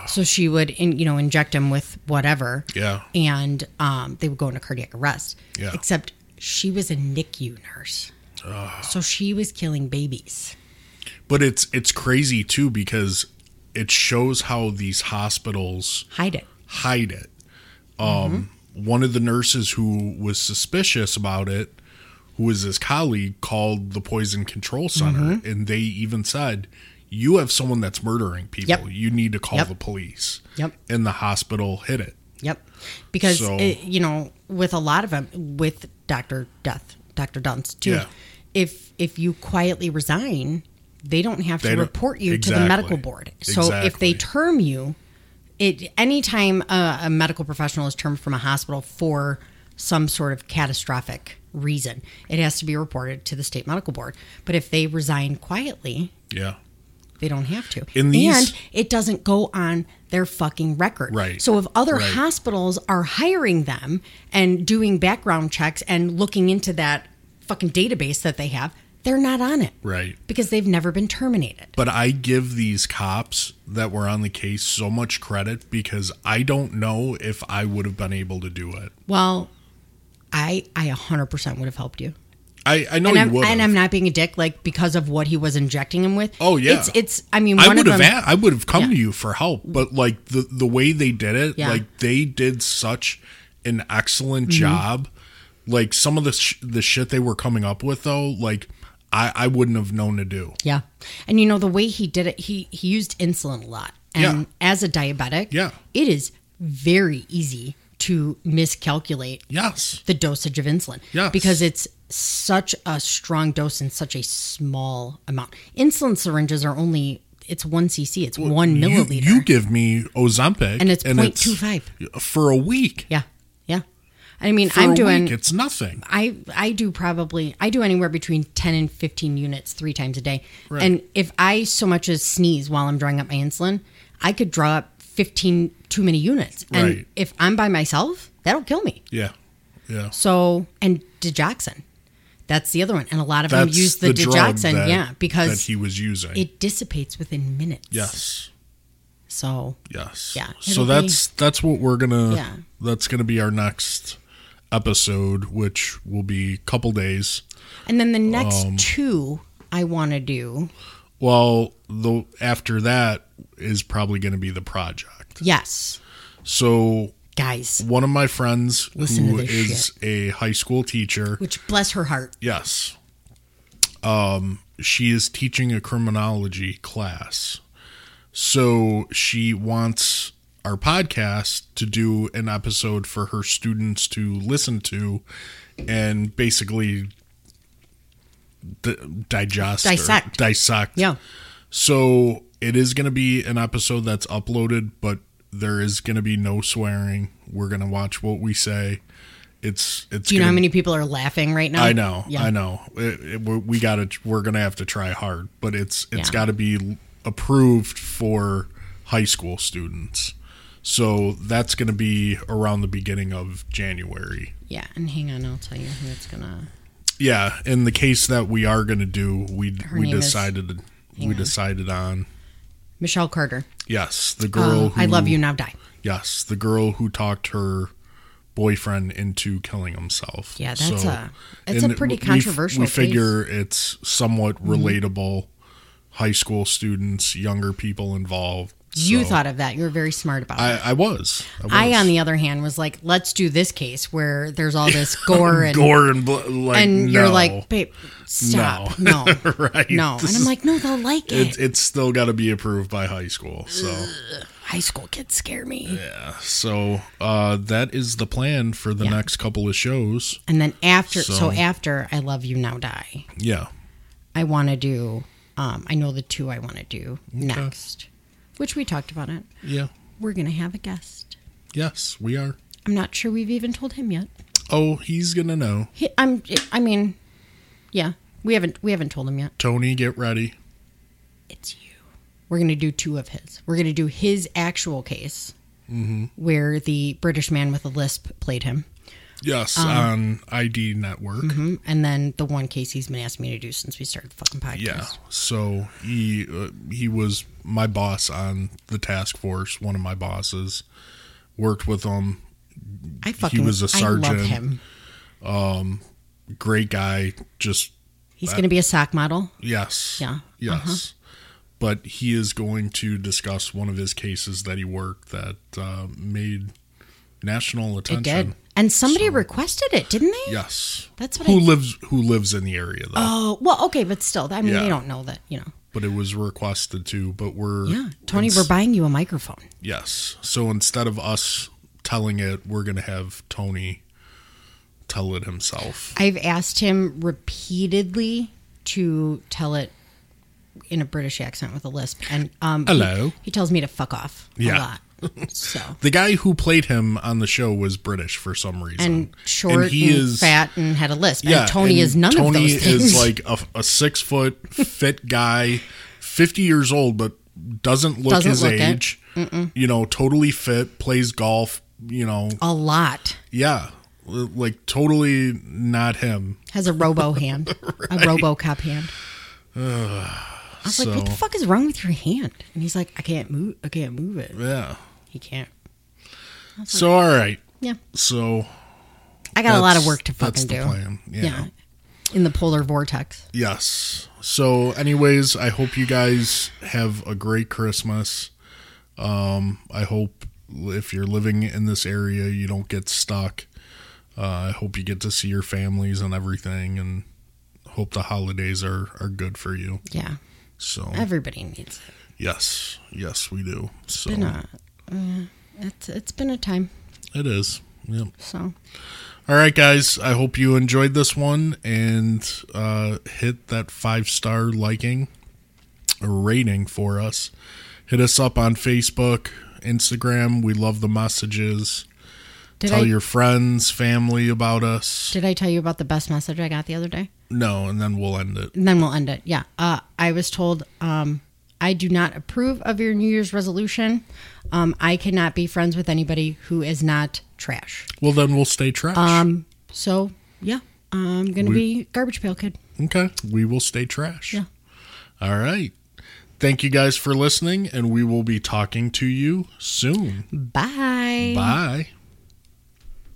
[SPEAKER 2] So she would, in, you know, inject them with whatever.
[SPEAKER 1] Yeah.
[SPEAKER 2] and um, they would go into cardiac arrest.
[SPEAKER 1] Yeah.
[SPEAKER 2] Except she was a NICU nurse, so she was killing babies.
[SPEAKER 1] but it's it's crazy too because it shows how these hospitals
[SPEAKER 2] Hide it.
[SPEAKER 1] hide it. Um, One of the nurses who was suspicious about it, who was his colleague, called the poison control center,
[SPEAKER 2] Mm-hmm.
[SPEAKER 1] and they even said, "You have someone that's murdering people.
[SPEAKER 2] Yep.
[SPEAKER 1] You need to call
[SPEAKER 2] Yep.
[SPEAKER 1] the police."
[SPEAKER 2] Yep.
[SPEAKER 1] And the hospital hid it.
[SPEAKER 2] Yep. Because,
[SPEAKER 1] So-
[SPEAKER 2] it, you know, with a lot of them, with Dr. Death, Dr. Dunst, too,
[SPEAKER 1] Yeah.
[SPEAKER 2] if if you quietly resign, they don't have
[SPEAKER 1] They
[SPEAKER 2] to
[SPEAKER 1] don't-
[SPEAKER 2] report you to the
[SPEAKER 1] Exactly.
[SPEAKER 2] medical board. So if they
[SPEAKER 1] Exactly.
[SPEAKER 2] term you, it anytime a, a medical professional is termed from a hospital for some sort of catastrophic reason, it has to be reported to the state medical board. But if they resign quietly,
[SPEAKER 1] Yeah.
[SPEAKER 2] they don't have to.
[SPEAKER 1] In these-
[SPEAKER 2] and it doesn't go on their fucking record.
[SPEAKER 1] Right.
[SPEAKER 2] So if other
[SPEAKER 1] Right.
[SPEAKER 2] hospitals are hiring them and doing background checks and looking into that fucking database that they have, they're not on it.
[SPEAKER 1] Right.
[SPEAKER 2] Because they've never been terminated.
[SPEAKER 1] But I give these cops that were on the case so much credit because I don't know if I would have been able to do it.
[SPEAKER 2] Well, I I 100% would have helped you.
[SPEAKER 1] I, I know
[SPEAKER 2] And
[SPEAKER 1] Oh, you
[SPEAKER 2] I'm,
[SPEAKER 1] would.
[SPEAKER 2] and
[SPEAKER 1] have.
[SPEAKER 2] I'm not being a dick, like because of what he was injecting him with.
[SPEAKER 1] Oh, yeah.
[SPEAKER 2] it's it's. I mean, one
[SPEAKER 1] I would
[SPEAKER 2] of
[SPEAKER 1] have
[SPEAKER 2] them,
[SPEAKER 1] a- I would have come to
[SPEAKER 2] Yeah.
[SPEAKER 1] you for help, but like the the way they did it,
[SPEAKER 2] Yeah. Mm-hmm.
[SPEAKER 1] like they did such an excellent job. Like some of the sh- the shit they were coming up with though, like I I wouldn't have known to do.
[SPEAKER 2] Yeah. And you know the way he did it, he he used insulin a lot. And
[SPEAKER 1] Yeah.
[SPEAKER 2] as a diabetic,
[SPEAKER 1] Yeah.
[SPEAKER 2] it is very easy to miscalculate
[SPEAKER 1] Yes.
[SPEAKER 2] the dosage of insulin.
[SPEAKER 1] Yes.
[SPEAKER 2] Because it's such a strong dose in such a small amount. Insulin syringes are only it's one cc, it's one
[SPEAKER 1] You,
[SPEAKER 2] milliliter.
[SPEAKER 1] you give me Ozempic
[SPEAKER 2] and it's 0.25.
[SPEAKER 1] for a week.
[SPEAKER 2] yeah. Yeah. I mean,
[SPEAKER 1] For
[SPEAKER 2] I'm
[SPEAKER 1] a
[SPEAKER 2] doing
[SPEAKER 1] week, it's nothing.
[SPEAKER 2] I I do probably I do anywhere between ten and fifteen units three times a day. And if I so much as sneeze while I'm drawing up my insulin, I could draw up fifteen too many units. And
[SPEAKER 1] Right.
[SPEAKER 2] if I'm by myself, that'll kill me.
[SPEAKER 1] Yeah. Yeah.
[SPEAKER 2] So and digoxin, that's the other one. And a lot of them
[SPEAKER 1] That's
[SPEAKER 2] use the,
[SPEAKER 1] drug
[SPEAKER 2] digoxin,
[SPEAKER 1] that-
[SPEAKER 2] yeah, because
[SPEAKER 1] that he was using.
[SPEAKER 2] it dissipates within minutes.
[SPEAKER 1] yes.
[SPEAKER 2] So
[SPEAKER 1] Yes.
[SPEAKER 2] Yeah, it'll
[SPEAKER 1] So that's that's what we're gonna.
[SPEAKER 2] Yeah.
[SPEAKER 1] That's gonna be our next episode, which will be a couple days.
[SPEAKER 2] and then the next
[SPEAKER 1] Um,
[SPEAKER 2] two I want to do.
[SPEAKER 1] Well, the after that is probably gonna be the project.
[SPEAKER 2] Yes,
[SPEAKER 1] So
[SPEAKER 2] guys.
[SPEAKER 1] one of my friends who is
[SPEAKER 2] Listen to this
[SPEAKER 1] a high school teacher.
[SPEAKER 2] Which bless her heart.
[SPEAKER 1] Yes. Um, she is teaching a criminology class. So she wants our podcast to do an episode for her students to listen to and basically d- digest or
[SPEAKER 2] Dissect.
[SPEAKER 1] dissect
[SPEAKER 2] Yeah.
[SPEAKER 1] so it is going to be an episode that's uploaded, but there is going to be no swearing. We're going to watch what we say. It's it's.
[SPEAKER 2] Do you know
[SPEAKER 1] gonna,
[SPEAKER 2] how many people are laughing right now?
[SPEAKER 1] I know.
[SPEAKER 2] Yeah.
[SPEAKER 1] I know. It, it, we- we got to. We're going to have to try hard, but it's it's
[SPEAKER 2] Yeah.
[SPEAKER 1] got to be approved for high school students. So that's going to be around the beginning of January.
[SPEAKER 2] Yeah, and hang on, I'll tell you who it's gonna.
[SPEAKER 1] Yeah, in the case that we are going to do, we
[SPEAKER 2] Her
[SPEAKER 1] we
[SPEAKER 2] name is-
[SPEAKER 1] decided we decided on
[SPEAKER 2] Michelle Carter.
[SPEAKER 1] Yes, the girl.
[SPEAKER 2] Uh, I love you now. Die.
[SPEAKER 1] Yes, the girl who talked her boyfriend into killing himself.
[SPEAKER 2] Yeah, that's a- that's a
[SPEAKER 1] and
[SPEAKER 2] pretty
[SPEAKER 1] we f-
[SPEAKER 2] controversial
[SPEAKER 1] We
[SPEAKER 2] case. Mm-hmm.
[SPEAKER 1] figure it's somewhat relatable. High school students, younger people involved.
[SPEAKER 2] You
[SPEAKER 1] so-
[SPEAKER 2] thought of that. You were very smart about it.
[SPEAKER 1] I, I was. I, was.
[SPEAKER 2] I, on the other hand, was like, let's do this case where there's
[SPEAKER 1] [laughs]
[SPEAKER 2] all this gore and
[SPEAKER 1] gore and bl- like,
[SPEAKER 2] um, and you're
[SPEAKER 1] no.
[SPEAKER 2] like, babe, stop, no,
[SPEAKER 1] [laughs] right?
[SPEAKER 2] no,
[SPEAKER 1] This [laughs]
[SPEAKER 2] and I'm
[SPEAKER 1] is-
[SPEAKER 2] like, no, they'll like
[SPEAKER 1] it's
[SPEAKER 2] it.
[SPEAKER 1] it's still got to be approved by high school. So
[SPEAKER 2] High school kids scare me.
[SPEAKER 1] yeah, so uh, that is the plan for the next couple of shows.
[SPEAKER 2] And then after, so,
[SPEAKER 1] So-
[SPEAKER 2] after I love you now, die.
[SPEAKER 1] Yeah,
[SPEAKER 2] I want to do. Um, I know the two I want to do next, which we talked about it.
[SPEAKER 1] yeah,
[SPEAKER 2] We're gonna have a guest.
[SPEAKER 1] yes, we are.
[SPEAKER 2] I'm not sure we've even told him yet.
[SPEAKER 1] Oh, he's gonna know.
[SPEAKER 2] He, I'm. I mean, yeah, we haven't we haven't told him yet.
[SPEAKER 1] Tony, get ready.
[SPEAKER 2] It's you. We're going to do two of his. We're going to do his actual case
[SPEAKER 1] Mm-hmm.
[SPEAKER 2] where the British man with a lisp played him.
[SPEAKER 1] Yes,
[SPEAKER 2] Um,
[SPEAKER 1] on ID Network.
[SPEAKER 2] Mm, And then the one case he's been asking me to do since we started the fucking podcast.
[SPEAKER 1] Yeah, so he uh, he was my boss on the task force. One of my bosses worked with him.
[SPEAKER 2] I fucking
[SPEAKER 1] was a
[SPEAKER 2] I
[SPEAKER 1] sergeant.
[SPEAKER 2] love him.
[SPEAKER 1] Great guy. Just
[SPEAKER 2] He's going to be a sock model.
[SPEAKER 1] Yes.
[SPEAKER 2] Yeah. uh-huh.
[SPEAKER 1] Yes. But he is going to discuss one of his cases that he worked that uh, made national
[SPEAKER 2] It
[SPEAKER 1] attention.
[SPEAKER 2] did. And somebody requested it, didn't they?
[SPEAKER 1] Yes.
[SPEAKER 2] That's what
[SPEAKER 1] Who
[SPEAKER 2] I.
[SPEAKER 1] lives who lives in the area though?
[SPEAKER 2] Oh, well, okay, but still, I mean,
[SPEAKER 1] Yeah.
[SPEAKER 2] they don't know that, you know.
[SPEAKER 1] but it was requested to. But we're
[SPEAKER 2] Yeah. Tony,
[SPEAKER 1] ins-
[SPEAKER 2] we're buying you a microphone.
[SPEAKER 1] yes. So instead of us telling it, we're gonna have Tony tell it himself.
[SPEAKER 2] I've asked him repeatedly to tell it in a British accent with a lisp, and um,
[SPEAKER 1] Hello.
[SPEAKER 2] He, he tells me to fuck off
[SPEAKER 1] Yeah.
[SPEAKER 2] a
[SPEAKER 1] [laughs]
[SPEAKER 2] lot. So
[SPEAKER 1] The guy who played him on the show was British for some reason,
[SPEAKER 2] and short and,
[SPEAKER 1] he is
[SPEAKER 2] fat and had a lisp.
[SPEAKER 1] Yeah,
[SPEAKER 2] and Tony
[SPEAKER 1] and
[SPEAKER 2] is none of
[SPEAKER 1] Tony
[SPEAKER 2] those things. [laughs]
[SPEAKER 1] is like a, a six foot fit guy, fifty years old, but doesn't look
[SPEAKER 2] Doesn't
[SPEAKER 1] his
[SPEAKER 2] look it.
[SPEAKER 1] age. You know, totally fit, plays golf. You know,
[SPEAKER 2] a lot.
[SPEAKER 1] yeah, l- like totally not him.
[SPEAKER 2] Has a
[SPEAKER 1] [laughs]
[SPEAKER 2] robo hand, a
[SPEAKER 1] [sighs]
[SPEAKER 2] RoboCop hand. I was like, "What the
[SPEAKER 1] so-
[SPEAKER 2] fuck is wrong with your hand?" And he's like, "I can't move. I can't move it.
[SPEAKER 1] Yeah.
[SPEAKER 2] He can't."
[SPEAKER 1] So all right.
[SPEAKER 2] Yeah,
[SPEAKER 1] So
[SPEAKER 2] I got a lot of
[SPEAKER 1] that's-
[SPEAKER 2] work to
[SPEAKER 1] that's
[SPEAKER 2] fucking
[SPEAKER 1] the
[SPEAKER 2] do.
[SPEAKER 1] plan.
[SPEAKER 2] Yeah.
[SPEAKER 1] yeah.
[SPEAKER 2] in the polar vortex.
[SPEAKER 1] Yes. So, anyways, I hope you guys have a great Christmas. Um, I hope if you're living in this area, you don't get stuck. Uh, I hope you get to see your families and everything, and hope the holidays are are good for you.
[SPEAKER 2] Yeah,
[SPEAKER 1] So,
[SPEAKER 2] everybody needs it.
[SPEAKER 1] yes, yes, we do. So
[SPEAKER 2] been a uh, it's it's been a time.
[SPEAKER 1] it is. Yep.
[SPEAKER 2] So
[SPEAKER 1] All right, guys. I hope you enjoyed this one and uh, hit that five star liking or rating for us. Hit us up on Facebook, Instagram. We love the messages.
[SPEAKER 2] did
[SPEAKER 1] Tell
[SPEAKER 2] I
[SPEAKER 1] your friends, family about us.
[SPEAKER 2] did I tell you about the best message I got the other day?
[SPEAKER 1] No, and then we'll end it.
[SPEAKER 2] And then we'll end it. Yeah. Uh, I was told um, I do not approve of your New Year's resolution. Um, I cannot be friends with anybody who is not trash.
[SPEAKER 1] Well, then we'll stay trash.
[SPEAKER 2] Um, so yeah, I'm gonna be garbage pail kid.
[SPEAKER 1] okay. We will stay trash.
[SPEAKER 2] Yeah.
[SPEAKER 1] All right. Thank you guys for listening, and we will be talking to you soon.
[SPEAKER 2] Bye.
[SPEAKER 1] Bye.